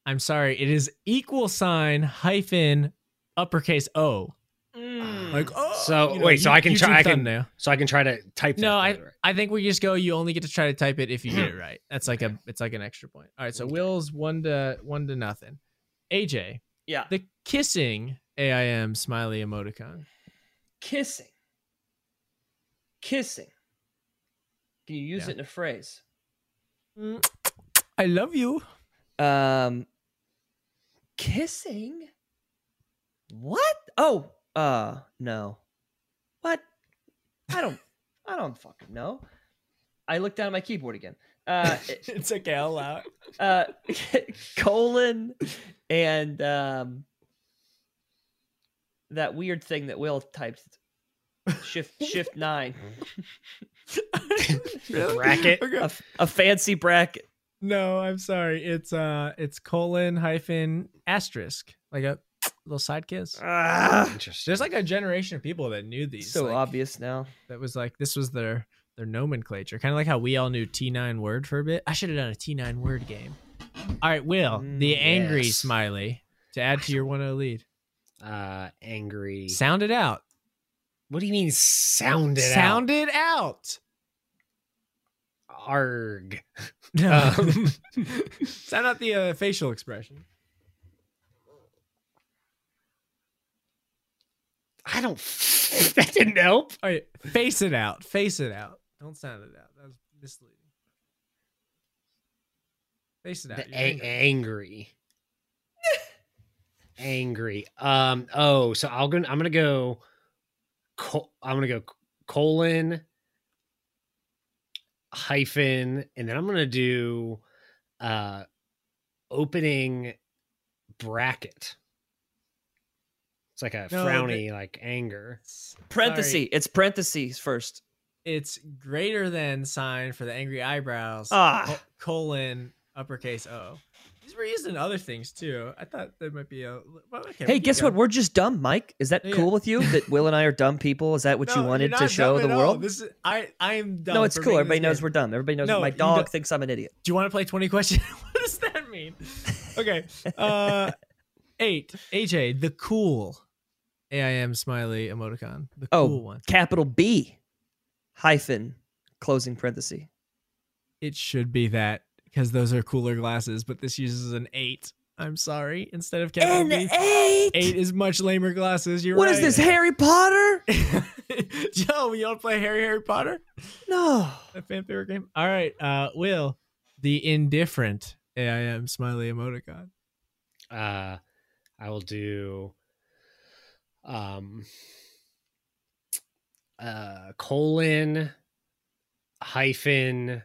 S1: I'm sorry. It is equal sign hyphen uppercase O.
S2: mm.
S1: Like oh.
S3: So, wait, so I can try- I can-
S1: now.
S3: So I can try to type that
S1: No, I
S3: right.
S1: I think we just go. You only get to try to type it if you get it right. That's like a it's like an extra point. All right. So Will's one to one to nothing. AJ,
S2: Yeah.
S1: the kissing AIM smiley emoticon.
S2: Kissing. Kissing. Can you use
S1: Yeah.
S2: it in a phrase?
S1: I love you.
S2: Um kissing? What? Oh, uh no. What? I don't I don't fucking know. I looked down at my keyboard again. Uh
S1: It's okay. I'll allow it.
S2: uh colon and um that weird thing that Will typed shift shift 9
S1: Really?
S3: Bracket.
S1: Okay.
S2: a, f- a fancy bracket
S1: No, I'm sorry. It's uh, it's colon hyphen asterisk, like a little side kiss.
S2: Ah,
S3: Interesting.
S1: There's like a generation of people that knew these.
S2: so
S1: like,
S2: obvious now
S1: That was like this was their their nomenclature, kind of like how we all knew T9 word for a bit. I should have done a T9 word game. All right, Will,
S2: Mm,
S1: the angry
S3: yes.
S1: smiley to add to your 1-0 lead.
S3: uh angry.
S1: Sound it out.
S3: what do you mean sound it
S1: Sound it out.
S3: out? Arg.
S1: No.
S3: Um,
S1: Sound out the uh, facial expression.
S3: I don't that didn't help.
S1: All right, face it out. Face it out. Don't sound it out. That was misleading. Face it out.
S3: The
S1: You're
S3: a-
S1: angry.
S3: angry. angry. Um. Oh, so I'll go. I'm gonna go. Co- I'm gonna go colon hyphen, and then I'm gonna do uh opening bracket. It's like a
S1: No, the-
S3: frowny, like anger.
S2: parenthesis
S1: Sorry.
S2: it's parentheses first
S1: It's greater than sign for the angry eyebrows.
S2: ah
S1: col- colon uppercase O. These were used in other things too. I thought there might be a. Well, okay,
S2: hey guess what we're just dumb mike is that
S1: Yeah.
S2: cool with you that will and i are dumb people is that what you wanted to show the world
S1: This is I. I am done.
S2: no it's cool everybody knows we're dumb everybody knows
S1: No,
S2: my
S1: you
S2: dog
S1: don't-
S2: thinks i'm an idiot
S1: Do you want to play twenty questions? what does that mean? Okay. Uh, eight. AJ, the cool. AIM smiley emoticon. The
S2: Oh.
S1: cool one.
S2: capital b hyphen closing parenthesis
S1: It should be that because those are cooler glasses, but this uses an eight. I'm sorry. Instead of capital
S2: an
S1: B,
S2: eight.
S1: eight is much lamer glasses. You're
S2: What
S1: right.
S2: is this, Harry Potter?
S1: Joe, you want to play Harry Harry Potter?
S2: No.
S1: A fan favorite game. All right, uh, Will, the indifferent AIM smiley emoticon.
S3: Uh, I will do. Um. Uh, colon hyphen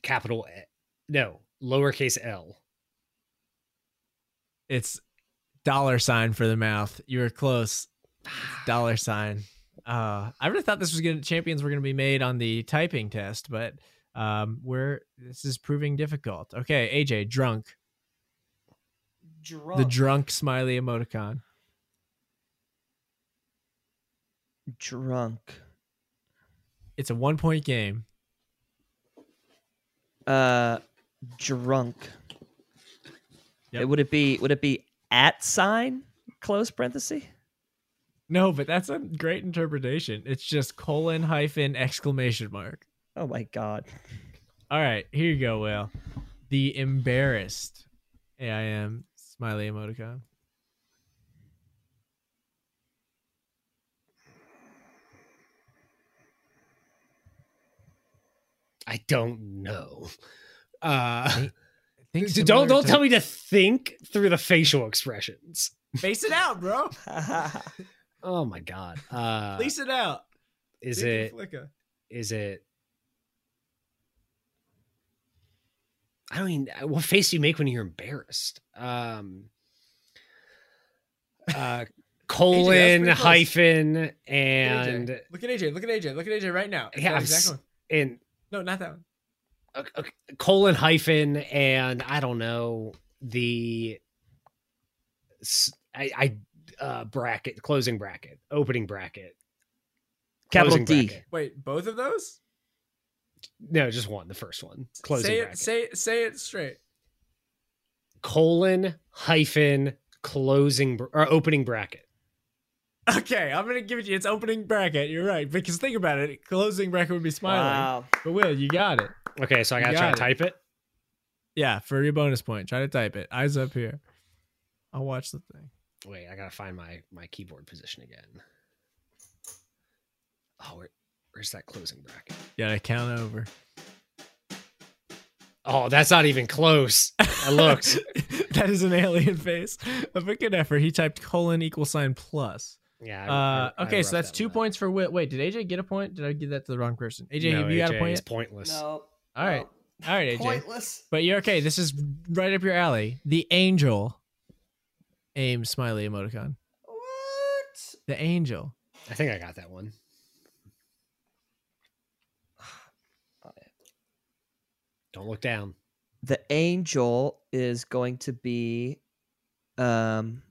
S3: capital E- no lowercase l.
S1: It's dollar sign for the mouth. You were close. Dollar sign. Uh, I really thought this was gonna champions were gonna be made on the typing test, but um, we're this is proving difficult. Okay, AJ, drunk.
S2: Drunk.
S1: The drunk smiley emoticon.
S2: drunk.
S1: It's a one point game.
S2: Uh, drunk.
S1: Yep.
S2: It- Would it be? Would it be at sign? Close parenthesis.
S1: No, but that's a great interpretation. It's just colon hyphen exclamation mark.
S2: Oh my god.
S1: All right, here you go, Will. The embarrassed AIM smiley emoticon.
S3: I don't know. Uh,
S1: Think
S3: d-
S1: similar
S3: don't don't
S1: to-
S3: tell me to think through the facial expressions.
S1: Face it out, bro.
S3: Oh my god. Uh,
S1: Face it out.
S3: is
S1: Think and
S3: it
S1: flick a-
S3: is it? I don't mean what face do you make when you're embarrassed? Um, uh, colon
S1: pretty close.
S3: hyphen
S1: AJ,
S3: and
S1: look at AJ. Look at AJ. Look at AJ right now. It's
S3: Yeah,
S1: that
S3: I've
S1: exact
S3: s-
S1: one.
S3: and
S1: No, not that one.
S3: uh, uh, colon hyphen and I don't know the. s- I, I uh, bracket, closing bracket, opening bracket,
S2: Capital
S3: closing
S2: D.
S3: bracket.
S1: Wait, both of those?
S3: No, just one. The first one, closing
S1: say
S3: bracket,
S1: it. Say say it straight.
S3: colon hyphen closing br- or opening bracket.
S1: Okay, I'm gonna give it to you. It's opening bracket. You're right because think about it. Closing bracket would be smiling. But Will, you got it.
S3: Okay, so I gotta
S1: You
S3: try
S1: got
S3: to type it.
S1: Yeah, for your bonus point, try to type it. Eyes up here. I'll watch the thing.
S3: Wait, I gotta find my my keyboard position again. Oh, where, where's that closing bracket?
S1: You gotta count over.
S3: Oh, that's not even close. I looked.
S1: that is an alien face. But good effort. He typed colon equal sign plus.
S3: Yeah. I-
S1: Uh,
S3: I- I
S1: okay,
S3: roughed
S1: so that's
S3: that
S1: two
S3: one up.
S1: points for Will. Wait, did AJ get a point? Did I give that to the wrong person? AJ,
S3: No,
S1: have you got a
S3: AJ,
S1: point?
S3: It's
S1: yet?
S3: pointless.
S6: No.
S1: All right, all right, AJ.
S6: Pointless.
S1: But you're okay. This is right up your alley. The angel. Aim smiley emoticon.
S6: What?
S1: The angel.
S3: I think I got that one. Don't look down.
S2: The angel is going to be um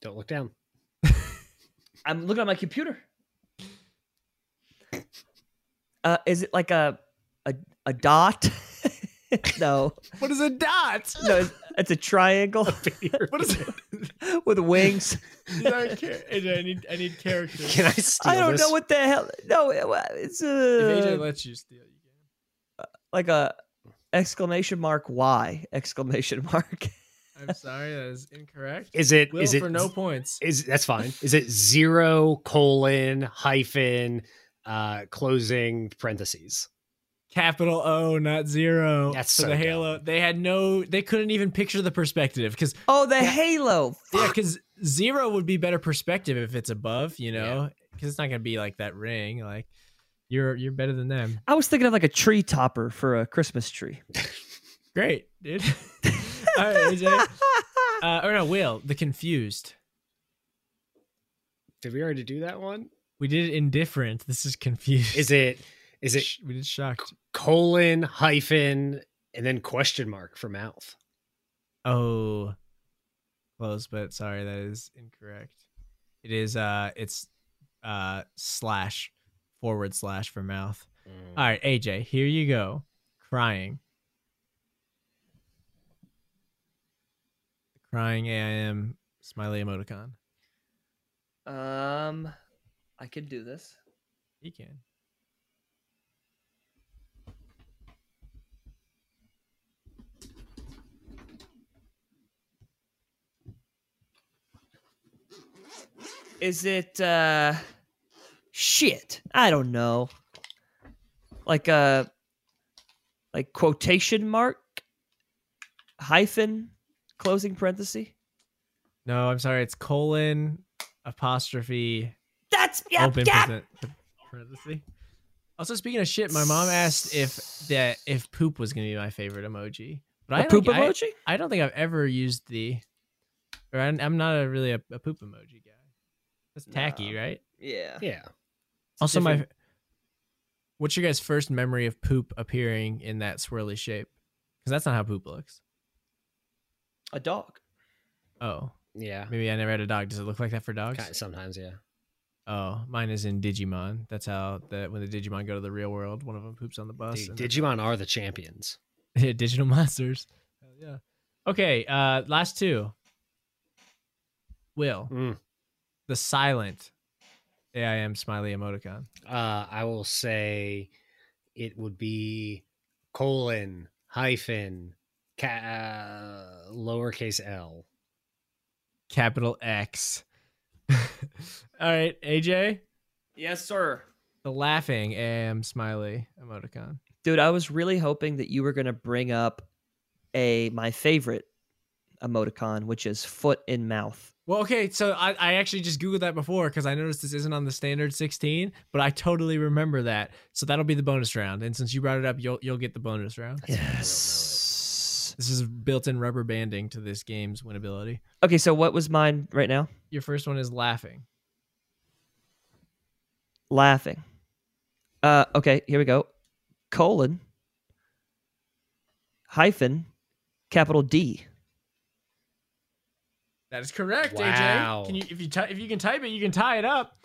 S3: Don't look down.
S2: I'm looking at my computer. Uh is it like a a, a dot? no.
S1: What is a dot?
S2: No, it's, it's a triangle
S1: What is it?
S2: with wings.
S1: I, care. AJ, I need I need characters.
S3: Can I steal
S2: I don't
S3: this?
S2: know what the hell. No, it- it's
S1: if
S2: a
S1: AJ lets you steal, you can.
S2: like a exclamation mark Y exclamation mark.
S1: I'm sorry, that is incorrect.
S3: Is it?
S1: Will
S3: Is it?
S1: for no points.
S3: Is that's fine. Is it zero colon hyphen uh closing parentheses?
S1: Capital O, not zero.
S3: That's
S1: for
S3: so
S1: the Halo. They had no. They couldn't even picture the perspective because
S2: Oh, the halo.
S1: yeah, because zero would be better perspective if it's above. You know, because it's not gonna be like that ring. Like you're you're better than them.
S2: I was thinking of like a tree topper for a Christmas tree.
S1: Great, dude. All right, AJ. Uh, or no, Will. The confused.
S3: Did we already do that one?
S1: We did it indifferent. This is confused.
S3: Is it? Is it
S1: Sh- We did shocked.
S3: colon hyphen and then question mark for mouth?
S1: Oh, close, but sorry, that is incorrect. It is uh, it's uh slash forward slash for mouth. All right, AJ, here you go. Crying. Crying am smiley emoticon.
S2: Um, I could do this.
S1: He can.
S2: Is it uh, shit? I don't know. Like a like quotation mark hyphen closing parenthesis.
S1: No, I'm sorry. It's colon apostrophe
S2: That's yeah,
S1: open
S2: yeah.
S1: present- parenthesis. Also, speaking of shit, my mom asked if that if poop was gonna be my favorite emoji, but I
S2: A
S1: don't
S2: poop
S1: think- I-
S2: emoji.
S1: I, don't think I've ever used the, or I'm, I'm not a, really a, a poop emoji guy. That's tacky,
S2: No.
S1: right?
S2: Yeah.
S3: Yeah.
S1: Also, my
S2: different.
S1: what's your guys' first memory of poop appearing in that swirly shape? Because that's not how poop looks.
S2: A dog.
S1: Oh,
S3: Yeah.
S1: maybe I never had a dog. Does it look like that for dogs?
S3: Kind sometimes, yeah.
S1: Oh, mine is in Digimon. That's how that when the Digimon go to the real world, one of them poops on the bus.
S3: Dude,
S1: and that's
S3: Digimon are the champions.
S1: Yeah, digital monsters. Hell yeah. Okay, uh last two. Will.
S3: Mm.
S1: The silent AIM smiley emoticon.
S3: Uh, I will say it would be colon hyphen ca- uh, lowercase l.
S1: Capital X. All right, AJ,
S2: Yes, sir.
S1: the laughing AIM smiley emoticon.
S2: Dude, I was really hoping that you were going to bring up a my favorite emoticon, which is foot in mouth.
S1: Well, okay, so I, I actually just Googled that before because I noticed this isn't on the standard 16, but I totally remember that. So that'll be the bonus round. And since you brought it up, you'll you'll get the bonus round.
S2: Yes.
S1: This is built-in rubber banding to this game's winnability.
S2: Okay, so what was mine right now?
S1: Your first one is laughing.
S2: Laughing. Uh, okay, here we go. Colon hyphen capital D.
S1: That is correct,
S3: Wow.
S1: AJ. Can you if you ty- if you can type it, you can tie it up.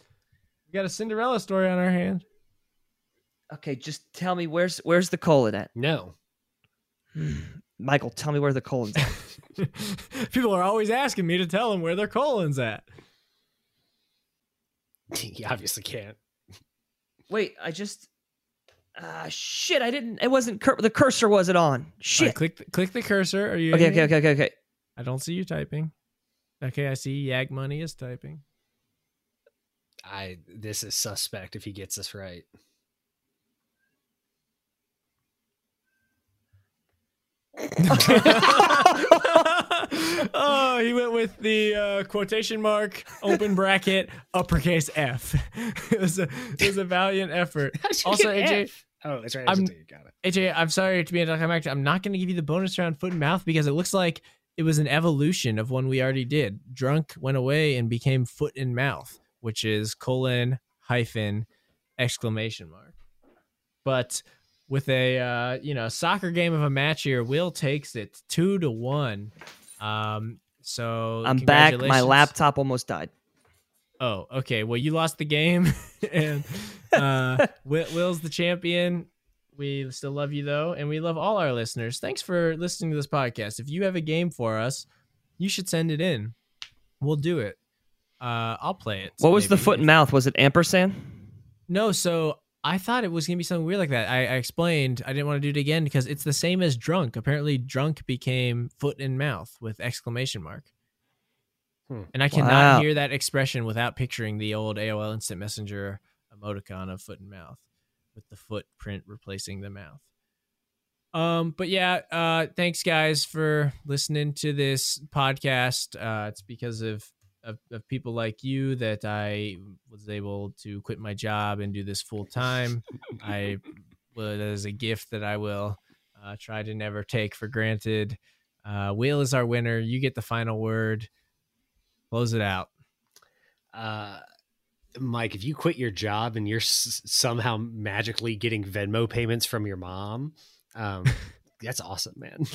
S1: We got a Cinderella story on our hand.
S2: Okay, just tell me where's where's the colon at?
S3: No.
S2: Michael, tell me where the colon's at.
S1: People are always asking me to tell them where their colon's at.
S3: you obviously can't.
S2: Wait, I just ah shit, I didn't it wasn't cur- the cursor wasn't on.
S1: All
S2: Shit.
S1: right, click the, click the cursor. Are you
S2: okay,
S1: in?
S2: okay, okay, okay, okay.
S1: I don't see you typing. Okay, I see Yag Money is typing.
S3: I this is suspect if he gets this right.
S1: oh, he went with the uh, quotation mark, open bracket, uppercase F. it, was a, it was a valiant effort. Also, AJ,
S3: Oh, that's right.
S1: I'm-
S3: I'm, got it.
S1: AJ, I'm sorry to be a anticlimactic. I'm not going to give you the bonus round foot and mouth because it looks like it was an evolution of one we already did. Drunk went away and became foot and mouth, which is colon hyphen exclamation mark. But with a uh, you know soccer game of a match here, Will takes it two to one. Um, so
S2: I'm back. My
S1: congratulations.
S2: laptop almost died.
S1: Oh, okay. Well, you lost the game, and uh, Will, Will's the champion. We still love you though, and we love all our listeners. Thanks for listening to this podcast. If you have a game for us, you should send it in. We'll do it. Uh, I'll play it.
S2: What was the
S1: maybe.
S2: foot and mouth? Was it ampersand?
S1: No, so I thought it was gonna be something weird like that. I, I explained I didn't want to do it again because it's the same as drunk. Apparently, drunk became foot and mouth with exclamation mark.
S3: Hmm.
S1: And I cannot
S2: Wow.
S1: hear that expression without picturing the old AOL Instant Messenger emoticon of foot and mouth, with the footprint replacing the mouth. Um, but yeah, uh, thanks guys for listening to this podcast. Uh, it's because of, of of people like you that I was able to quit my job and do this full time. I well, that is a gift that I will uh, try to never take for granted. Uh, Will is our winner. You get the final word. Close it out.
S3: Uh, Mike, if you quit your job and you're s- somehow magically getting Venmo payments from your mom, um, that's awesome, man.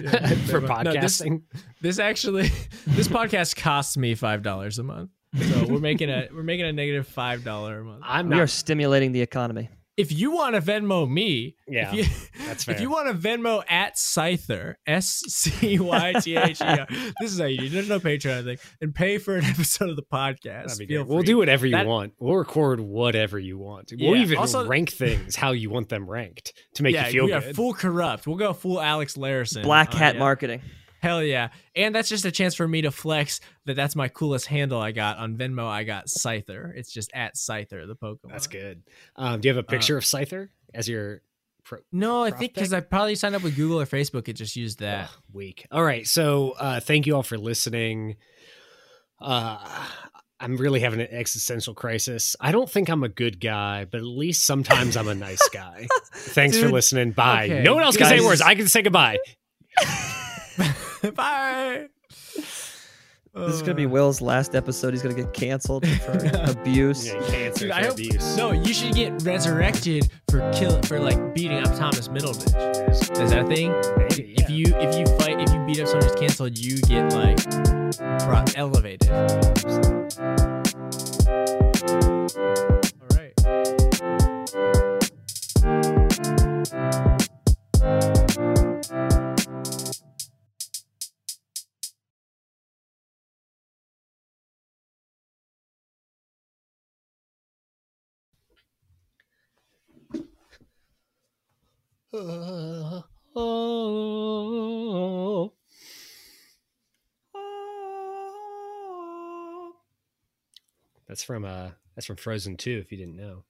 S1: Yeah,
S3: For
S1: Venmo. No, this-
S3: podcasting,
S1: This actually, this podcast costs me five dollars a month. So we're making a we're making a negative five dollar a month.
S3: I'm
S2: We are
S3: not.
S2: stimulating the economy.
S1: if you want to Venmo me,
S3: Yeah,
S1: if you,
S3: that's
S1: If
S3: fair.
S1: you want to Venmo at Scyther, S C Y T H E R, this is how you do. it. There's no Patreon thing, and pay for an episode of the podcast.
S3: that'd be
S1: Feel
S3: great. We'll
S1: free.
S3: do whatever you
S1: That-
S3: want. We'll record whatever you want. We'll
S1: Yeah,
S3: even
S1: also-
S3: rank things how you want them ranked to make
S1: yeah,
S3: you feel
S1: we are
S3: good.
S1: full corrupt. We'll go full Alex Larison.
S2: Black
S1: on
S2: hat
S1: ya.
S2: marketing.
S1: Hell yeah! And that's just a chance for me to flex that that's my coolest handle I got on Venmo. I got Scyther. It's just at Scyther the Pokemon.
S3: That's good. Um, do you
S1: Uh,
S3: have a picture of Scyther as your pro-
S1: No, I
S3: Crop
S1: think because
S3: pick?
S1: I probably signed up with Google or Facebook, it just used that.
S3: Ugh, week? All right. So uh, thank you all for listening. Uh, I'm really having an existential crisis. I don't think I'm a good guy, but at least sometimes I'm a nice guy. Thanks for
S1: Dude,
S3: listening. Bye.
S1: okay,
S3: no one else can
S2: guys.
S3: say words. I can say goodbye.
S1: Bye.
S2: This is gonna be
S1: Uh,
S2: Will's last episode. He's gonna get canceled for abuse.
S3: Yeah, cancer
S1: Dude, I
S3: for
S1: hope,
S3: abuse.
S1: no, you should get resurrected for kill for like beating up Thomas Middleditch. Is that a thing?
S3: Maybe,
S1: If you if you fight if you beat up someone who's canceled, you get like pro- elevated. All right.
S3: Uh, oh. That's from uh that's from Frozen 2 if you didn't know.